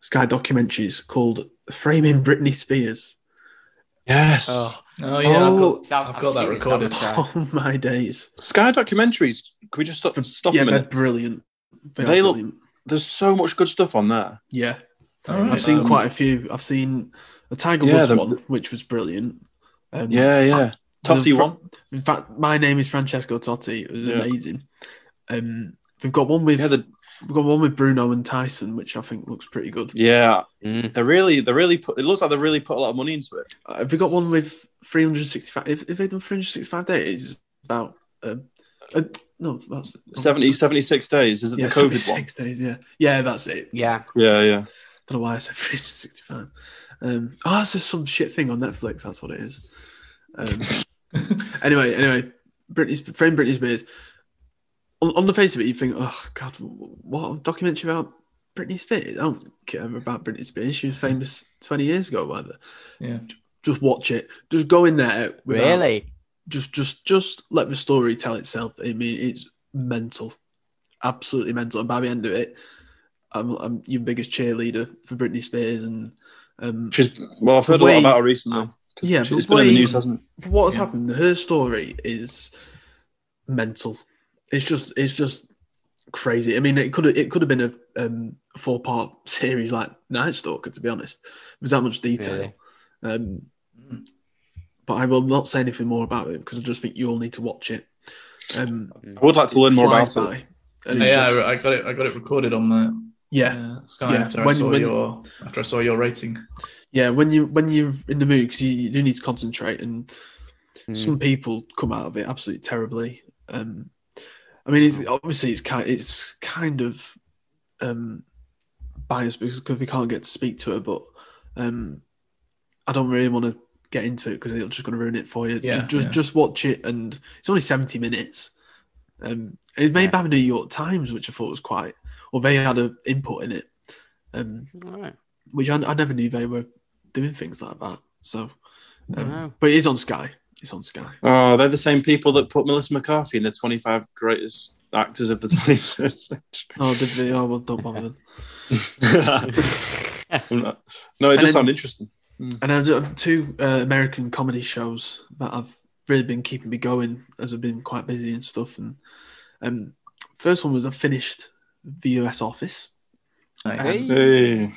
E: Sky Documentaries, called Framing Britney Spears.
D: Yes.
F: Oh,
C: Oh yeah, I've got,
F: it's out-
C: I've got that
F: seen it, it's out
C: recorded.
F: of time.
E: Oh my days.
D: Sky documentaries. Can we just stop, stop
E: yeah,
D: a
E: they're
D: minute?
E: brilliant. are
D: They look-
E: brilliant.
D: There's so much good stuff on there.
E: Yeah.
C: All right.
E: I've seen
C: Um,
E: quite a few. I've seen a Tiger
D: Yeah,
E: Woods
D: the-
E: one, which was brilliant. Um,
D: Yeah, yeah. Totti
E: Fr-
D: one.
E: In fact, my name is Francesco Totti. It was
D: Yeah.
E: amazing. Um, we've got one with
D: Yeah, the,
E: we've got one with Bruno and Tyson, which I think looks pretty good.
D: yeah.
F: Mm.
D: They're really, they're really put. It looks like they really put a lot of money into it.
E: Uh, Have we got one with 365? If, if they've done 365 days, it's about. Um, uh, no, that's.
D: 70, 76 days. Is it
E: Oh, Yeah,
D: the COVID one?
E: 76 days, yeah. Yeah, that's it.
F: Yeah.
D: Yeah, yeah.
E: don't know why I said 365. Um, oh, it's just some shit thing on Netflix. That's what it is. Um, anyway, anyway, Britney's friend Britney Spears. On, on the face of it, you think, oh god, what a documentary about Britney Spears? I don't care about Britney Spears. She was famous 20 years ago, or whatever.
C: Yeah.
E: Just watch it. Just go in there. without-
F: Really?
E: Just, just, just let the story tell itself. I mean, it's mental, absolutely mental. And by the end of it, I'm, I'm your biggest cheerleader for Britney Spears, and um,
D: She's well. I've heard a
E: Wait.
D: lot about her recently. 'Cause
E: Yeah,
D: she- it's
E: but
D: been in the
E: wait.
D: news, hasn't it?
E: what has
C: Yeah.
E: happened? Her story is mental. It's just, it's just crazy. I mean, it could, it could have been a um, four part series like Night Stalker, to be honest. There's that much detail. Um,
C: Mm.
E: but I will not say anything more about it because I just think you all need to watch it. Um,
D: I would like to learn more about
E: flies
D: it.
E: by. And it's
C: Oh, yeah,
E: just-
C: I, I got it. I got it recorded on the
E: yeah,
C: yeah, Sky
E: Yeah.
C: after I
E: When-
C: saw
E: when-
C: your after I saw your rating.
E: yeah. When you when you're in the mood, because you, you do need to concentrate, and
F: Mm.
E: some people come out of it absolutely terribly. Um, I mean, it's obviously it's kind it's kind of um, biased because 'cause we can't get to speak to her, but um, I don't really want to get into it because it's just going to ruin it for you. Ju-
C: Yeah,
E: just
C: yeah.
E: just watch it, and it's only seventy minutes. Um, it was made by the New York Times, which I thought was quite, or they had an input in it. Um,
F: Alright.
E: which I, I never knew they were doing things like that. So, um,
F: Wow.
E: but it is on Sky. It's on Sky.
D: Oh, they're the same people that put Melissa McCarthy in the 25 greatest actors of the 21st century.
E: Oh, did they? Oh, well, don't bother. then.
D: I'm not- no, it does
E: And then-
D: sound interesting.
E: And I do have two uh, American comedy shows that have really been keeping me going as I've been quite busy and stuff. And um, first one was I finished the US Office.
C: Nice.
D: Hey.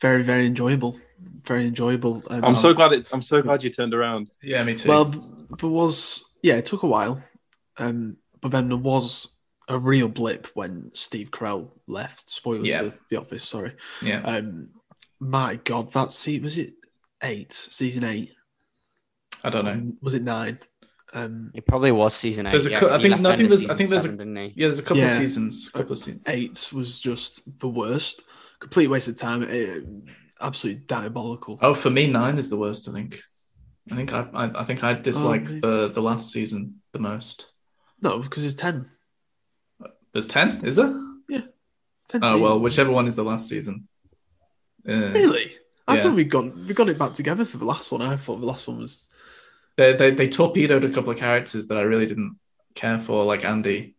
E: Very, very enjoyable. Very enjoyable. Um,
D: I'm so glad it. I'm so glad you turned around.
C: Yeah, me too.
E: Well, th- there was yeah, it took a while, um, but then there was a real blip when Steve Carell left. Spoilers
C: Yeah.
E: for The Office, sorry.
C: yeah,
E: Um, my God, that se- was it eight season eight?
C: I don't know.
E: Um, Was it nine? Um,
F: It probably was season eight.
C: There's a
F: yeah,
C: cou-
F: 'cause
C: I
F: he
C: think-
F: left
C: no, I
F: end
C: think
F: of
C: there's- I think
F: season
C: there's a-
F: seven, didn't he?
C: Yeah, there's a couple of
E: Yeah.
C: seasons. Couple of seasons.
E: eight was just the worst. Complete waste of time. eh, absolutely diabolical.
C: Oh, for me, nine is the worst. I think. I think I I, I think I dislike
E: Oh, yeah.
C: the the last season the most.
E: No, because it's ten.
C: There's ten, is there?
E: 10
C: Oh well,
E: seasons.
C: whichever one is the last season. Uh,
E: really? I
C: Yeah.
E: thought we got we got it back together for the last one. I thought the last one was
C: they, they they torpedoed a couple of characters that I really didn't care for, like Andy.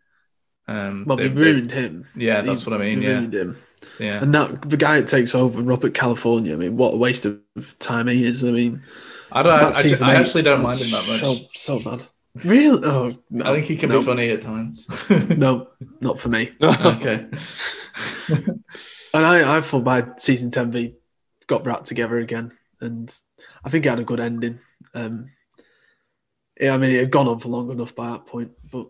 C: Um,
E: well,
C: they-
E: we ruined him.
C: they- yeah, that's what I mean.
E: They
C: Yeah,
E: ruined him.
C: yeah.
E: And that the guy that takes over, Robert California. I mean, what a waste of time he is. I mean,
C: I don't. I,
E: that
C: I, ju-
E: season
C: I
E: eight
C: actually don't mind
E: was
C: him that much.
E: So, so bad. Really? Oh, no,
C: I think he can
E: no,
C: be funny at times.
E: No, not for me.
C: okay.
E: And I, I thought by season ten they got brought together again, and I think it had a good ending. Um, yeah, I mean, it had gone on for long enough by that point, but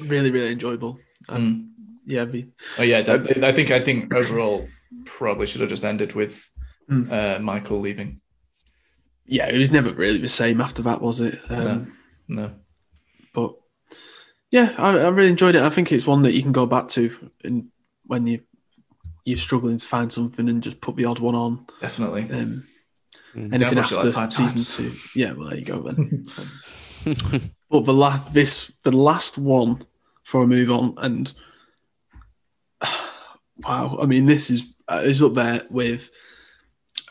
E: really, really enjoyable. Um,
C: Mm.
E: Yeah, the
C: Oh yeah, that, I think I think overall probably should have just ended with
E: Mm.
C: uh, Michael leaving.
E: yeah, it was never really the same after that, was it? Um,
C: No,
E: But Yeah, I, I really enjoyed it. I think it's one that you can go back to in, when you you're struggling to find something and just put the odd one on.
C: Definitely.
E: Um,
F: Mm.
E: Anything
C: I've watched it
E: after
C: like five
E: season
C: times.
E: two, yeah. Well, there you go then. Um, but the last this the last one before I move on, and wow, I mean this is uh, is up there with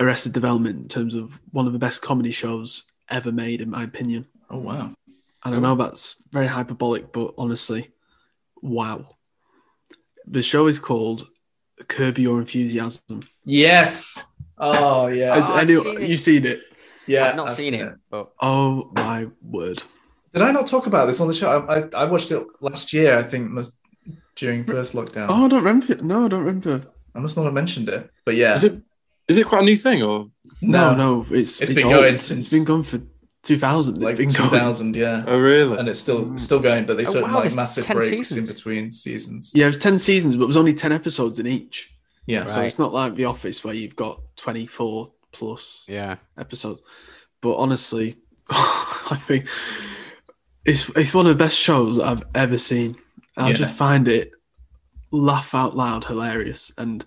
E: Arrested Development in terms of one of the best comedy shows ever made, in my opinion.
C: Oh wow.
E: And I know that's very hyperbolic, but honestly, wow. The show is called Curb Your Enthusiasm.
C: Yes. Oh yeah.
E: Has
F: Oh, I've
E: any-
F: seen it.
E: you've seen it?
C: yeah.
F: I've not
C: I've
F: seen it, but
E: Oh my word.
C: Did I not talk about this on the show? I, I, I watched it last year. I think must, during first lockdown.
E: Oh, I don't remember. it. No, I don't remember.
C: I must not have mentioned it. But yeah.
D: Is it is it quite a new thing or
E: No,
C: no.
E: no, it's
C: It's been going since-
E: it's been going for 2000. It's
C: Like
E: been Uh, mm.
C: two
E: going.
C: thousand. Yeah.
D: oh really?
C: And it's still still going, but they
F: Oh,
C: took
F: wow,
C: like
F: there's
C: massive
F: 10
C: breaks in
F: seasons.
C: between seasons.
E: Yeah, it was 10 seasons, but it was only 10 episodes in each.
C: Yeah.
E: So it's not like The Office where you've got 24 plus
F: yeah,
E: episodes. But honestly, I think it's it's one of the best shows that I've ever seen. I
C: Yeah.
E: just find it laugh out loud hilarious, and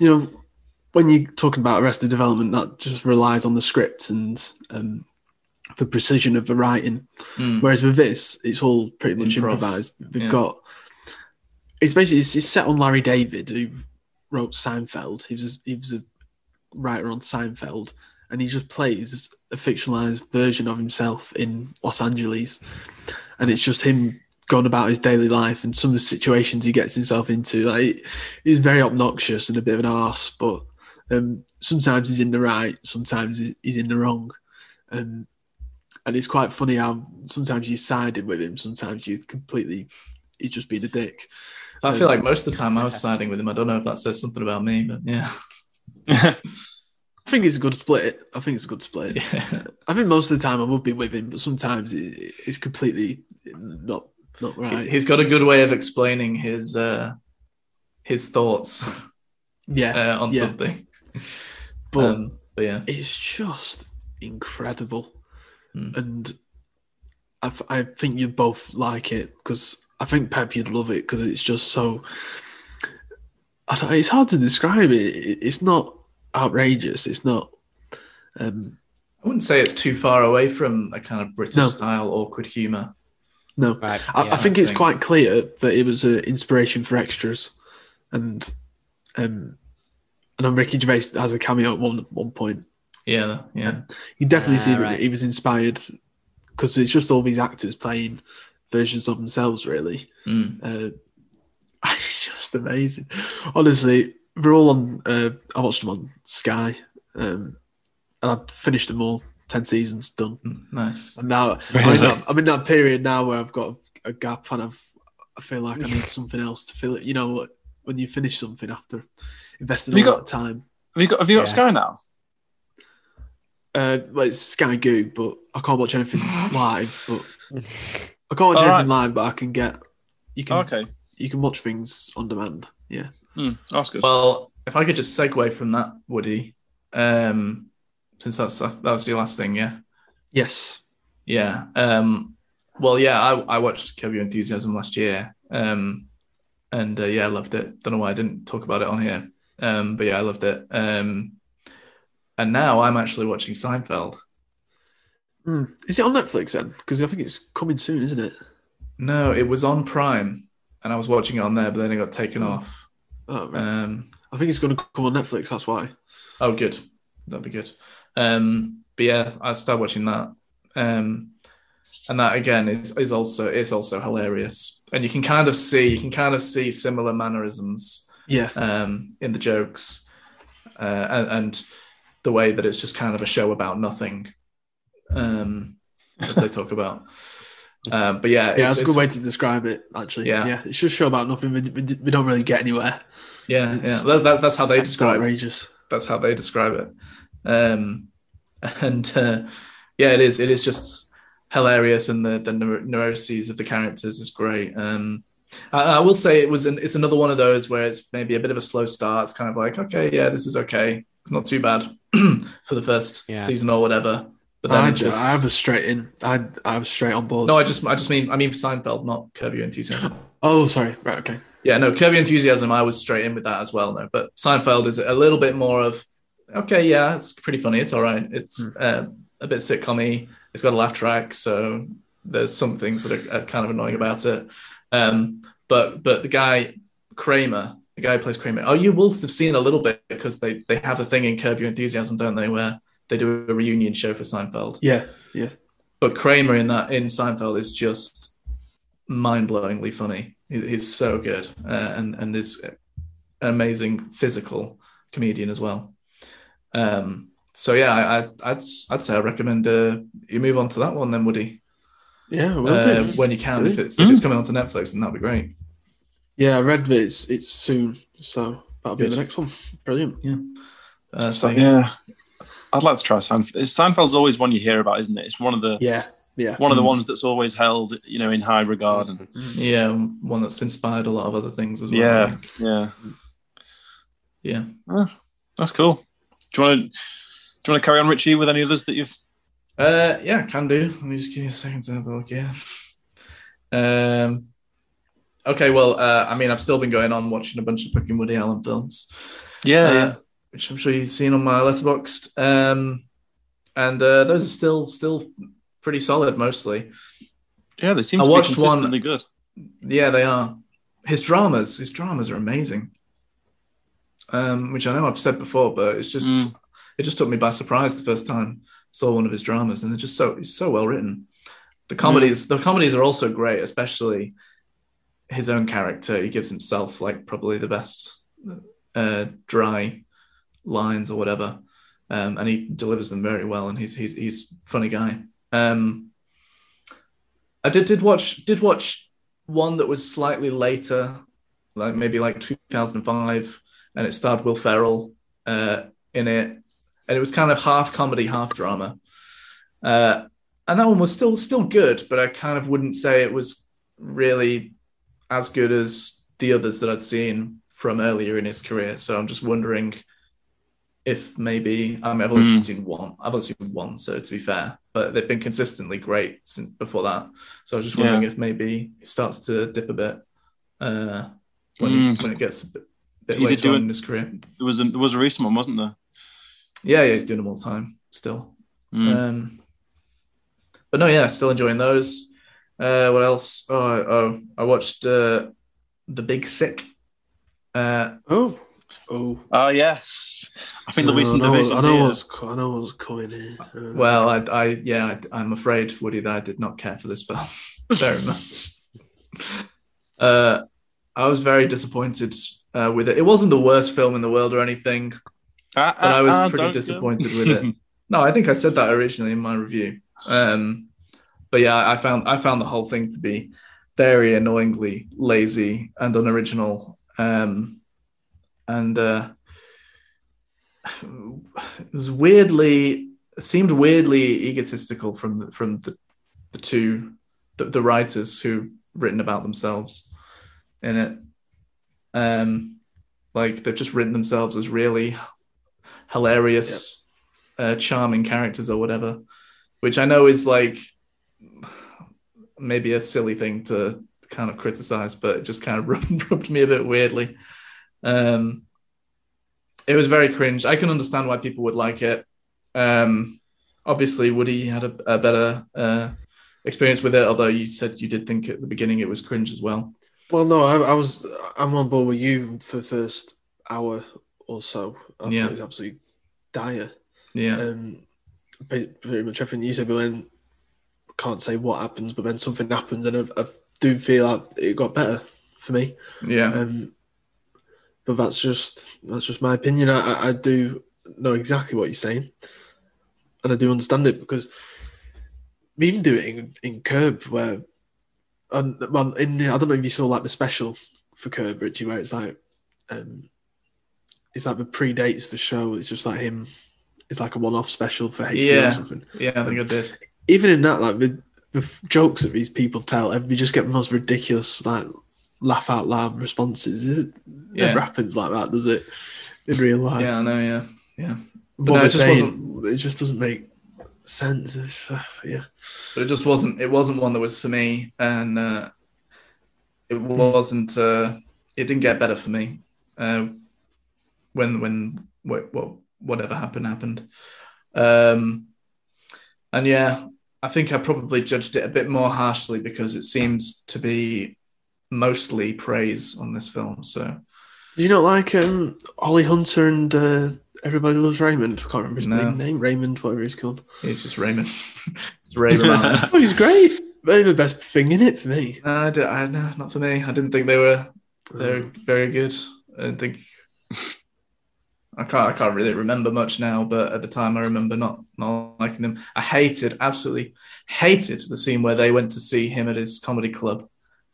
E: you know when you're talking about Arrested Development, that just relies on the script and um, the precision of the writing.
C: Mm.
E: Whereas with this, it's all pretty much
C: Improv.
E: improvised. We've
C: Yeah.
E: got it's basically it's, it's set on Larry David, who wrote Seinfeld. He was he was a writer on Seinfeld, and he just plays a fictionalized version of himself in Los Angeles, and it's just him going about his daily life and some of the situations he gets himself into. Like he's very obnoxious and a bit of an arse, but um, sometimes he's in the right, sometimes he- he's in the wrong, um, and it's quite funny how sometimes you sided with him, sometimes you completely he's just been a dick.
C: I feel like most of the time I was siding with him. I don't know if that says something about me, but yeah.
E: I think it's a good split. I think it's a good split.
C: yeah.
E: I think most of the time I would be with him, but sometimes it, it's completely not not right.
C: He's got a good way of explaining his uh his thoughts
E: yeah,
C: uh, on
E: Yeah.
C: something.
E: but
C: um, but yeah.
E: it's just incredible,
C: Hmm.
E: and I, th- I think you'd both like it because I think Pep you'd love it because it's just so. I don't, it's hard to describe it. It- It's not outrageous. It's not. Um,
C: I wouldn't say it's too far away from a kind of British
E: No.
C: style awkward humor.
E: no,
F: right.
E: I,
F: yeah.
E: I think it's
C: think-
E: quite clear that it was an inspiration for extras, and um, and on Ricky Gervais has a cameo at one one point.
C: Yeah, yeah.
E: You definitely see
F: Ah,
E: that
F: right.
E: he was inspired because it's just all these actors playing versions of themselves, really.
C: Mm.
E: Uh, it's just amazing. Honestly, they're all on. Uh, I watched them on Sky, um, and I've finished them all. Ten seasons done.
C: Mm, Nice.
E: And now I'm, in
D: Really?
E: that, I'm in that period now where I've got a gap and I've, I feel like I need something else to fill it. You know, like, when you finish something after investing
D: Have
E: all
D: you got-
E: that time.
D: Have you got Have you got
F: Yeah.
D: Sky now?
E: Uh, well, it's Sky Goo, but I can't watch anything live. But I can't watch
D: All
E: anything live, but I can get you can
D: Oh, okay,
E: you can watch things on demand. Yeah,
D: Hmm, that's good.
C: Well, if I could just segue from that, Woody, um, since that's that was your last thing, yeah,
E: yes,
C: yeah. Um, well, yeah, I, I watched Curb Your Enthusiasm last year, um, and uh, yeah, I loved it. Don't know why I didn't talk about it on here, um, but yeah, I loved it. Um, and now I'm actually watching Seinfeld.
E: Hmm. is it on Netflix then? Because I think it's coming soon, isn't it?
C: No, it was on Prime, and I was watching it on there, but then it got taken off.
E: Oh, right.
C: Um,
E: I think it's going to come on Netflix. That's why.
C: Oh, good. That'd be good. Um, but yeah, I started watching that, um, and that again is is also is also hilarious. And you can kind of see you can kind of see similar mannerisms
E: Yeah,
C: um, in the jokes, uh, and, and the way that it's just kind of a show about nothing, um, as they talk about. Um, but yeah,
E: yeah,
C: it's-
E: that's a
C: it's-
E: good way to describe it. Actually,
C: Yeah.
E: yeah, it's just a show about nothing. We, we, we don't really get anywhere.
C: Yeah, yeah.
E: it's-
C: That, that, that's how they
E: It's quite
C: describe
E: outrageous.
C: that's how they describe it. Um, and uh, yeah, it is. It is just hilarious, and the the neur- neuroses of the characters is great. Um, I, I will say it was. An, it's another one of those where it's maybe a bit of a slow start. It's kind of like, okay, yeah, this is okay. It's not too bad for the first
F: Yeah.
C: season or whatever. But then
E: I,
C: it
E: ju-
C: just,
E: I was straight in. I I was straight on board.
C: no, I just I just mean I mean for Seinfeld, not Curb Your Enthusiasm.
E: oh, sorry. Right. Okay.
C: yeah, no, Curb Your Enthusiasm. I was straight in with that as well. No, but Seinfeld is a little bit more of okay, yeah, it's pretty funny. It's all right. It's um, a bit sitcommy. It's got a laugh track, so there's some things that are, are kind of annoying about it. Um, but but the guy Kramer, the guy who plays Kramer. Oh, you will have seen a little bit because they they have a thing in Curb Your Enthusiasm, don't they? Where they do a reunion show for Seinfeld.
E: Yeah.
C: But Kramer in that in Seinfeld is just mind-blowingly funny. He- He's so good uh, and and is an amazing physical comedian as well. Um, so yeah, I, I, I'd s- I'd say I recommend uh, you move on to that one then, Woody,
E: Yeah. Will
C: uh,
E: do.
C: when you can. If it's if it's coming onto Netflix, then that'd be great.
E: Yeah. I read that it's it's soon, so that'll be
C: Good.
E: the next one. Brilliant. Yeah.
C: Uh,
D: So
C: so
D: yeah, I'd like to try Seinfeld. Seinfeld's always one you hear about, isn't it? It's one of the
E: Yeah. Hmm. Yeah.
D: one of the ones that's always held, you know, in high regard. And
C: yeah, one that's inspired a lot of other things as well. I
D: Yeah.
C: think.
E: Mm-hmm.
D: yeah,
C: yeah.
D: that's cool. Do you want to do you want to carry on, Richie, with any others that you've?
C: Uh, yeah, can do. Let me just give you a second to have a look. Yeah. Um. Okay. Well, uh, I mean, I've still been going on watching a bunch of fucking Woody Allen films,
D: Yeah,
C: uh, which I'm sure you've seen on my letterboxed. Um, and uh, those are still still pretty solid mostly.
D: yeah, yeah. They seem
C: I
D: to be
C: watched one-
D: consistently good.
C: Yeah, they are. His dramas, his dramas are amazing. Um, which I know I've said before, but it's just
D: Mm.
C: it just took me by surprise the first time I saw one of his dramas, and they're just so it's so well written. The comedies, the comedies are also great, especially his own character. He gives himself like probably the best uh, dry lines or whatever, um, and he delivers them very well. And he's he's he's a funny guy. Um, I did did watch did watch one that was slightly later, like maybe like 2005, and it starred Will Ferrell uh, in it, and it was kind of half comedy, half drama. Uh, and that one was still still good, but I kind of wouldn't say it was really as good as the others that I'd seen from earlier in his career. So I'm just wondering if maybe I mean, I've only
D: Hmm.
C: seen one. I've only seen one, so to be fair, but they've been consistently great since before that. So I was just wondering if maybe it starts to dip a bit uh, when,
D: Mm.
C: when it gets a bit, bit
D: He did
C: later
D: do
C: on
D: it-
C: in his career.
D: There was a, there was a recent one, wasn't there?
C: Yeah, yeah, he's doing them all the time still.
D: Mm.
C: Um, but no, yeah, still enjoying those. Uh, what else? Oh, I- oh I watched uh, The Big Sick. Uh,
E: Oh. Oh.
D: Oh yes, I think there'll be
E: Oh,
D: some
E: I know,
D: division.
E: I know
D: here.
E: what's co- I know what's coming here. Uh,
C: well, I, I yeah, I, I'm afraid Woody that I did not care for this film very much. Uh, I was very disappointed uh, with it. It wasn't the worst film in the world or anything,
D: Ah,
C: but
D: ah,
C: I was
D: ah,
C: pretty
D: don't do-
C: disappointed with it. No, I think I said that originally in my review. Um, but yeah, I found I found the whole thing to be very annoyingly lazy and unoriginal. Um, and uh, it was weirdly it seemed weirdly egotistical from the, from the the two the, the writers who written about themselves in it. Um, like they've just written themselves as really hilarious uh, charming characters or whatever, which I know is like maybe a silly thing to kind of criticize, but it just kind of rubbed, rubbed me a bit weirdly. Um, it was very cringe. I can understand why people would like it. Um, obviously, Woody had a, a better uh, experience with it, although you said you did think at the beginning it was cringe as well.
E: Well, no, I, I was. I'm on board with you for the first hour or so. I
C: Yeah.
E: thought it was absolutely dire.
C: Yeah.
E: Um, ba- pretty much everything you said, but then can't say what happens, but then something happens, and I, I do feel like it got better for me.
C: yeah.
E: Um, but that's just that's just my opinion. I, I- I do know exactly what you're saying, and I do understand it because we even do it in, in Curb, where and well, in the, I don't know if you saw like the special for Curb Richie, where it's like um, it's like the predates the show. It's just like him. It's like a one-off special for HBO
C: Yeah.
E: or something.
C: Yeah, I think I did.
E: Even in that, like the, the f- jokes that these people tell, and you just get the most ridiculous like laugh out loud responses. It
C: Yeah.
E: never happens like that, does it? In real life,
C: Yeah, I know. Yeah.
E: What
C: no, it
E: they're
C: just
E: saying, it just doesn't make sense of uh, yeah.
C: but it just wasn't it wasn't one that was for me and uh, it wasn't uh, it didn't get better for me uh, when when what, what whatever happened happened um, and yeah i think i probably judged it a bit more harshly because it seems to be mostly praise on this film so
E: Do you not like um Ollie Hunter and uh, Everybody Loves Raymond? I can't remember his
C: No.
E: bloody name. Raymond, whatever he's called.
C: it's just raymond it's raymond
E: Oh, he's great. They're the best thing in it for me.
C: no, I don't, I, no not for me i didn't think they were They're very good. I don't think I can't I can't really remember much now, but at the time I remember not not liking them. I hated, absolutely hated the scene where they went to see him at his comedy club.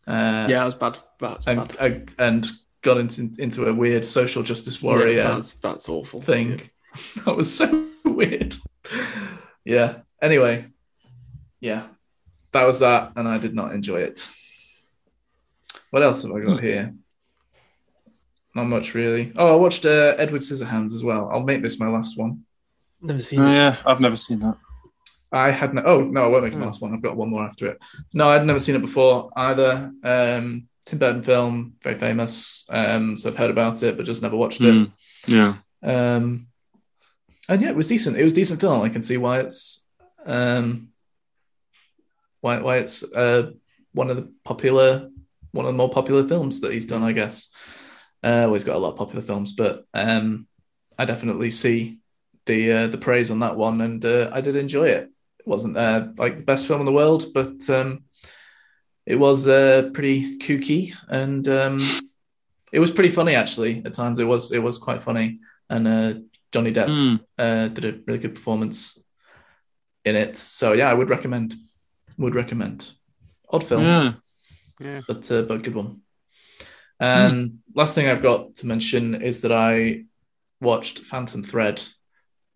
C: Uh,
E: yeah, that's bad. That's
C: and
E: bad.
C: and- and got into into a weird social justice warrior
E: Yeah, that's that's awful.
C: thing. That was so weird. Yeah. Anyway, yeah, that was that, and I did not enjoy it. What else have I got here? Not much really. Oh, I watched uh, Edward Scissorhands as well. I'll make this my last one.
E: Never seen
D: Oh,
E: it.
D: yeah, I've never seen that.
C: I had no. Oh no, I won't make it my last one. I've got one more after it. No, I'd never seen it before either. Um, Tim Burton film, very famous. Um, so I've heard about it, but just never watched it.
D: Mm, yeah.
C: Um, and yeah, it was decent. It was a decent film. I can see why it's um, why why it's uh, one of the popular one of the more popular films that he's done. I guess. Uh, well, he's got a lot of popular films, but um, I definitely see the uh, the praise on that one, and uh, I did enjoy it. It wasn't uh, like the best film in the world, but um, it was uh, pretty kooky, and um, it was pretty funny actually. At times, it was it was quite funny, and uh, Johnny Depp
D: Mm.
C: uh, did a really good performance in it. So yeah, I would recommend. Would recommend. Odd film,
D: Yeah.
C: but uh, but good one. And last thing I've got to mention is that I watched Phantom Thread.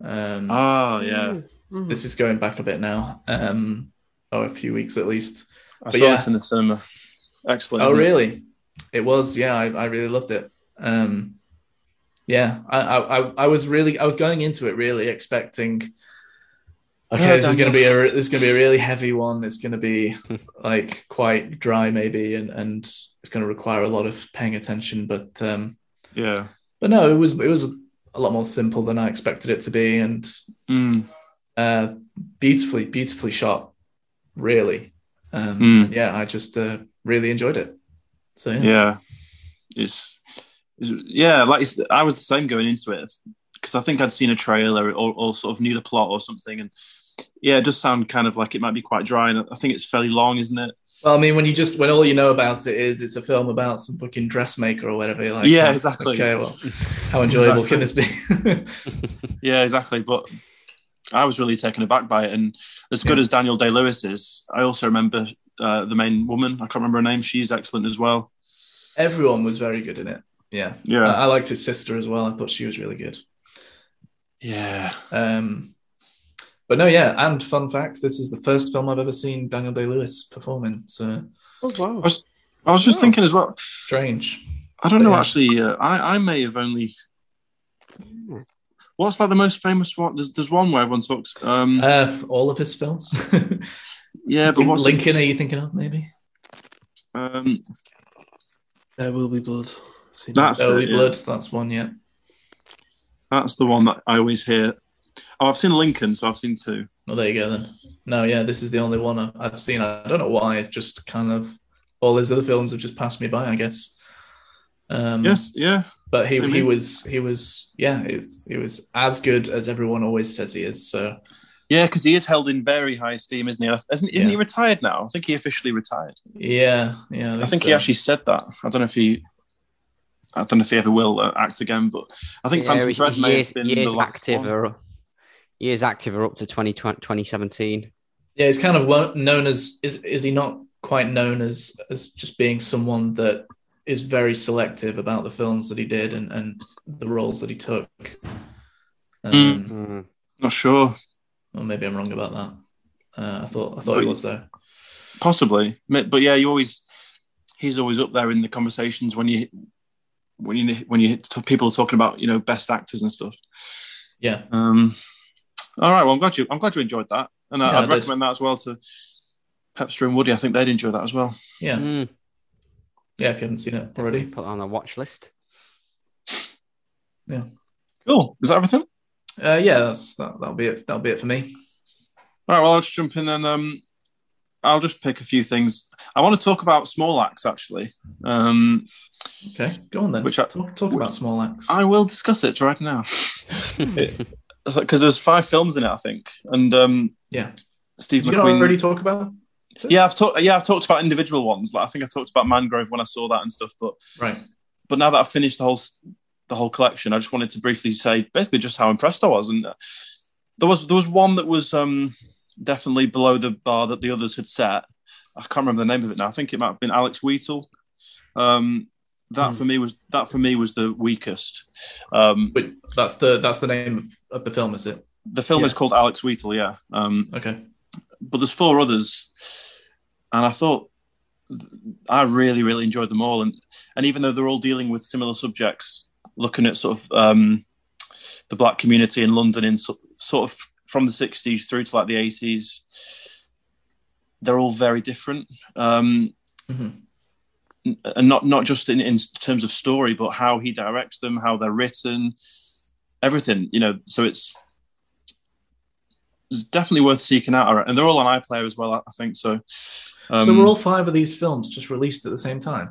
C: Um,
D: Oh, yeah.
E: Mm.
C: This is going back a bit now, um, oh, a few weeks at least.
D: I
C: But
D: saw
C: yeah.
D: this in the cinema. Excellent.
C: Oh,
D: isn't it?
C: really? It was. Yeah, I, I really loved it. Um, yeah, I, I, I- I was really, I was going into it really expecting. Okay, this is
E: Daniel.
C: going to be a, re- this is going to be a really heavy one. It's going to be like quite dry, maybe, and and it's going to require a lot of paying attention. But um,
D: Yeah.
C: but no, it was it was a lot more simple than I expected it to be, and
D: Mm.
C: uh, beautifully, beautifully shot. Really, um,
D: Mm.
C: and yeah, I just uh, really enjoyed it. So yeah.
D: Yeah. It's, it's- yeah, like it's, I was the same going into it because I think I'd seen a trailer or, or sort of knew the plot or something. And yeah, it does sound kind of like it might be quite dry. And I think it's fairly long, isn't it?
C: Well, I mean, when you just when all you know about it is it's a film about some fucking dressmaker or whatever. You're like,
D: Yeah,
C: oh,
D: exactly.
C: Okay, well, how enjoyable can this be?
D: Yeah, exactly. But I was really taken aback by it. And as good as Daniel Day Lewis is, I also remember uh, the main woman. I can't remember her name. She's excellent as well.
C: Everyone was very good in it. Yeah,
D: Yeah.
C: I, I liked his sister as well. I thought she was really good.
D: yeah.
C: Um, but no, yeah. And fun fact: this is the first film I've ever seen Daniel Day Lewis perform in. So
E: Oh wow.
D: I was just
C: Oh.
D: thinking as well.
C: strange.
D: I don't know
C: Yeah.
D: actually. Uh, I I may have only. What's like the most famous one? There's, there's one where everyone talks. Um,
C: Uh, all of his films.
D: yeah, but what's
C: Lincoln? Are you thinking of maybe?
D: um,
E: There will be blood. I've seen
D: That's-
C: Early
D: it, yeah.
C: Blood. That's one. Yeah.
D: that's the one that I always hear. Oh, I've seen Lincoln, so I've seen two.
C: Well, there you go then. No, yeah, this is the only one I- I've seen. I don't know why. It just kind of all his other films have just passed me by. I guess. Um,
D: Yes, yeah,
C: but he
D: same
C: he
D: here.
C: was he was yeah it, he was as good as everyone always says he is. So
D: yeah, because he is held in very high esteem, isn't he? I- Isn't isn't he
C: Yeah.
D: retired now? I think he officially retired.
C: yeah, yeah. uh,
D: I think
C: so.
D: he actually said that. I don't know if he. I don't know if he ever will uh, act again, but I think Phantom
F: he's-
D: Thread
F: he's
D: may
F: years,
D: have been
F: years
D: the last
F: active
D: one.
F: are years active are up to 20, 2017.
C: yeah he's kind of wo- known as is is he not quite known as as just being someone that is very selective about the films that he did and and the roles that he took.
D: Hmm.
C: Um,
D: Not sure,
C: Or maybe I'm wrong about that. Uh, I thought I thought he
D: But-
C: was though.
D: possibly, Ma- but yeah, you always he's always up there in the conversations when you when you when you people are talking about you know best actors and stuff.
C: Yeah.
D: Um, All right. Well, I'm glad you. I'm glad you enjoyed that, and I,
I: Yeah, I
D: I'd
I: did.
D: recommend that as well to Pepster and Woody. I think they'd enjoy that as well.
I: Yeah,
F: Mm,
I: yeah. If you haven't seen it already,
F: put on a watch list.
D: Cool. Is that everything?
I: uh, yeah, that's, that, that'll be it. That'll be it for me.
D: All right. Well, I'll just jump in then. Um, I'll just pick a few things. I want to talk about small acts actually. Um,
I: Okay, go on then.
D: Which I-
I: talk, talk about small acts.
D: I will discuss it right now. Because there's five films in it, I think, and um,
I: yeah,
D: Steve
I: did you
D: McQueen.
I: not already talk about? it?
D: yeah, I've talked. Yeah, I've talked about individual ones. Like I think I talked about Mangrove when I saw that and stuff. But
I: right.
D: but now that I've finished the whole s- the whole collection, I just wanted to briefly say basically just how impressed I was. And uh, there was there was one that was um, definitely below the bar that the others had set. I can't remember the name of it now. I think it might have been Alex Wheatle. Um, that
I: Hmm.
D: for me was that for me was the weakest. Um,
I: But that's the that's the name of, of the film, is it?
D: the film is called Alex Wheatle, yeah. Um,
I: Okay.
D: but there's four others, and I thought I really, really enjoyed them all. And and even though they're all dealing with similar subjects, looking at sort of um, the black community in London in so, sort of from the '60s through to like the '80s, they're all very different. Um,
I: Mhm.
D: n- And not not just in, in terms of story, but how he directs them, how they're written, everything. You know, so it's it's definitely worth seeking out. And they're all on iPlayer as well, I I think. So, um,
I: so were all five of these films just released at the same time?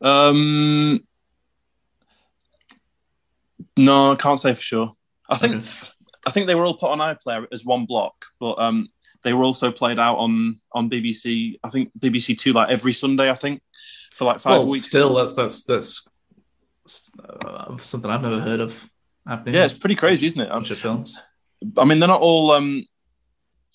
D: um, no, I can't say for sure. I think
I: Okay.
D: I think they were all put on iPlayer as one block, but um, they were also played out on on BBC. I think BBC Two like every Sunday. I think for like five
I: well,
D: weeks.
I: still, that's that's that's uh, something I've never heard of happening.
D: yeah, it's pretty crazy, isn't it?
I: a bunch of films.
D: I mean, they're not all. Um,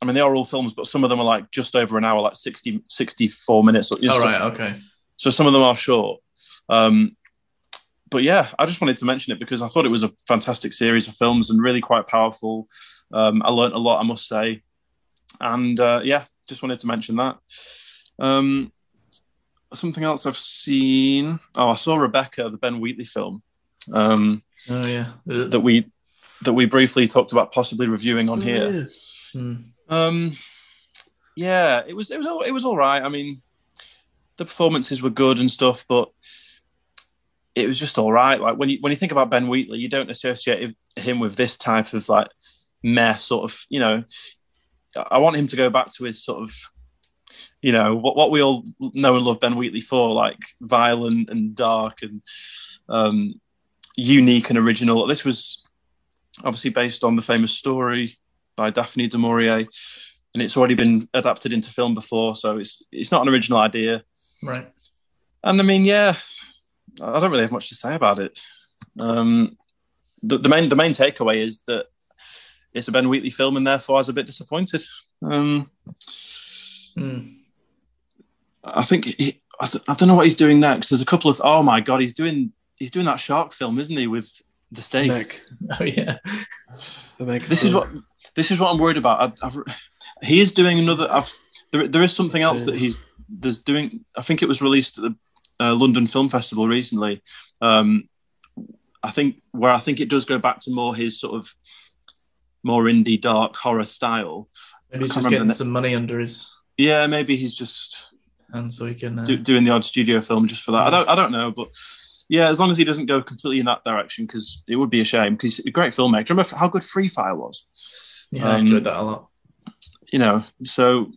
D: I mean, they are all films, but some of them are like just over an hour, like 60, 64 minutes.
C: Oh,
D: Or, you know,
I: All
D: stuff
I: Oh, right. Okay.
D: so some of them are short. Um, but yeah, I just wanted to mention it because I thought it was a fantastic series of films and really quite powerful. Um, I learnt a lot, I must say, and uh, yeah, just wanted to mention that. Um, something else I've seen. Oh, I saw Rebecca, the Ben Wheatley film um,
I: Oh yeah. Uh,
D: that we that we briefly talked about possibly reviewing on here.
I: hmm.
D: Um, yeah, it was it was all, it was all right. I mean, the performances were good and stuff, but it was just all right. Like when you when you think about Ben Wheatley, you don't associate him with this type of like mess. Sort of, you know, I want him to go back to his sort of, you know, what what we all know and love Ben Wheatley for, like violent and dark and um, unique and original. This was obviously based on the famous story by Daphne du Maurier, and it's already been adapted into film before, so it's it's not an original idea.
I: Right.
D: And I mean, yeah, I don't really have much to say about it. Um, the, the main the main takeaway is that it's a Ben Wheatley film, and therefore I was a bit disappointed. Um,
I: Hmm.
D: I think he, I, d- I don't know what he's doing next. There's a couple of oh my god, he's doing he's doing that shark film, isn't he, with the steak?
E: Meg.
I: Oh yeah.
E: The Meg
D: This is
E: film.
D: what this is what I'm worried about. I, I've, he is doing another. I've, there, there is something else that he's there's doing. I think it was released at the uh, London Film Festival recently. Um, I think where I think it does go back to more his sort of more indie dark horror style.
I: Maybe he's
D: I can't
I: just
D: remember
I: getting
D: the-
I: some money under his
D: Yeah, maybe he's just
I: hand so he can. Uh,
D: do, doing the odd studio film just for that. I don't I don't know, but yeah, as long as he doesn't go completely in that direction, because it would be a shame. Because he's a great filmmaker. Remember how good Free Fire was. Um,
I: yeah, I enjoyed that a lot.
D: you know so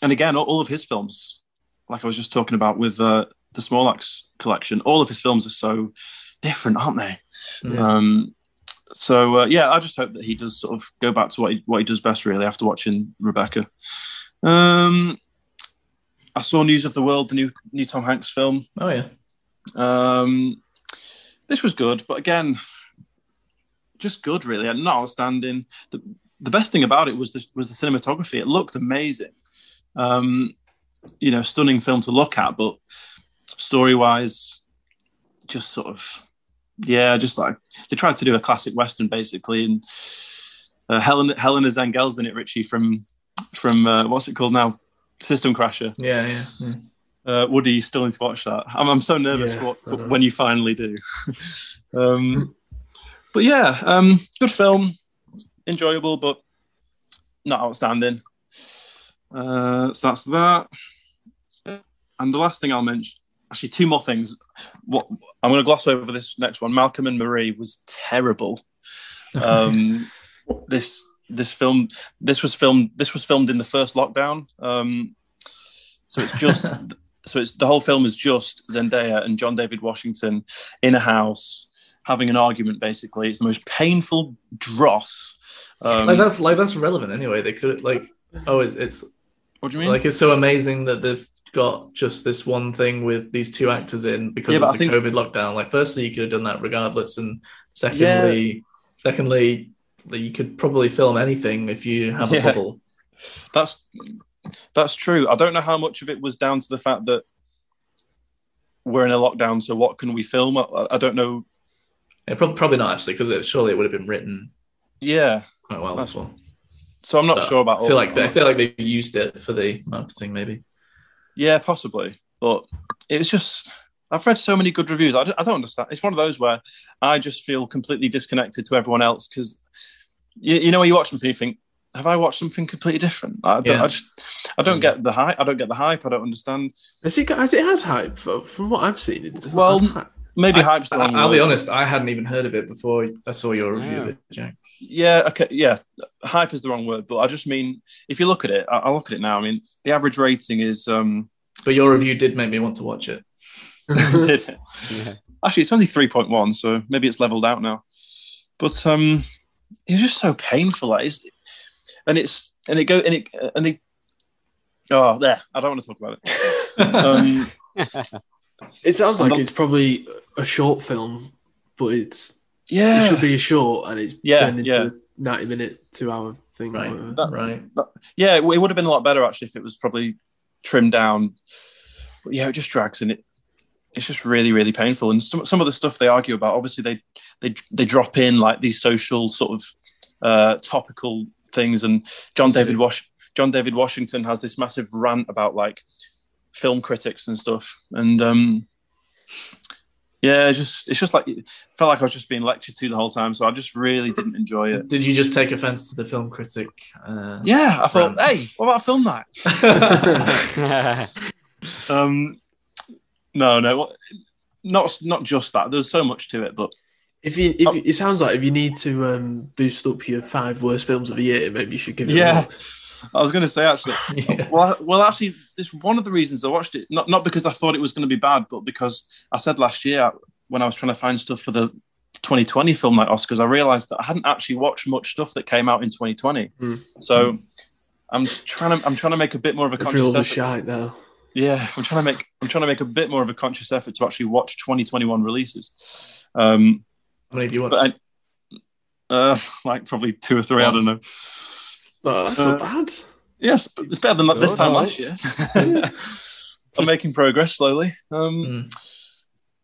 D: and again all, all of his films like i was just talking about with uh, the small axe collection all of his films are so different aren't they
I: Yeah.
D: um so uh, yeah i just hope that he does sort of go back to what he, what he does best really after watching rebecca um i saw news of the world the new new tom hanks film
I: Oh yeah.
D: um this was good but again just good really and not outstanding the, the best thing about it was the, was the cinematography it looked amazing um, you know, stunning film to look at, but story wise, just sort of, yeah, just like they tried to do a classic western basically, and uh, Helen Helena Zangel's in it, Richie from from uh, what's it called now, System Crasher.
I: Yeah. Yeah. yeah.
D: Uh, Woody, you still need to watch that. I'm, I'm so nervous
E: Yeah,
D: for
E: I know.
D: when you finally do. um, but yeah, um, good film. enjoyable, but not outstanding. Uh, so that's that. And the last thing I'll mention, actually, two more things. What I'm going to gloss over this next one. Malcolm and Marie was terrible. Um, this this film this was filmed this was filmed in the first lockdown. Um, so it's just so it's the whole film is just Zendaya and John David Washington in a house having an argument. Basically, it's the most painful dross. Um,
I: like that's like that's relevant anyway. They could like oh it's it's
D: what do you mean?
I: like it's so amazing that they've got just this one thing with these two actors in because
D: Yeah, but
I: of
D: I
I: the
D: think-
I: COVID lockdown. Like firstly you could have done that regardless and secondly secondly that you could probably film anything if you have a
D: Yeah.
I: bubble.
D: That's that's true. I don't know how much of it was down to the fact that we're in a lockdown, so what can we film? I, I don't know.
I: Yeah, prob- probably not actually because surely it would have been written
D: Yeah,
I: quite well
D: That's-
I: as well.
D: so I'm not
I: But
D: sure about.
I: I
D: all
I: feel like they, I
D: that.
I: feel like they used it for the marketing maybe.
D: Yeah, possibly, but it's just. I've read so many good reviews. I don't, I don't understand. It's one of those where I just feel completely disconnected to everyone else because you, you know when you watch something, you think, "Have I watched something completely different?" I don't,
I: Yeah. Mm.
D: I just, I don't get the hype. I don't get the hype. I don't understand.
E: Has it, got- has it had hype? From from what I've seen, it doesn't
D: Well,
E: have hype.
D: Maybe hype's the
I: I,
D: wrong
I: I'll
D: word.
I: be honest, I hadn't even heard of it before I saw your review of it, Jack.
D: Yeah, okay, yeah. Hype is the wrong word, but I just mean if you look at it, I, I look at it now. I mean, the average rating is um,
I: But your review did make me want to watch it.
D: did it?
F: Yeah.
D: actually it's only three point one, so maybe it's leveled out now. But um, it's just so painful, like, it's, and it's and it go and it and they. Oh, there. I don't want to talk about it. um,
E: It sounds
D: I'm
E: like
D: not-
E: it's probably a short film, but it's
D: yeah,
E: it should be a short, and it's
D: Yeah,
E: turned into
D: yeah.
E: a ninety-minute, two-hour thing. or
I: Right.
E: whatever.
D: That-
I: right.
D: yeah, it, w- it would have been a lot better actually if it was probably trimmed down. But yeah, it just drags and it it's just really really painful. And some some of the stuff they argue about, obviously they they they drop in like these social sort of uh, topical things. And John David Wash John David Washington has this massive rant about like film critics and stuff. And um, yeah, it's just it's just like it felt like I was just being lectured to the whole time. So I just really didn't enjoy it.
I: Did you just take offense to the film critic? Uh...
D: Yeah, I thought,
I: Rant.
D: hey, what about a film night? Um, no, no, what- not not just that. There's so much to it, but
E: If you, if you, it sounds like if you need to um, boost up your five worst films of the year, maybe you should give it. a
D: yeah,
E: look.
D: I was going to say actually.
I: yeah.
D: Well, I- well, actually, this one of the reasons I watched it not not because I thought it was going to be bad, but because I said last year when I was trying to find stuff for the 2020 film night Oscars, I realised that I hadn't actually watched much stuff that came out in 2020.
E: Mm.
D: So I'm trying to I'm trying to make a bit more of a
E: If you're all
D: conscious
E: the
D: effort.
E: shite now.
D: Yeah, I'm trying to make I'm trying to make a bit more of a conscious effort to actually watch 2021 releases. Um,
I: How many do you watch?
D: but I, uh, like probably two or three. I don't know.
E: No, that's
D: Uh,
E: not bad.
D: Yes, but it's better than this
E: Good,
D: time last
E: alright.
D: year. I'm making progress slowly. Um,
I: Mm.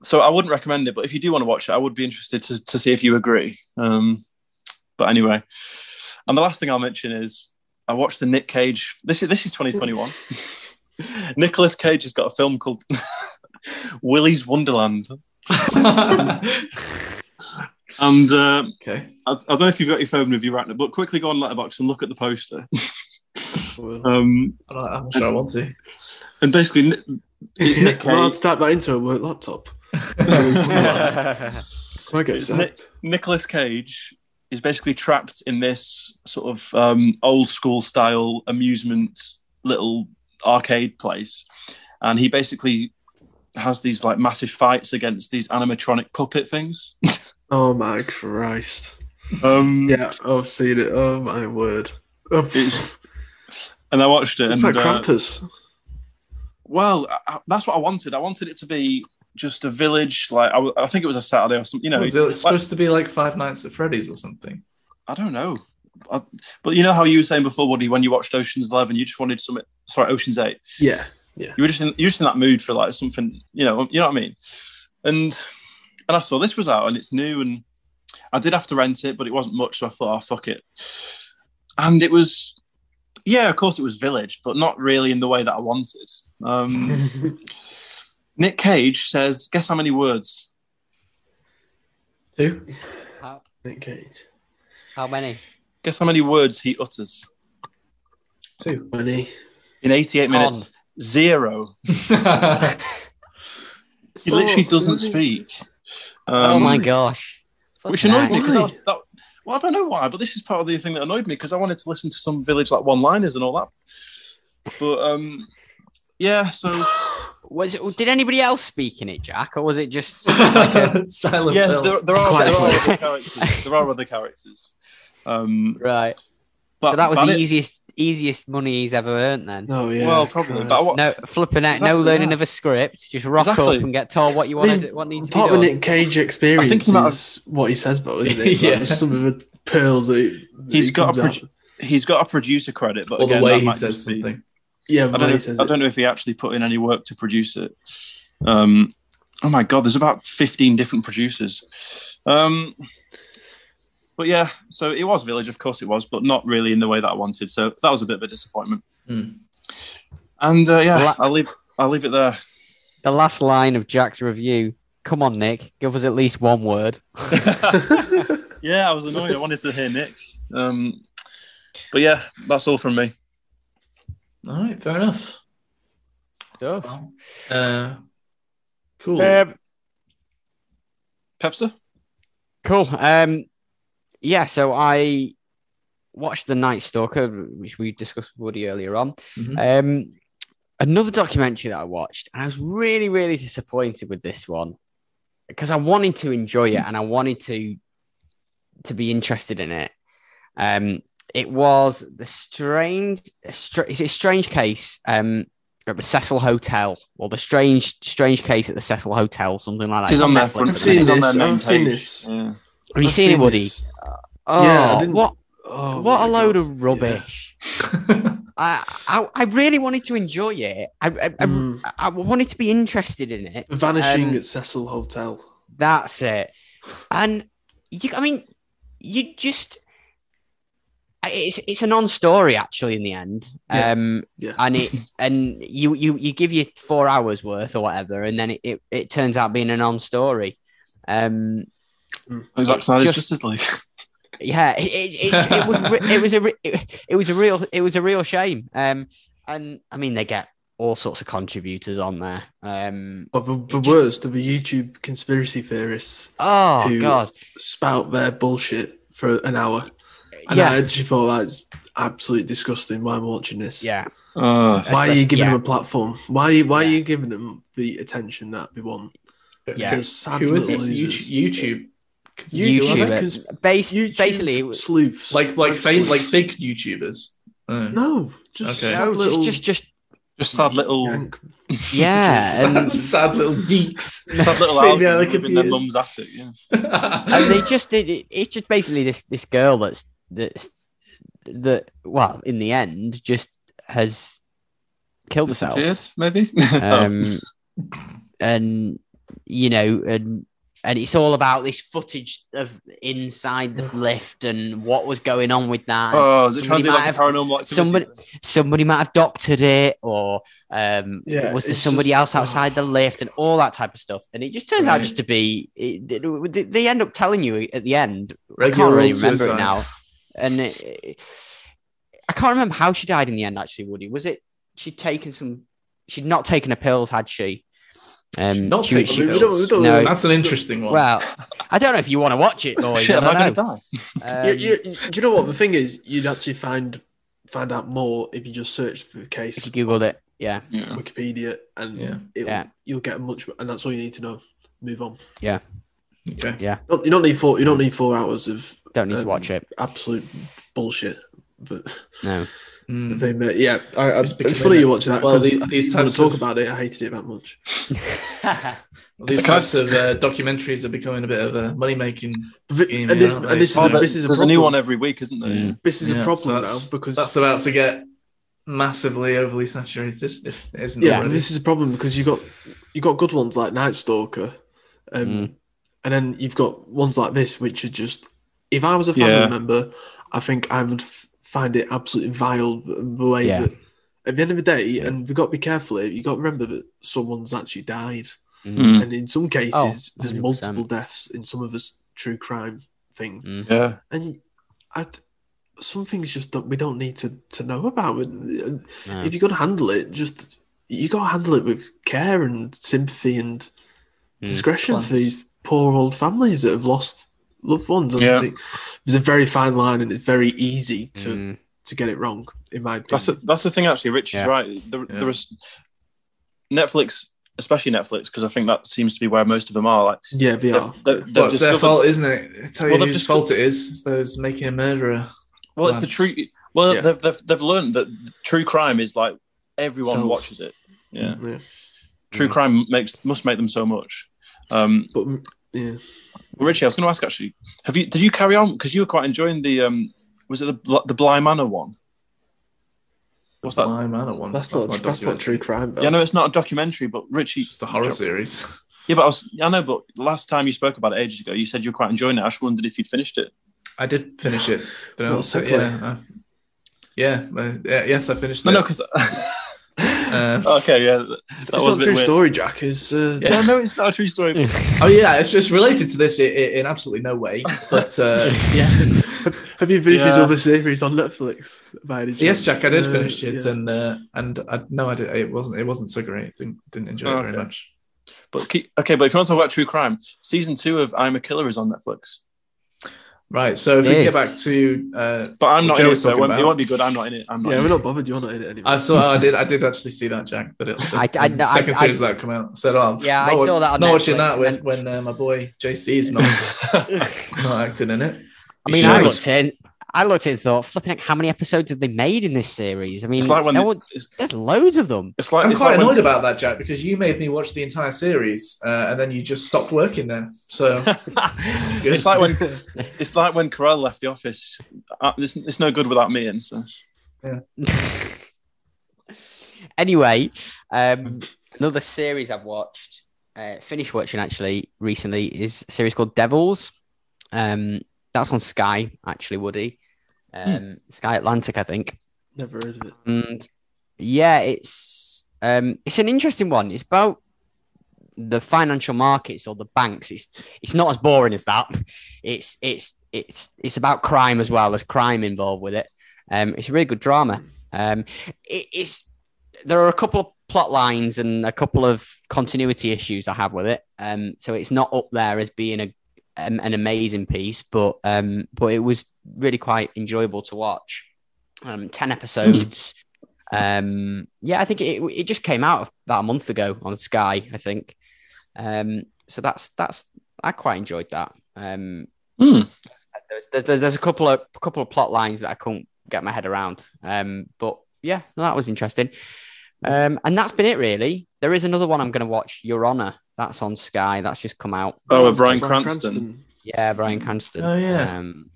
D: So I wouldn't recommend it, but if you do want to watch it, I would be interested to, to see if you agree. Um, but anyway, and the last thing I'll mention is I watched the Nick Cage. This is this is 2021. Nicholas Cage has got a film called Willy's Wonderland, and uh,
I: okay.
D: I, I don't know if you've got your phone with you right now, but quickly go on Letterbox and look at the poster.
E: Well,
D: Um,
I: I'm not- I'm not sure I want to.
D: and basically, Ni- it's Nick
E: well, I'd
D: Cage.
E: type that into a work laptop. I get
D: It's Nick-
E: sacked.
D: Nicholas Cage is basically trapped in this sort of um, old school style amusement little arcade place, and he basically has these like massive fights against these animatronic puppet things.
E: Oh my Christ!
D: Um,
E: Yeah, I've seen it. Oh my word! Oh,
D: It's- And I watched it.
E: it's
D: and,
E: like
D: uh,
E: Krampus.
D: Well, I, I- that's what I wanted. I wanted it to be just a village. Like I, w- I think it was a Saturday or something. You know,
I: Well, is it supposed to be like Five Nights at Freddy's or something?
D: I don't know. I, but you know how you were saying before, Woody, when you watched Ocean's Eleven, you just wanted some. Sorry, Ocean's Eight.
E: Yeah,
D: You were just in, you were just in that mood for like something. You know, you know what I mean. And and I saw this was out and it's new and I did have to rent it, but it wasn't much, so I thought, oh fuck it. And it was, yeah, of course it was Village, but not really in the way that I wanted. Um, Nick Cage says, guess how many words
I: Two?
F: How,
E: Nick Cage.
F: how many?
D: Guess how many words he utters
C: Two.
E: Money.
D: in 88 minutes?
F: On.
D: Zero. He literally
I: Oh,
D: doesn't speak.
F: oh
D: Um,
F: my gosh.
D: Which
F: Fucking
D: annoyed me
F: heck.
D: because that, that. Well, I don't know why, but this is part of the thing that annoyed me because I wanted to listen to some village like one-liners and all that. But um, yeah, so
F: Was it, did anybody else speak in it, Jack, or was it just like a
I: Silent
D: yeah,
I: film.
D: there, there are
E: Quite
D: there are
E: funny.
D: other characters. There are other characters. Um,
F: right?
D: but
F: so that was the
D: Bannett-
F: easiest easiest money he's ever earned then.
E: Oh yeah.
D: Well, probably, but I wa-
F: No flipping out, no
D: Exactly
F: learning
D: that.
F: of a script. Just rock
D: Exactly.
F: up and get told what you
E: I
F: want
E: mean,
F: to what needs to be
E: Part of
F: done.
E: Nick Cage experience
D: I think he might have-
E: is what he says, though, isn't it?
I: Yeah.
E: Like, just some of the pearls that he, that
D: He's
E: he
D: got
E: comes
D: a
E: out-
D: pro- he's got a producer credit, but
I: Or
D: again,
I: the way
D: that
I: he
D: might
I: says
D: just be-
I: something.
E: Yeah,
D: I
E: but
D: don't, know
E: he
D: if,
E: says
D: I don't know if he actually put in any work to produce it. Um, oh my god, there's about 15 different producers. Um, but yeah, so it was Village, of course it was, but not really in the way that I wanted. So that was a bit of a disappointment.
I: Hmm.
D: And uh, yeah,
F: Well, I-
D: I'll leave I'll leave it there.
F: The last line of Jack's review. Come on, Nick, give us at least one word.
D: yeah, I was annoyed. I wanted to hear Nick. Um, but yeah, that's all from me.
I: All right, fair enough.
F: Stuff.
I: Uh, cool.
F: Um,
D: Pepster?
F: Cool. Um, yeah, so I watched The Night Stalker, which we discussed with Woody earlier on.
I: Mhm.
F: Um, another documentary that I watched, and I was really, really disappointed with this one because I wanted to enjoy it and I wanted to to be interested in it. Um, it was the strange, str- is it a strange case um, at the Cecil Hotel, or the strange, strange case at the Cecil Hotel, something like that.
D: She's
F: It's
D: on their
F: Netflix
D: front.
F: at the
E: seen
D: she's
F: minute.
D: on
E: this,
D: their main
E: I've seen
D: page.
E: this.
D: Yeah.
F: Have you
E: I've
F: seen it,
E: seen
F: Woody?
E: this.
F: Oh,
E: Yeah, I didn't-
F: what
E: Oh,
F: what
E: my
F: a load
E: God.
F: of rubbish. I, I I really wanted to enjoy it. I I, I-
E: Mm.
F: I wanted to be interested in it.
E: The Vanishing
F: Um,
E: at Cecil Hotel.
F: That's it. And you, I mean, you just it's it's a non-story actually in the end.
E: Yeah.
F: Um,
E: Yeah.
F: and it and you you you give you four hours worth or whatever, and then it it, it turns out being a non-story. Um,
D: Zack Snyder's
F: Just-
D: Justice League.
F: yeah it, it, it, it was re- it was a re- it, it was a real it was a real shame um and i mean they get all sorts of contributors on there um
E: But the, the worst of the YouTube conspiracy theorists
F: oh
E: Who-
F: god
E: spout their bullshit for an hour. And
F: yeah
E: I actually thought that's absolutely disgusting. Why am I watching this?
F: yeah
D: Uh,
E: Why are you
F: Especially-
E: giving
F: yeah.
E: them a platform? Why are you, why
F: Yeah.
E: are you giving them the attention that they want?
F: Yeah.
E: They're sad
I: Who is
E: little
I: this?
E: losers.
I: YouTube. YouTube.
E: YouTube,
F: YouTube,
E: cons-
F: base,
E: YouTube
F: basically it was-
E: sleuths.
I: Like like fake
E: Absolutely.
I: like fake YouTubers. Uh,
E: No, just
I: Okay.
E: sad
F: no,
E: little
F: just, just
D: just sad little
E: yank.
F: yeah and,
I: sad little geeks.
D: That little
I: Sitting
D: album
I: behind the
D: living in their
I: computers.
D: mum's attic. Yeah.
F: and they just it, it- it's just basically this this girl that's that's that well in the end just has killed herself
D: Disappeared, maybe.
F: um,
D: Oh.
F: and you know, and and it's all about this footage of inside the lift and what was going on with that.
E: Uh,
D: Oh, is it trying
F: somebody
D: to do
F: might
D: like
F: have-
D: a paranormal activity?
F: somebody-
D: thing?
F: somebody might have doctored it, or um,
E: Yeah,
F: was there
E: it's
F: somebody
E: just- uh,
F: else outside the lift, and all that type of stuff. And it just turns out
I: Right.
F: just to be it, it- they- they end up telling you at the end. I
I: Regular
F: can't really
I: old
F: remember
I: suicide.
F: it now, and it, I can't remember how she died in the end. Actually, Woody, was it she'd taken some? She'd not taken her pills, had she? Um,
I: Not
F: she-
I: taking
F: she-
E: we don't- we don't-
F: no,
I: That's an interesting one.
F: well, I don't know if you want to watch it, boys.
D: Shit,
F: I
D: am I going
F: don't
D: to
F: know.
D: die?
E: You-
F: Um,
E: you- do you know what the thing is? You'd actually find find out more if you just search for the case
F: if you googled it, yeah,
D: Yeah.
E: on Wikipedia, and
I: Yeah.
E: it'll-
F: Yeah.
E: you'll get much. And that's all you need to know. Move on.
I: okay.
E: Don't- You don't need four. You don't need four hours of
F: don't need to
E: Um,
F: watch it.
E: absolute bullshit. But
F: No,
I: Mm.
E: they, made- yeah, I, I,
I: It's
E: it's,
I: becoming
E: funny
I: a-
E: you watch that
I: well,
E: because
I: the- these
E: I didn't want
I: types
E: to talk
I: of-
E: about it. I hated it that much.
F: Mm,
I: These
D: Okay.
I: types of uh, documentaries are becoming a bit of a money making.
E: But-
I: Scheme,
E: and this,
I: yeah,
E: and
I: they-
E: this is,
D: Oh,
E: a,
D: but
E: this is a
D: there's a
E: problem.
D: new one every week, isn't there?
F: Mm.
E: This is
I: Yeah,
E: a
I: so
E: problem now
I: that's-
E: because
I: That's about to get massively overly saturated. If it isn't
E: yeah,
I: already.
E: this is a problem because you got you got good ones like Night Stalker, um,
F: Mm.
E: and then you've got ones like this which are just. If I was a family
D: Yeah.
E: member, I think I would f- find it absolutely vile the way
F: Yeah.
E: that. At the end of the day, and we've got to be careful. here, You got to remember that someone's actually died.
F: Mm.
E: and in some cases
F: Oh,
E: there's
F: 100%.
E: multiple deaths in some of us true crime things
F: Mm.
D: Yeah.
E: and i some things just don't, we don't need to, to know about. And
F: No.
E: If you're going to handle it, just you got to handle it with care and sympathy and discretion for
C: Class.
E: these poor old families that have lost loved ones. And I
D: Yeah.
E: think There's a very fine line, and it's very easy to,
F: Mm.
E: to get it wrong, in my opinion.
D: That's the, that's the thing, actually. Rich
F: Yeah.
D: is right. There,
C: Yeah.
D: there is Netflix, especially Netflix, because I think that seems to be where most of them are. Like,
E: yeah, they
D: they've,
E: are.
D: they've, they've
C: Well, it's their
D: discovered-
C: fault, isn't it? I tell you
D: Well, they've
C: whose
D: discovered-
C: fault it is. It's those making a murderer.
D: Well, it's the
C: lads.
D: true. Well,
E: Yeah.
D: they've, they've they've learned that true crime is like everyone
E: Sells.
D: watches it. Yeah,
E: Yeah.
D: true crime makes must make them so much. Um,
E: But yeah,
D: Richie, I was going to ask actually, have you did you carry on because you were quite enjoying the um was it the Bl- the Bly Manor one? What's that?
C: My man, at one.
E: that's, not,
C: a
E: that's not
C: documentary.
E: true crime. Though.
D: Yeah, no, it's not a documentary, but Richie,
C: It's just a horror series.
D: yeah, but I was, I know, but last time you spoke about it ages ago, you said you were quite enjoying it. I just wondered if you'd finished it.
C: I did finish it. But I
E: What a
C: also,
E: segue.
C: yeah, I, yeah, uh, yeah, yes, I finished
D: No,
C: it.
D: no, because
C: Uh,
D: okay, yeah, that
E: it's
D: was
E: not
D: a
E: a
D: bit
E: true
D: weird.
E: story, Jack. Is uh,
C: Yeah.
D: No, no, it's not a true story.
C: oh yeah, it's just related to this i- i- in absolutely no way. But uh, yeah,
E: Have you finished this
D: Yeah.
E: other series on Netflix? By any
C: yes,
E: chance?
C: Jack, I did
E: Uh,
C: finish it,
E: yeah.
C: and uh, and I, no, I did. It wasn't. It wasn't so great. Didn't, didn't enjoy it
D: Okay.
C: very much.
D: But keep, okay, but if you want to talk about true crime, season two of I'm a Killer is on Netflix.
C: Right. So if we
F: Yes.
C: get back to, uh,
D: But I'm
C: Well,
D: not
C: Joe
D: in it,
C: was
D: so it
C: talking
D: won't, it
C: about-
D: won't be good. I'm not in it. I'm not.
E: yeah,
D: in
E: we're
D: it.
E: not bothered. You're not in it anyway.
C: I saw. I did. I did actually see that, Jack. That it, the,
F: I- I-
C: the
F: I-
C: second
F: I-
C: series that come out. Said, oh, I'm
F: Yeah, I
C: not-
F: saw that on
C: Not watching
F: Netflix,
C: that
F: and
C: with when uh, my boy JC is not not acting in it.
F: I mean,
D: Yeah,
F: I
D: it's-
F: looked in, I looked in, and thought, flipping heck, how many episodes have they made in this series? I mean,
D: it's like when
F: no
D: they-
F: one-
D: it's,
F: there's loads of them.
D: it's like
C: I'm
D: it's
C: quite
D: like when-
C: annoyed about that, Jack, because you made me watch the entire series uh, and then you just stopped working there. So good.
D: it's like when it's like when Carell left the office. Uh, it's, it's no good without me. And so
F: anyway, um, another series I've watched, uh, finished watching actually recently, is a series called Devils. Um, that's on Sky, actually, Woody. Um, Sky Atlantic, I think.
E: Never heard of it.
F: And yeah, it's um, it's an interesting one. It's about the financial markets or the banks. It's it's not as boring as that. It's it's it's it's about crime as well. There's crime involved with it. Um, it's a really good drama. Um, it, it's there are a couple of plot lines and a couple of continuity issues I have with it. Um, so it's not up there as being a um, an amazing piece, but um, but it was really quite enjoyable to watch. Um, ten episodes. Um, yeah, I think it it just came out about a month ago on Sky. I think. Um, so that's that's I quite enjoyed that. Um,
D: Hmm.
F: there's, there's- there's there's a couple of couple of plot lines that I couldn't get my head around. Um, but yeah, no, that was interesting. Um, and that's been it really. There is another one I'm going to watch, Your Honor. That's on Sky. That's just come out.
D: oh, with Brian Cranston.
F: Yeah, Brian Cranston.
C: Oh, yeah.
F: Um,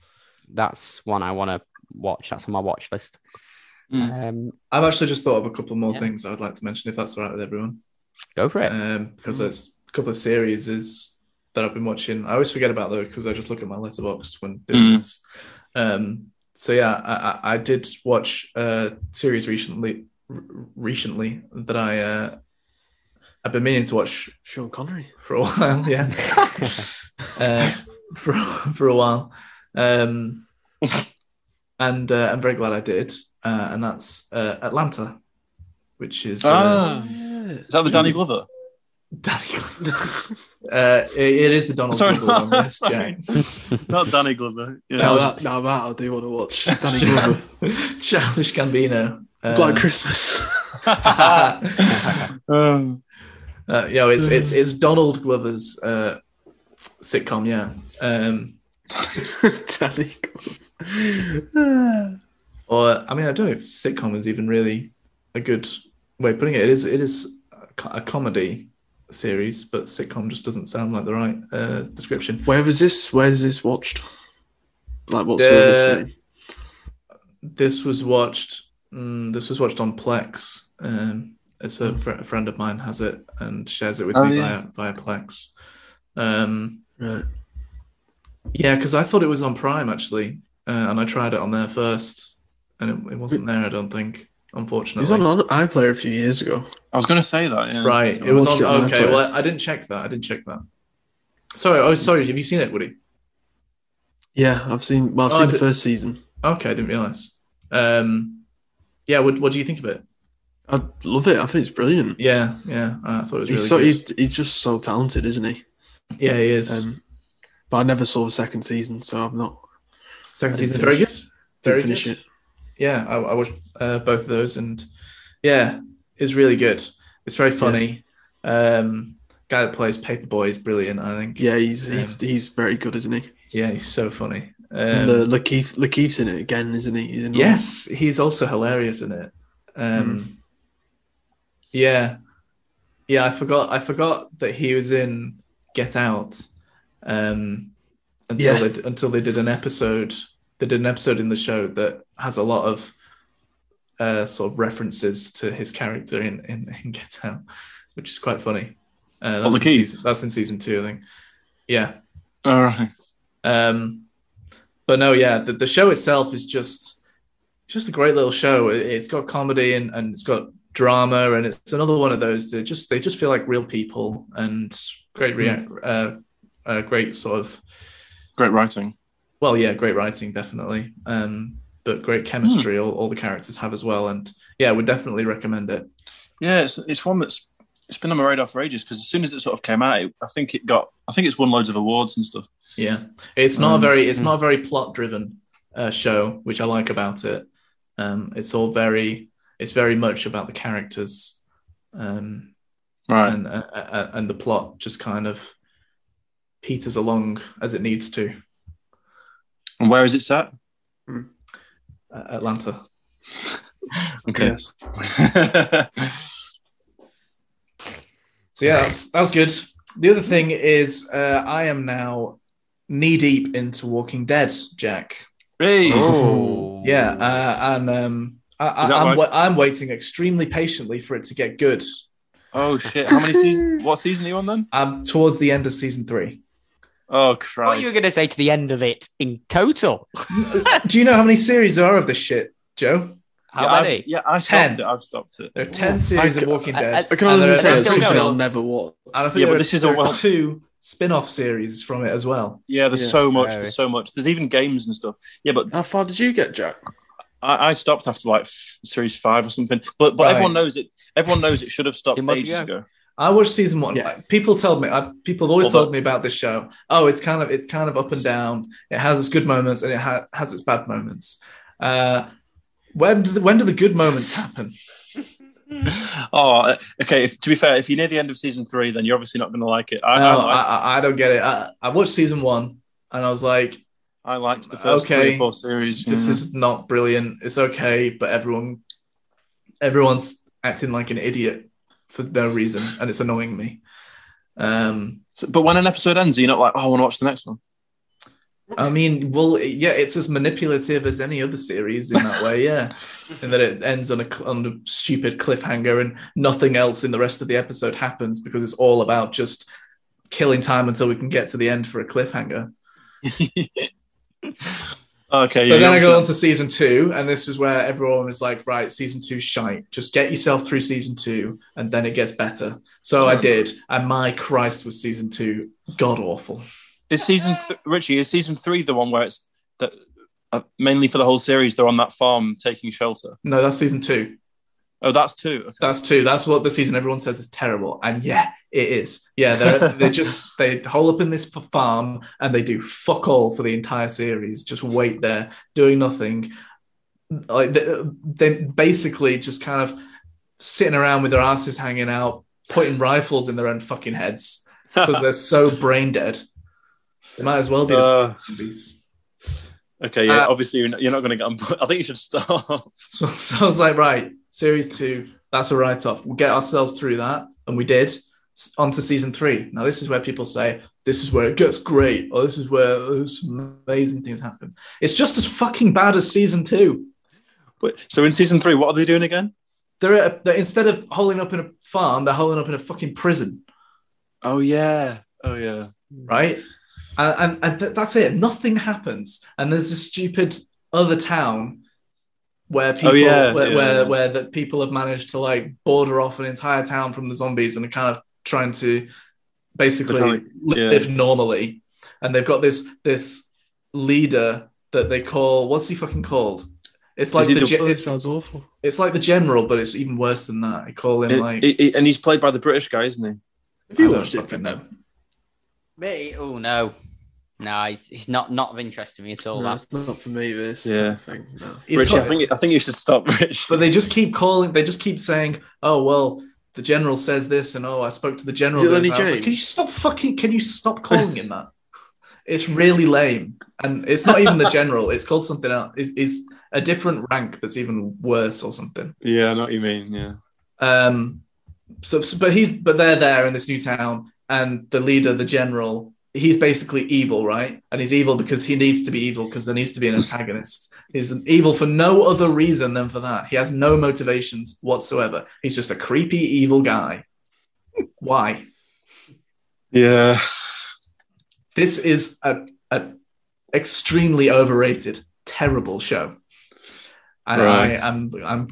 F: that's one I want to watch. That's on my watch list.
C: Hmm.
D: Mm.
F: Um,
C: I've actually just thought of a couple more
F: Yeah.
C: things I would like to mention, if that's all right with everyone.
F: go for it.
C: Um, because
F: Mm-hmm.
C: there's a couple of series is that I've been watching. I always forget about those because I just look at my letterbox when doing
D: Mm.
C: this. Um, so yeah, I, I, I did watch a series recently, r- recently that I uh, I've been meaning to watch
E: Sean Connery.
C: for a while. Yeah, uh, for for a while, um, and uh, I'm very glad I did. Uh, and that's uh, Atlanta, which is uh,
D: Ah, is that the Danny Glover?
C: Danny. uh, it- it is the Donald
D: Sorry,
C: Glover one. Yes,
D: sorry.
C: Jack.
D: Not Danny Glover. Yeah.
E: Now that, now that I do want to watch Danny Glover.
C: Childish Gambino. Uh,
E: Black Christmas.
D: Um,
C: uh, you know, it's it's it's Donald Glover's uh, sitcom. Yeah. Um,
E: Danny Glover.
C: or I mean, I don't know if sitcom is even really a good way of putting it. It is, it is a co- a comedy series, but sitcom just doesn't sound like the right uh, description.
E: Where was this? Where is this watched? Like what
C: The-
E: service?
C: This was watched. Mm, this was watched on Plex. Um, it's a, fr- a friend of mine has it and shares it with
D: Oh,
C: me
D: yeah.
C: via via Plex. Um,
E: Right.
C: yeah, because I thought it was on Prime actually, uh, and I tried it on there first, and it, it wasn't there. I don't think,
E: It
C: unfortunately.
E: was on iPlayer a few years ago.
D: I was going to say that. Yeah.
C: Right.
E: I
C: It was on.
E: watched it on
C: Okay.
E: iPlayer.
C: Well, I didn't check that. I didn't check that. Sorry. Oh, sorry. Have you seen it, Woody?
E: Yeah, I've seen. Well, I've
C: Oh,
E: seen
C: I
E: the
C: did-
E: first season.
C: Okay, I didn't realize. Um, yeah, what, what do you think of it?
E: I love it. I think it's brilliant.
C: Yeah, yeah, I thought it was really
E: he's so
C: good.
E: he's, he's just so talented, isn't he?
C: yeah, he is.
E: Um, but I never saw the second season, so I'm not
C: Second
E: I
C: season,
E: didn't
C: very good. Very
E: didn't finish
C: good.
E: it.
C: Yeah, I, I watched uh, both of those, and yeah, it's really good. It's very funny. Um, guy that plays Paperboy is brilliant. I think.
E: Yeah, he's he's he's very good, isn't he?
C: yeah, he's so funny.
E: And
C: Um,
E: uh, Lakeith Lakeith's in it again, isn't he? He's in Hmm. all-
C: yes, he's also hilarious in it. Um, Yeah, yeah. I forgot. I forgot that he was in Get Out. Um, until
E: Yeah.
C: they until they did an episode. They did an episode in the show that has a lot of uh, sort of references to his character in, in, in Get Out, which is quite funny. Uh, that's,
D: the
C: in
D: key.
C: season, that's in season two, I think. Yeah.
D: All right.
C: Um, but no, yeah, the, the show itself is just just a great little show. It, it's got comedy and, and it's got drama, and it's another one of those that just they just feel like real people and great rea- uh, uh, great sort of
D: Great writing.
C: well, yeah, great writing definitely, um, but great chemistry all, all the characters have as well, and yeah, would definitely recommend it.
D: Yeah, it's, it's one that's it's been on my radar for ages because as soon as it sort of came out, it, I think it got I think it's won loads of awards and stuff.
C: Yeah, it's not a
D: Um,
C: very it's not a very plot driven uh, show, which I like about it. Um, it's all very it's very much about the characters, um,
D: Right.
C: and uh, uh, and the plot just kind of peters along as it needs to.
D: And where is it set?
C: Uh, Atlanta.
D: Okay.
C: So yeah, that's that was good. The other thing is uh, I am now knee deep into Walking Dead, Jack.
D: hey.
F: Oh.
C: Yeah, uh, and um, I,
D: Is that
C: I, I'm,
D: why-
C: wa- I'm waiting extremely patiently for it to get good.
D: Oh shit! How many seasons? What season are you on then?
C: I'm um, towards the end of season three.
D: Oh
F: What
D: Christ!
F: are you going to say to the end of it in total?
C: Uh, Do you know how many series there are of this shit, Joe?
F: How
D: yeah,
F: many?
D: I've, yeah, I stopped
C: Ten.
D: it. I've stopped it.
C: There are ten series
E: I-
C: of Walking
F: I-
C: Dead.
F: I-
E: I can
C: And
E: only
C: there are-
E: say
C: and
E: it's
C: there are-
E: something I'll
C: and
E: never watch.
C: I think
D: Yeah, but
C: there are-
D: this is a
C: there are
D: well-
C: two spin-off series from it as well.
D: Yeah, there's
E: Yeah.
D: so much.
F: Oh, yeah.
D: There's so much. There's even games and stuff. Yeah, but
E: How far did you get, Jack?
D: I, I stopped after like f- series five or something. But but
C: Right.
D: everyone knows it. Everyone knows it should have stopped
F: Too much
D: ages
F: ago.
D: ago.
C: I watched season one.
E: Yeah.
C: People told me. I, people have always
D: Although-
C: told me about this show. Oh, it's kind of it's kind of up and down. It has its good moments and it ha- has its bad moments. Uh, when do the, when do the good moments happen?
D: Oh, uh, okay. If, to be fair, if you're near the end of season three, then you're obviously not going to like it. I, I,
C: no, Oh, I,
D: liked,
C: I, I don't get it. I, I watched season one and I was like,
D: I liked the first
C: okay.
D: three or four series.
C: this
D: yeah.
C: is not brilliant. It's okay, but everyone, everyone's acting like an idiot for no reason, and it's annoying me. Um,
D: So- but when an episode ends, you're not like, oh, I want to watch the next one.
C: I mean, well, yeah, it's as manipulative as any other series in that way, yeah. And that it ends on a cl- on a stupid cliffhanger, and nothing else in the rest of the episode happens because it's all about just killing time until we can get to the end for a cliffhanger.
D: Okay. Yeah,
C: But then I
D: you're
C: got
D: obviously-
C: on to season two, and this is where everyone is like, right, season two, shite. Just get yourself through season two, and then it gets better. So
D: Hmm.
C: I did, and my Christ was season two god awful.
D: Is season th- Richie? Is season three the one where it's that uh, mainly for the whole series? They're on that farm taking shelter.
C: No, that's season two.
D: Oh, that's two. Okay.
C: That's two. That's what the season everyone says is terrible, and yeah, it is. Yeah, they're, they just they hole up in this f- farm and they do fuck all for the entire series. Just wait there, doing nothing. Like they, they basically just kind of sitting around with their asses hanging out, putting rifles in their own fucking heads because they're so brain dead. They might as well be the
D: Uh,
C: zombies.
D: okay. Yeah.
C: Uh,
D: obviously, you're not, you're not going to get on. board. I think you should stop.
C: So, so I was like, right, series two, that's a write off. We'll get ourselves through that. And we did. S- On to season three. Now, this is where people say, this is where it gets great, or this is where uh, some amazing things happen. It's just as fucking bad as season two.
D: Wait, so in season three, what are they doing again?
C: They're, at a, they're instead of holing up in a farm, they're holing up in a fucking prison,
D: Oh yeah. Oh yeah.
C: right? And, and, and th- that's it. Nothing happens. And there's this stupid other town where people
D: Oh, yeah,
C: where,
D: yeah,
C: where,
D: yeah.
C: where that people have managed to like border off an entire town from the zombies and are kind of trying to basically
D: They're trying
C: live normally. And they've got this this leader that they call what's he fucking called? It's like
D: he
C: the,
D: the-
C: ge-
E: Oh, that
C: it's,
E: sounds awful.
C: it's like the general, but it's even worse than that. They call him
D: It-
C: like
D: it- it- and he's played by the British guy, isn't he?
C: if you
E: I don't
C: watched it,
E: fucking
C: no.
F: Me? Oh no, no, he's, he's not not of interest to me at all.
E: No,
F: That's
E: it's not for me. This
D: Yeah.
E: kind of thing. No.
C: He's
D: Rich,
C: got-
D: I think I think you should stop, Rich.
C: but they just keep calling. They just keep saying, "Oh well, the general says this," and "Oh, I spoke to the general."
E: Is it
C: this,"
E: Lenny
C: and I was like,
E: James?
C: can you stop fucking? Can you stop calling him that? It's really lame, and it's not even the general. It's called something else. It's, it's a different rank that's even worse or something.
D: yeah, I know what you mean. Yeah,
C: Um, so, so- but he's but they're there in this new town, and the leader, the general, he's basically evil, right? And he's evil because he needs to be evil because there needs to be an antagonist. He's an evil for no other reason than for that. He has no motivations whatsoever. He's just a creepy evil guy. Why?
D: yeah.
C: This is a, a extremely overrated, terrible show. And
D: Right.
C: I am I'm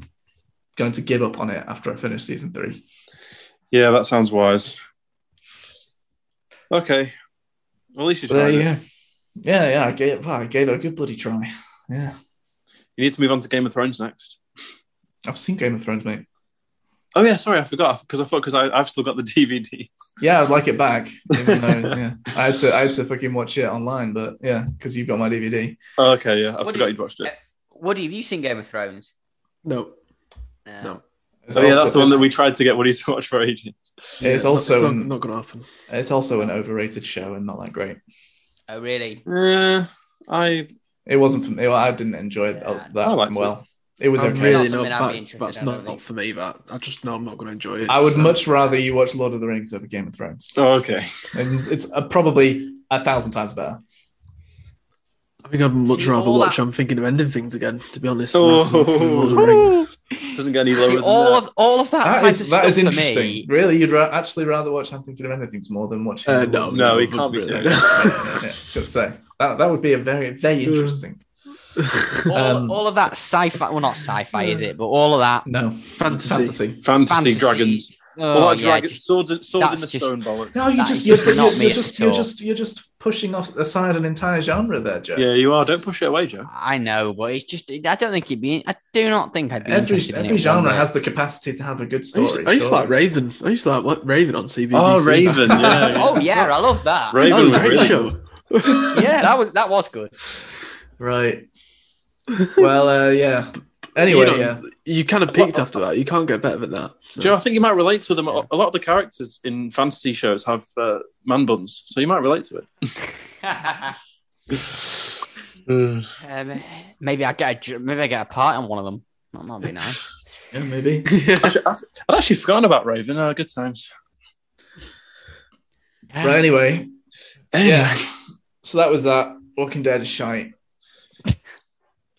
C: going to give up on it after I finish season three.
D: Yeah, that sounds wise. Okay. Well, at least you
C: So
D: tried
C: there you
D: it.
C: go. Yeah, yeah, I gave, wow, I gave it a good bloody try. Yeah,
D: You need to move on to Game of Thrones next.
C: I've seen Game of Thrones, mate.
D: Oh yeah, sorry, I forgot because I thought because I've still got the DVDs.
C: Yeah, I'd like it back. Even though, yeah, I had to, I had to fucking watch it online, but yeah, because you've got my DVD.
D: Oh, okay, yeah, I
F: What do
D: forgot
F: you-
D: you'd watched it.
F: Woody, have you seen Game of Thrones?
E: No.
F: No.
E: No.
C: It's
D: Oh yeah,
C: also-
D: that's the one that we tried to get Woody to watch for ages.
C: It's
E: Yeah,
C: also
E: not,
C: an-
E: not going to happen.
C: It's also an overrated show and not that great.
F: Oh really?
D: Yeah, I
C: It wasn't for me. Well, I didn't enjoy it uh,
F: Yeah,
C: that
D: I liked
C: well. It, was
E: I'm
C: okay.
E: really
F: It's
E: not
F: not something I'd be
E: back,
F: interested
E: That's
F: in, I
E: not,
F: don't
E: not for me. That I just know I'm not going to enjoy it.
C: I would
E: so-
C: much rather you watch Lord of the Rings over Game of Thrones,
D: oh, okay.
C: and it's uh, probably a thousand times better.
E: I think I'd much
F: See,
E: rather
F: all
E: watch.
F: that-
E: I'm thinking of ending things again. To be honest.
D: Oh.
E: Rather than Lord of the Rings.
D: Doesn't get any lower
F: See,
D: than
F: all
D: that.
F: of all of that,
C: That
F: type
C: is
F: of
C: that
F: stuff
C: is
F: for
C: interesting.
F: me.
C: Really, you'd ra- actually rather watch I'm Thinking of Anything's more than watching.
E: Uh, no,
D: No, he can't be
C: yeah, yeah, should say that that would be a very very interesting.
F: All,
C: Um,
F: all of that sci-fi. Well, not sci-fi, is it? But all of that
C: No
E: Fantasy.
C: fantasy.
D: Fantasy,
F: fantasy.
D: dragons.
F: Oh,
D: Oh, a lot of
F: yeah,
D: dragons.
F: just-
D: sword sword in
F: that's
D: the
F: just-
D: stone bollocks.
C: No, you
F: That
C: just
F: is
C: you're,
F: just
C: you're,
F: not
C: you're,
F: me at
C: just you're
F: all.
C: just you're just pushing off aside an entire genre there, Joe.
D: Yeah, you are. Don't push it away, Joe.
F: I know, but it's just. I don't think it'd be. I do not think I'd be
C: Every
F: interested in
C: every
F: it one
C: genre
F: bit.
C: has the capacity to have a good
E: I
C: story.
E: used, I used to like
C: surely.
E: Raven. I used to like what Raven on CBBC.
D: Oh, Raven.
E: That
D: Yeah.
F: Oh yeah, I love that.
D: Raven
E: was a
D: was
E: great
D: really
E: show.
F: Yeah, that was that was good.
C: right. Well, uh, yeah. Anyway,
E: you know,
C: yeah.
E: you kind of peaked after that. You can't get better than that. So-
D: Joe, I think you might relate to them. A a lot of the characters in fantasy shows have uh, man buns, so you might relate to it.
F: um, maybe I get a dr- maybe I get a part on one of them. That might be nice.
C: yeah, maybe.
D: Actually, I'd I'd actually forgotten about Raven. Uh, good times.
C: Right. Anyway,
D: Anyway,
C: yeah. So that was that. Walking Dead is shite.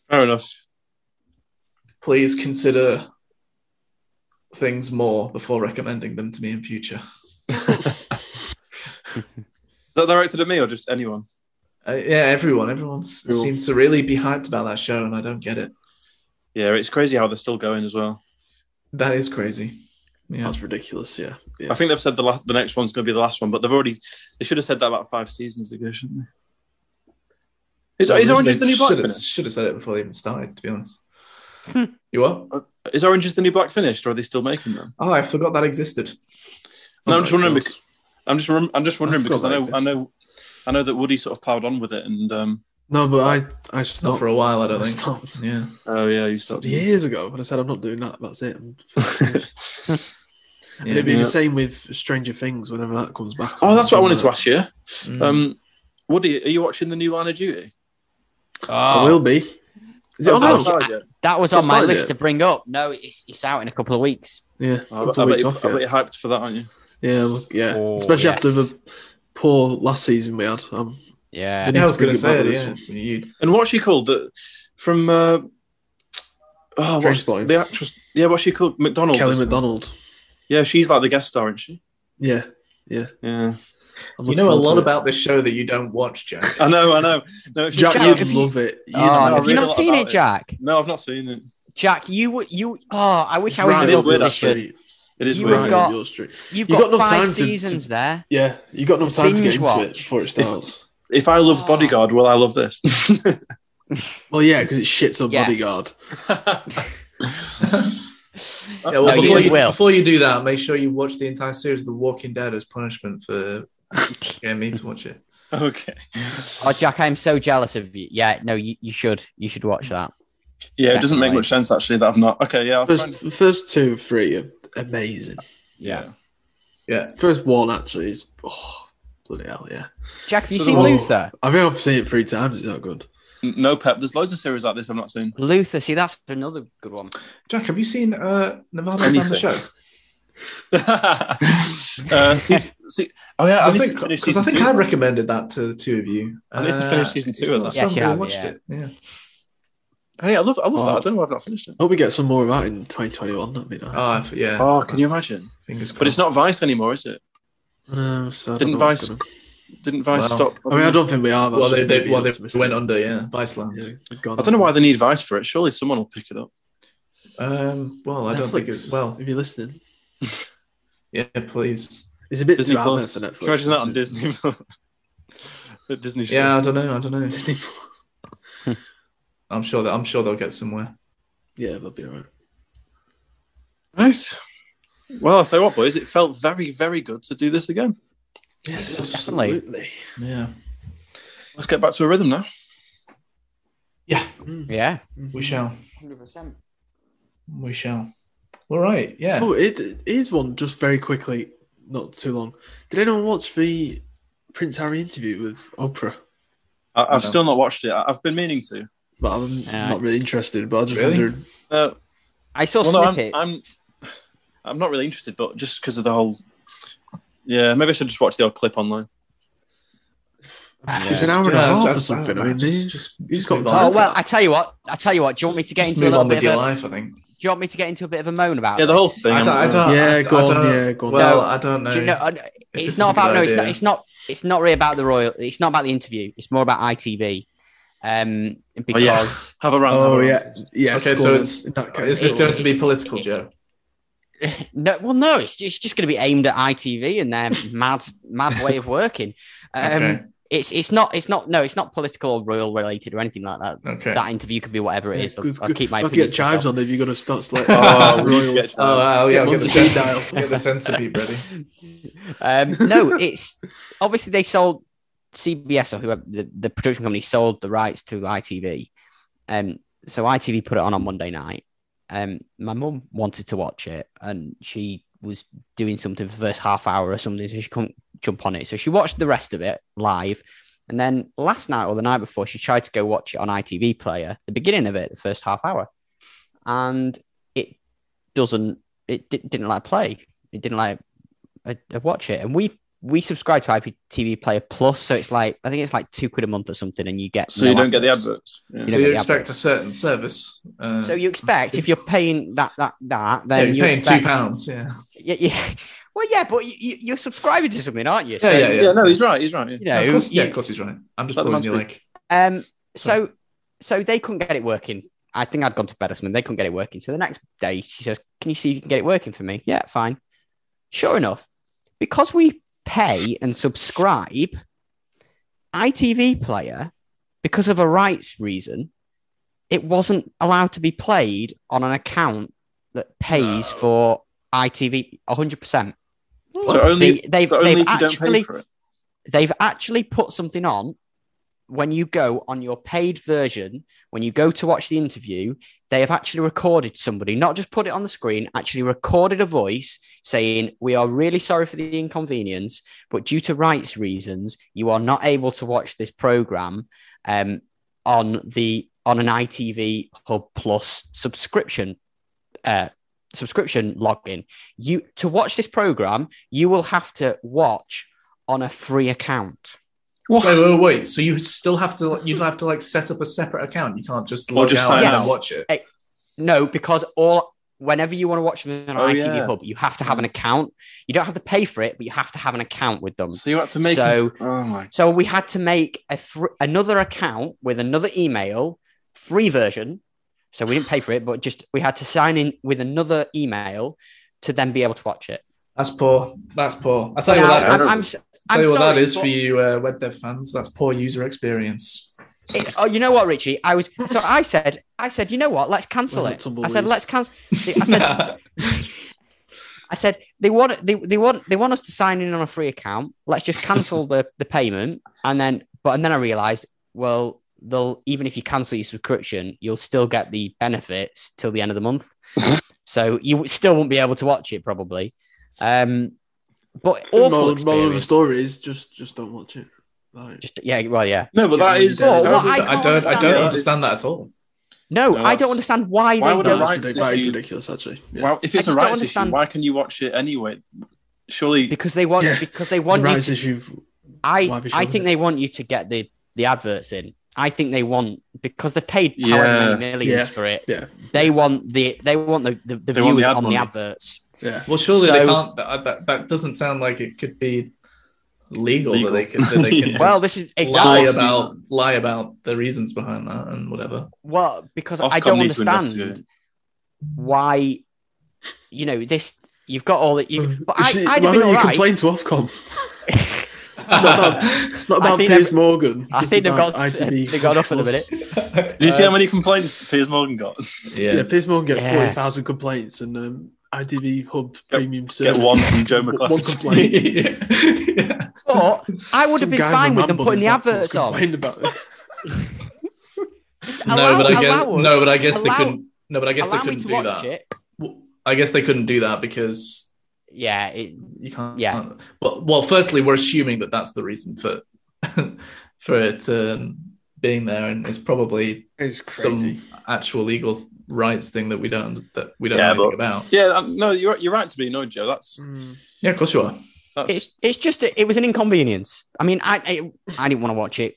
D: Fair enough.
C: Please consider things more before recommending them to me in future.
D: Is that directed at me or just anyone?
C: Uh, yeah, everyone, everyone s-
D: Cool.
C: seems to really be hyped about that show, and I don't get it.
D: Yeah, it's crazy how they're still going as well.
C: That is crazy. Yeah,
E: That's ridiculous. Yeah.
D: I think they've said the last, the next one's going to be the last one, but they've already they should have said that about five seasons ago, shouldn't they? Is, is Orange is the New Black
C: should have,
D: finished?
C: should have said it before they even started. To be honest, you what?
D: Is Orange is the New Black finished, or are they still making them?
C: Oh, I forgot that existed.
D: No, I'm just
E: my
D: wondering.
E: God.
D: Because, I'm just rem- I'm just wondering
E: I forgot
D: because I know
E: that
D: I know I know that Woody sort of ploughed on with it, and um,
E: No, but I I stopped
C: Not for a while, I don't think.
E: stopped.
C: Yeah,
D: oh yeah, you stopped.
E: Stopped years ago when I said I'm not doing that. That's it. I'm And
C: yeah.
E: it'd be
D: Yeah.
E: the same with Stranger Things whenever that comes back.
D: Oh, that's what I wanted to ask you.
C: Mm.
D: Um, Woody, are you watching the new Line of Duty?
E: I will be. Is it
D: Oh,
E: on
D: has it
E: now?
D: started yet?
F: That was
E: Not
F: on my
E: started
F: list
E: yet?
F: to bring up. No, it's it's out in a couple of weeks.
E: Yeah,
D: Oh, I, I,
E: couple of
D: bet
E: weeks
D: you,
E: off.
D: I bet
E: Yeah,
D: you're hyped for that, aren't you?
E: yeah, well, yeah.
F: Oh,
E: especially
F: yes.
E: after the poor last season we had. Um,
F: Yeah.
E: They
C: yeah, I
E: need
C: was
E: to bring
C: going to
E: it back
C: say
E: with
C: it.
E: this
C: Yeah,
E: one.
C: you,
D: And what's she called? The from uh, oh, what's
E: Slime.
D: the actress? Yeah, what's she called? McDonald.
E: Kelly
D: isn't it?
E: McDonald.
D: Yeah, she's like the guest star, isn't she?
E: Yeah,
D: Yeah,
E: I'm
C: you
E: looking
C: know a
E: forward to
C: lot
E: it.
C: about this show that you don't watch, Jack.
D: I know, I know. No, she's
E: Jack.
D: got-
E: You'd
F: have you-
E: love it. You'd
F: Oh,
E: love
F: have
E: it.
F: you
D: read a
F: not
D: lot
F: seen
D: about
F: it,
D: it.
F: Jack?
D: no, I've not seen it.
F: Jack, you would you. Oh, I wish I was
E: Right
F: in
D: It
F: your
D: is weird,
F: position.
D: It is
F: You
D: weird.
F: have got-
E: your street.
F: You've
E: You
F: got,
E: got enough time
F: five
E: to-
F: seasons there.
E: Yeah, you got enough
F: To
E: time to get
F: binge
E: into
F: watch.
E: it before it starts.
D: If I loved Bodyguard, will I love this?
E: Well, yeah, because it shits up
F: Yes.
E: Bodyguard.
C: Yeah, well,
F: Uh, No,
C: before,
F: you
C: you,
F: will.
C: before you do that, make sure you watch the entire series of The Walking Dead as punishment for getting me to watch it.
D: okay.
F: Oh, Jack, I'm so jealous of you. Yeah, no, you, you should. You should watch that.
D: Yeah, it doesn't make
F: Definitely.
D: much sense actually that I've not. Okay, yeah. I'll try and-
E: First, first two, three are amazing.
D: yeah.
C: Yeah.
E: First one actually is oh, bloody hell, yeah.
F: Jack, have you
D: So
F: seen
D: the-
F: Luther?
E: I think I've seen it three times. It's not good.
D: N- No, Pep. There's loads of series like this I've not seen.
F: Luther, see, that's another good one.
C: Jack, have you seen uh, Nevada on
D: Anything.
C: the show?
D: uh, season, se- oh yeah, I,
C: I
D: need
C: think
D: to finish
C: because I
D: season
C: think
D: two.
C: I recommended that to the two of you. Uh,
D: I need to finish season two
C: it's
D: of
C: not-
D: that.
C: I still
F: Yes, you
C: haven't
F: have,
C: watched
F: yeah.
C: it. Yeah.
D: Hey, I love, I love
E: Oh.
D: that. I don't know why I've not finished it.
E: I hope we get some more of that in 2021. That'd be nice.
C: Oh, if- yeah.
D: Oh, can you imagine?
C: Fingers crossed.
D: But it's not Vice anymore, is it?
E: no, so I don't
D: Didn't
E: know what's
D: Vice-
E: gonna-
D: Didn't Vice
C: Well,
D: stop?
E: I mean, I don't think we are.
C: Well, they, they,
E: Maybe
C: well, they
E: optimistic.
C: went under. Yeah, Viceland.
E: Yeah, gone
D: I don't know why they need Vice for it. Surely someone will pick it up.
C: Um, well, I don't think
E: Netflix,
C: it's well.
E: If you're listening,
C: Yeah, please.
E: it's a bit
D: Disney
E: drama
D: Plus.
E: for Netflix.
D: Can you imagine that on
E: isn't it?
D: Disney? the Disney show.
C: Yeah, I don't know. I don't know.
E: Disney. Plus.
C: I'm sure that I'm sure they'll get somewhere.
E: Yeah, that'll be alright.
D: Nice. Well, I'll tell you what, boys, it felt very, very good to do this again.
E: Yes,
F: Definitely.
E: absolutely.
C: Yeah,
D: Let's get back to a rhythm now.
F: Yeah.
C: we shall.
F: 100%.
C: We shall. All right. Yeah.
E: Oh, it it is one just very quickly, not too long. Did anyone watch the Prince Harry interview with Oprah?
D: I, I've
C: No.
D: still not watched it. I, I've been meaning to.
E: But I'm
F: Uh,
E: not really interested. But I just
C: Really?
E: wondered.
D: Uh,
F: I saw
D: Well, no, I'm-
F: snippets.
D: I'm- I'm not really interested, but just because of the whole. Yeah, maybe I should just watch the old clip online.
E: It's an hour and a
C: Yeah,
E: half
C: just-
E: or something.
C: just-
E: I mean,
C: just-
E: these-
C: just-
E: he's
C: just
E: got
C: move
E: time.
C: on.
F: Oh well, I tell you what. I tell you what. Do you want me to get
C: Just
F: into a
C: move
F: little
C: on with
F: bit?
C: your
F: Of a, do
C: life. I think.
F: you want me to get into a bit of a moan about?
D: Yeah, the whole
F: this?
D: thing.
C: I
D: I'm-
C: don't, I don't,
E: Yeah,
C: I,
E: go
C: I
E: on,
C: don't,
E: yeah, go on.
C: Well,
F: No.
C: I don't know.
F: Do you know, uh,
C: this
F: it's
C: is
F: not
C: a good
F: about no. It's
C: idea.
F: not. It's not. It's not really about the royal. It's not about the interview. It's more about ITV. Um,
D: Oh,
F: because
D: yeah. Have a rant. have a
E: Oh
D: rant.
E: yeah, yeah.
C: okay, so it's
F: uh,
C: is this going to be political, Joe?
F: no, well, no, it's just, it's just going to be aimed at ITV and their mad, mad way of working. Um,
C: Okay.
F: It's it's not it's not no, it's not political or royal related or anything like that.
C: Okay.
F: That interview could be whatever it is. I'll-
E: good,
F: I'll,
E: good.
F: keep my
E: I'll get
F: opinions to
E: chives
F: myself.
E: on if you're going to start selecting
D: Oh, we
E: royals.
D: need to get-
C: Oh, I'll, yeah, I'll
E: Get
C: get the
E: Monty
C: censor,
E: Dial.
C: get the censor beat ready.
F: Um, no, it's obviously they sold CBS or whoever the, the production company sold the rights to ITV. Um, so ITV put it on on Monday night. Um, my mum wanted to watch it and she was doing something for the first half hour or something, so she couldn't jump on it. So she watched the rest of it live. And then last night or the night before, she tried to go watch it on ITV player, the beginning of it, the first half hour. And it doesn't, it di- didn't like play. It didn't like I, I watch it, and we we subscribe to IPTV Player Plus, so it's like I think it's like two quid a month or something, and you get
D: So
F: no
D: you don't get the
F: adverts.
D: adverts. Yeah.
F: You
C: So
F: know,
C: you
F: the
C: expect
F: adverts.
C: a certain service? Uh,
F: So you expect if you're paying that that that,
C: yeah,
F: then
C: you're
F: you
C: paying
F: expect,
C: two pounds. Yeah.
F: Yeah, yeah. Well, yeah, but you- you, you're subscribing to something, aren't you?
C: Yeah,
F: so,
C: yeah,
D: Yeah, no, he's right. He's right. yeah.
F: You know,
C: of course, yeah,
F: you-
C: of course he's right. I'm just
D: That
C: pulling
D: must
C: you
D: be-
C: like.
F: Um, so so they couldn't get it working. I think I'd gone to bed or something. They couldn't get it working. So the next day, she says, "Can you see if you can get it working for me?" Yeah, fine. Sure enough, because we pay and subscribe, ITV Player, because of a rights reason, it wasn't allowed to be played on an account that pays for ITV 100. percent
D: So only,
F: They- they've-
D: so only
F: they've
D: if you don't pay
F: actually-
D: for it.
F: they've actually put something on when you go on your paid version when you go to watch the interview they have actually recorded somebody not just put it on the screen actually recorded a voice saying we are really sorry for the inconvenience but due to rights reasons you are not able to watch this program um, on the on an itv hub plus subscription uh, subscription login you to watch this program you will have to watch on a free account.
C: Wait, wait, wait, wait. So you still have to, like, you'd have to like set up a separate account. You can't just log
D: just
C: out
D: sign
C: and
F: out.
C: then watch it.
F: No, because all whenever you want to watch them on
D: Oh,
F: ITV
D: yeah.
F: Hub, you have to have an account. You don't have to pay for it, but you have to have an account with them.
D: So you have to make.
F: So-
D: it- oh my.
F: So we had to make a fr- another account with another email, free version. So we didn't pay for it, but just we had to sign in with another email to then be able to watch it.
C: That's poor. That's poor. I tell you
F: Now,
C: what,
D: that
F: I'm,
C: that is.
F: I'm,
C: Tell
F: am
C: you what
F: sorry,
C: that is
F: but-
C: for you uh, web dev fans. That's poor user experience.
F: It- oh, you know what, Richie? I was so I said, I said, you know what? Let's cancel
E: Where's
F: it.
E: that
F: I said,
E: tumbleweed?
F: let's cancel. I said, I said they want they, they want they want us to sign in on a free account. Let's just cancel the, the payment and then but and then I realized, well, they'll even if you cancel your subscription, you'll still get the benefits till the end of the month. so you still won't be able to watch it probably. Um but awful
E: Moral, moral of the
F: experience.
E: story is just just don't watch it. Like,
F: Just, yeah, well, yeah.
D: No, but that is.
F: Well,
D: terrible.
F: what I
C: I,
F: can't
C: don't. I don't
F: understand-
C: understand that at all.
F: No,
D: No,
F: I
D: that's-
F: don't understand why,
D: why
F: they
D: would
E: no,
D: a
F: don't.
E: that's
D: rights
E: ridic- that is
D: issue-
E: ridiculous. Actually, yeah.
D: Well, if
F: I
D: it's a
F: just don't
D: rights issue,
F: understand-
D: why can you watch it anyway? Surely,
F: Because they want,
E: Yeah.
F: because they
E: It's a
F: want you
E: rights
F: to
E: issue. Why
F: I
E: have you
F: I
E: shown
F: think
E: it?
F: they want you to get the the adverts in. I think they want because they've paid
D: Yeah.
F: however many millions
E: Yeah.
F: for it.
E: Yeah.
F: They want the they want the the, the
D: They want the
F: viewers
D: ad
F: on
D: money.
F: the adverts.
E: Yeah,
C: Well, surely
F: So-
C: they can't. That, that, that doesn't sound like it could be legal, that
D: Legal.
C: they could. That they can
D: Yeah.
C: just
F: Well, this is
C: lie
F: exactly
D: Lies.
C: about lie about the reasons behind that and whatever.
F: well because I
D: Ofcom
F: don't
D: need to
F: understand
D: investigate.
F: why you know this. You've got all that you, but I,
E: See,
F: I'd have
E: why
F: been
E: don't you
F: alright.
E: complain to Ofcom? not about, not
F: I
E: about
F: think
E: Piers
F: they've-
E: Morgan.
F: I
E: just
F: think they've
E: about
F: got uh,
E: ITV
F: they've got enough at the
E: Plus.
F: minute.
D: did
F: uh,
D: you see how many complaints Piers Morgan got?
E: Yeah,
C: Uh, yeah.
E: Piers Morgan gets
F: Yeah.
E: forty thousand complaints, and um, ITV Hub Premium
D: Get
E: Service
D: one from Joe
E: One
D: McLaughlin.
E: complaint.
C: yeah.
F: But I would have
E: Some
F: been
E: guy
F: fine with them
E: Rumble
F: putting the
E: in Blackpool
F: adverts on.
E: complained about it.
C: no, but I
F: Allow-
C: guess
F: allow us-
C: no, but I guess
F: allow-
C: they couldn't. No, but I guess they
F: Allow me
C: couldn't
F: to
C: do
F: watch
C: that.
F: it.
C: Well, I guess they couldn't do that because
F: Yeah, it,
C: you can't.
F: Yeah.
C: Well, well, firstly, we're assuming that that's the reason for for it um, being there, and it's probably
E: It's
C: some actual legal rights thing that we don't that we don't know
D: Yeah,
C: anything
D: but-
C: about.
D: Yeah, um, no, you're you're right to be annoyed, Joe. That's
F: Mm.
C: Yeah, of course you are.
D: that's
F: it's, it's just it was an inconvenience. I mean, I I, I didn't want to watch it.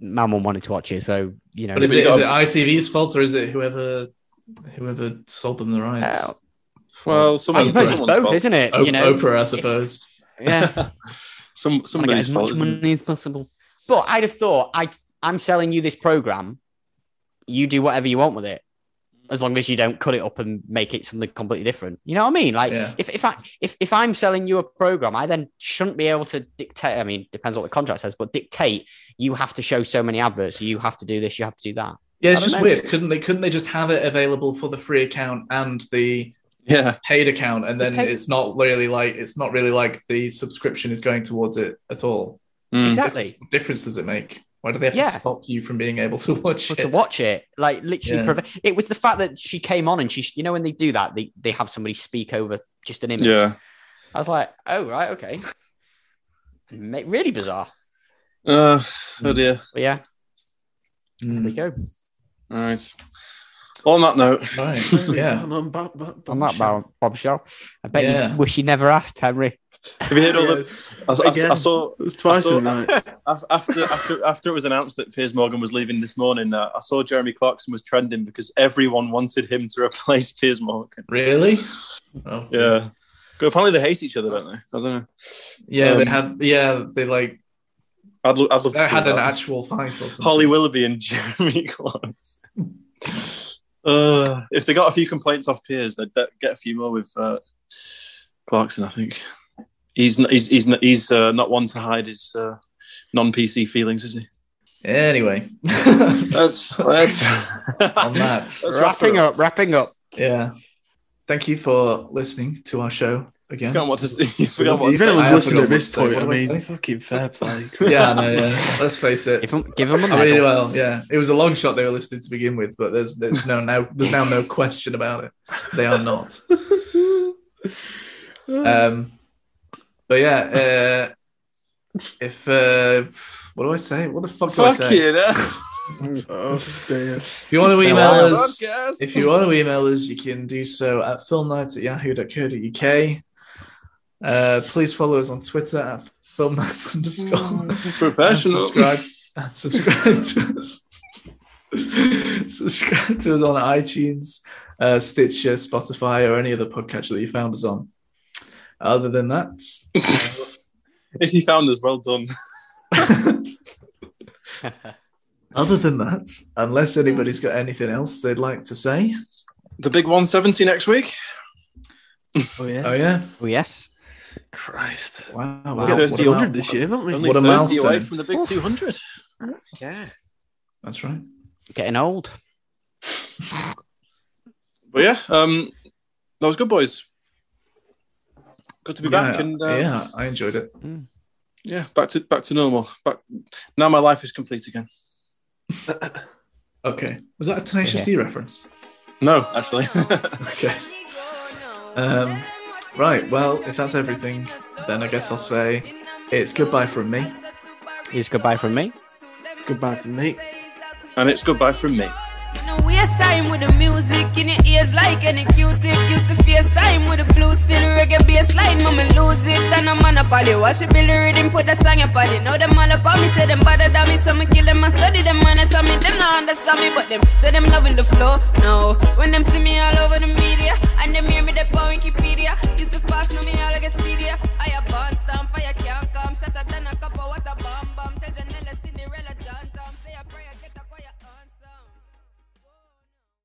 F: My mum wanted to watch it, so you know.
C: But is
D: we
C: it, is
D: got-
C: it ITV's fault or is it whoever whoever sold them the rights?
F: Uh,
D: well, someone,
F: I suppose it's
D: someone's
F: both,
D: fault.
F: isn't it?
C: O-
F: you know,
C: Oprah, I suppose.
F: yeah.
D: Some
F: Want to get
D: somebody's
F: as much
D: fault. isn't it?
F: money as possible. But I'd have thought I I'm selling you this program. You do whatever you want with it, as long as you don't cut it up and make it something completely different. You know what I mean? Like
C: Yeah.
F: if if I if if I'm selling you a program, I then shouldn't be able to dictate. I mean, depends what the contract says, but dictate. You have to show so many adverts. You have to do this. You have to do that.
C: Yeah,
F: I
C: it's
F: don't
C: just
F: know.
C: weird. Couldn't they? Couldn't they just have it available for the free account and the
D: Yeah,
C: paid account, and then
F: The paid-
C: it's not really like it's not really like the subscription is going towards it at all.
D: Mm.
F: Exactly.
C: What difference does it make? Why do they have
F: Yeah.
C: to stop you from being able to watch
F: But
C: it?
F: to watch it, like literally,
C: Yeah.
F: preve- it was the fact that she came on and she, you know, when they do that, they, they have somebody speak over just an image.
D: yeah.
F: I was like, oh right, okay, Ma- really bizarre.
D: Uh,
F: Mm.
D: oh dear.
F: But yeah, there
C: Mm.
F: you go.
D: All right. On that note,
C: Right.
E: Yeah,
C: Yeah.
E: and I'm back, back,
F: On that bomb- bombshell, I bet
C: Yeah.
F: you wish you never asked, Henry.
D: have you heard all the? I, I-
E: Again.
D: I saw
E: It was twice
D: I saw-
E: in the night.
D: af- after after after it was announced that Piers Morgan was leaving this morning. Uh, I saw Jeremy Clarkson was trending because everyone wanted him to replace Piers Morgan.
C: Really? Oh.
D: Yeah. But apparently they hate each other, don't they? I don't know.
C: Yeah,
D: Um,
C: they had. Yeah, they like
D: I'd, lo- I'd love to
C: they
D: see
C: had an
D: that.
C: actual fight or something.
D: Holly Willoughby and Jeremy Clarkson. Uh, if they got a few complaints off Piers, they'd de- get a few more with uh, Clarkson. I think he's n- he's he's n- he's uh, not one to hide his uh, non PC feelings, is he?
C: Anyway,
D: That's that's
C: on that.
D: Let's wrap
F: Wrapping up, wrapping up.
C: Yeah. Thank you for listening to our show again.
D: forgot what to say. You forgot what
E: If
D: to
E: anyone's
C: I
E: listening
C: forgot
E: at this
C: what to
E: point,
C: say.
E: I
C: What was
E: mean,
C: I?
E: fucking fair play.
C: yeah, no, yeah. Let's face it.
F: Give him, give him a
C: I mean,
F: medal.
C: well, yeah, it was a long shot they were listed to begin with, but there's there's no now there's now no question about it. They are not.
F: Uh,
C: Um, but yeah, uh, if uh, what do I say? What the fuck do I
D: Fuck
C: say?
D: you. eh?
E: oh, dear.
C: If you want to email
F: Well,
C: us,
D: Podcast.
C: if you want to email us, you can do so at filmnights at yahoo.co.uk. Uh, please follow us on Twitter at filmnights underscore.
D: Mm.
C: and
D: professional.
C: subscribe and subscribe to us. subscribe to us on iTunes, uh, Stitcher, Spotify, or any other podcatcher that you found us on. Other than that,
D: If you found us, well done.
C: other than that, unless anybody's got anything else they'd like to say.
D: The big 170 next week.
E: Oh, yeah.
C: Oh yeah!
F: Oh, yes.
E: Christ.
C: Wow,
E: We've
C: wow.
E: got
D: Wow.
E: 200 this year, haven't we?
D: Only
C: What a
D: 30 away
C: milestone.
D: from the big 200.
F: Yeah.
C: That's right.
F: Getting old.
D: But yeah, um, that was good, boys. Good to be
C: yeah,
D: back, and uh, yeah.
C: yeah, I enjoyed it.
D: back to back to normal. Back now, my life is complete again.
C: Okay. Was that a Tenacious
F: Yeah.
C: D reference?
D: No, actually,
C: Okay. Um, right. Well, if that's everything, then I guess I'll say it's goodbye from me.
F: It's goodbye from me.
E: Goodbye from me.
D: and it's goodbye from me.
J: No waste time with the music in your ears like any Q-tip used to face time with the blue steel reggae bassline. Mama lose it and I'm on a poly. Watch it build the rhythm, put a song upon it. Now them all up on me, say them bother than me, so me kill them and study them and I tell me them not understand me, but them say them loving the flow. No, when them see me all over the media.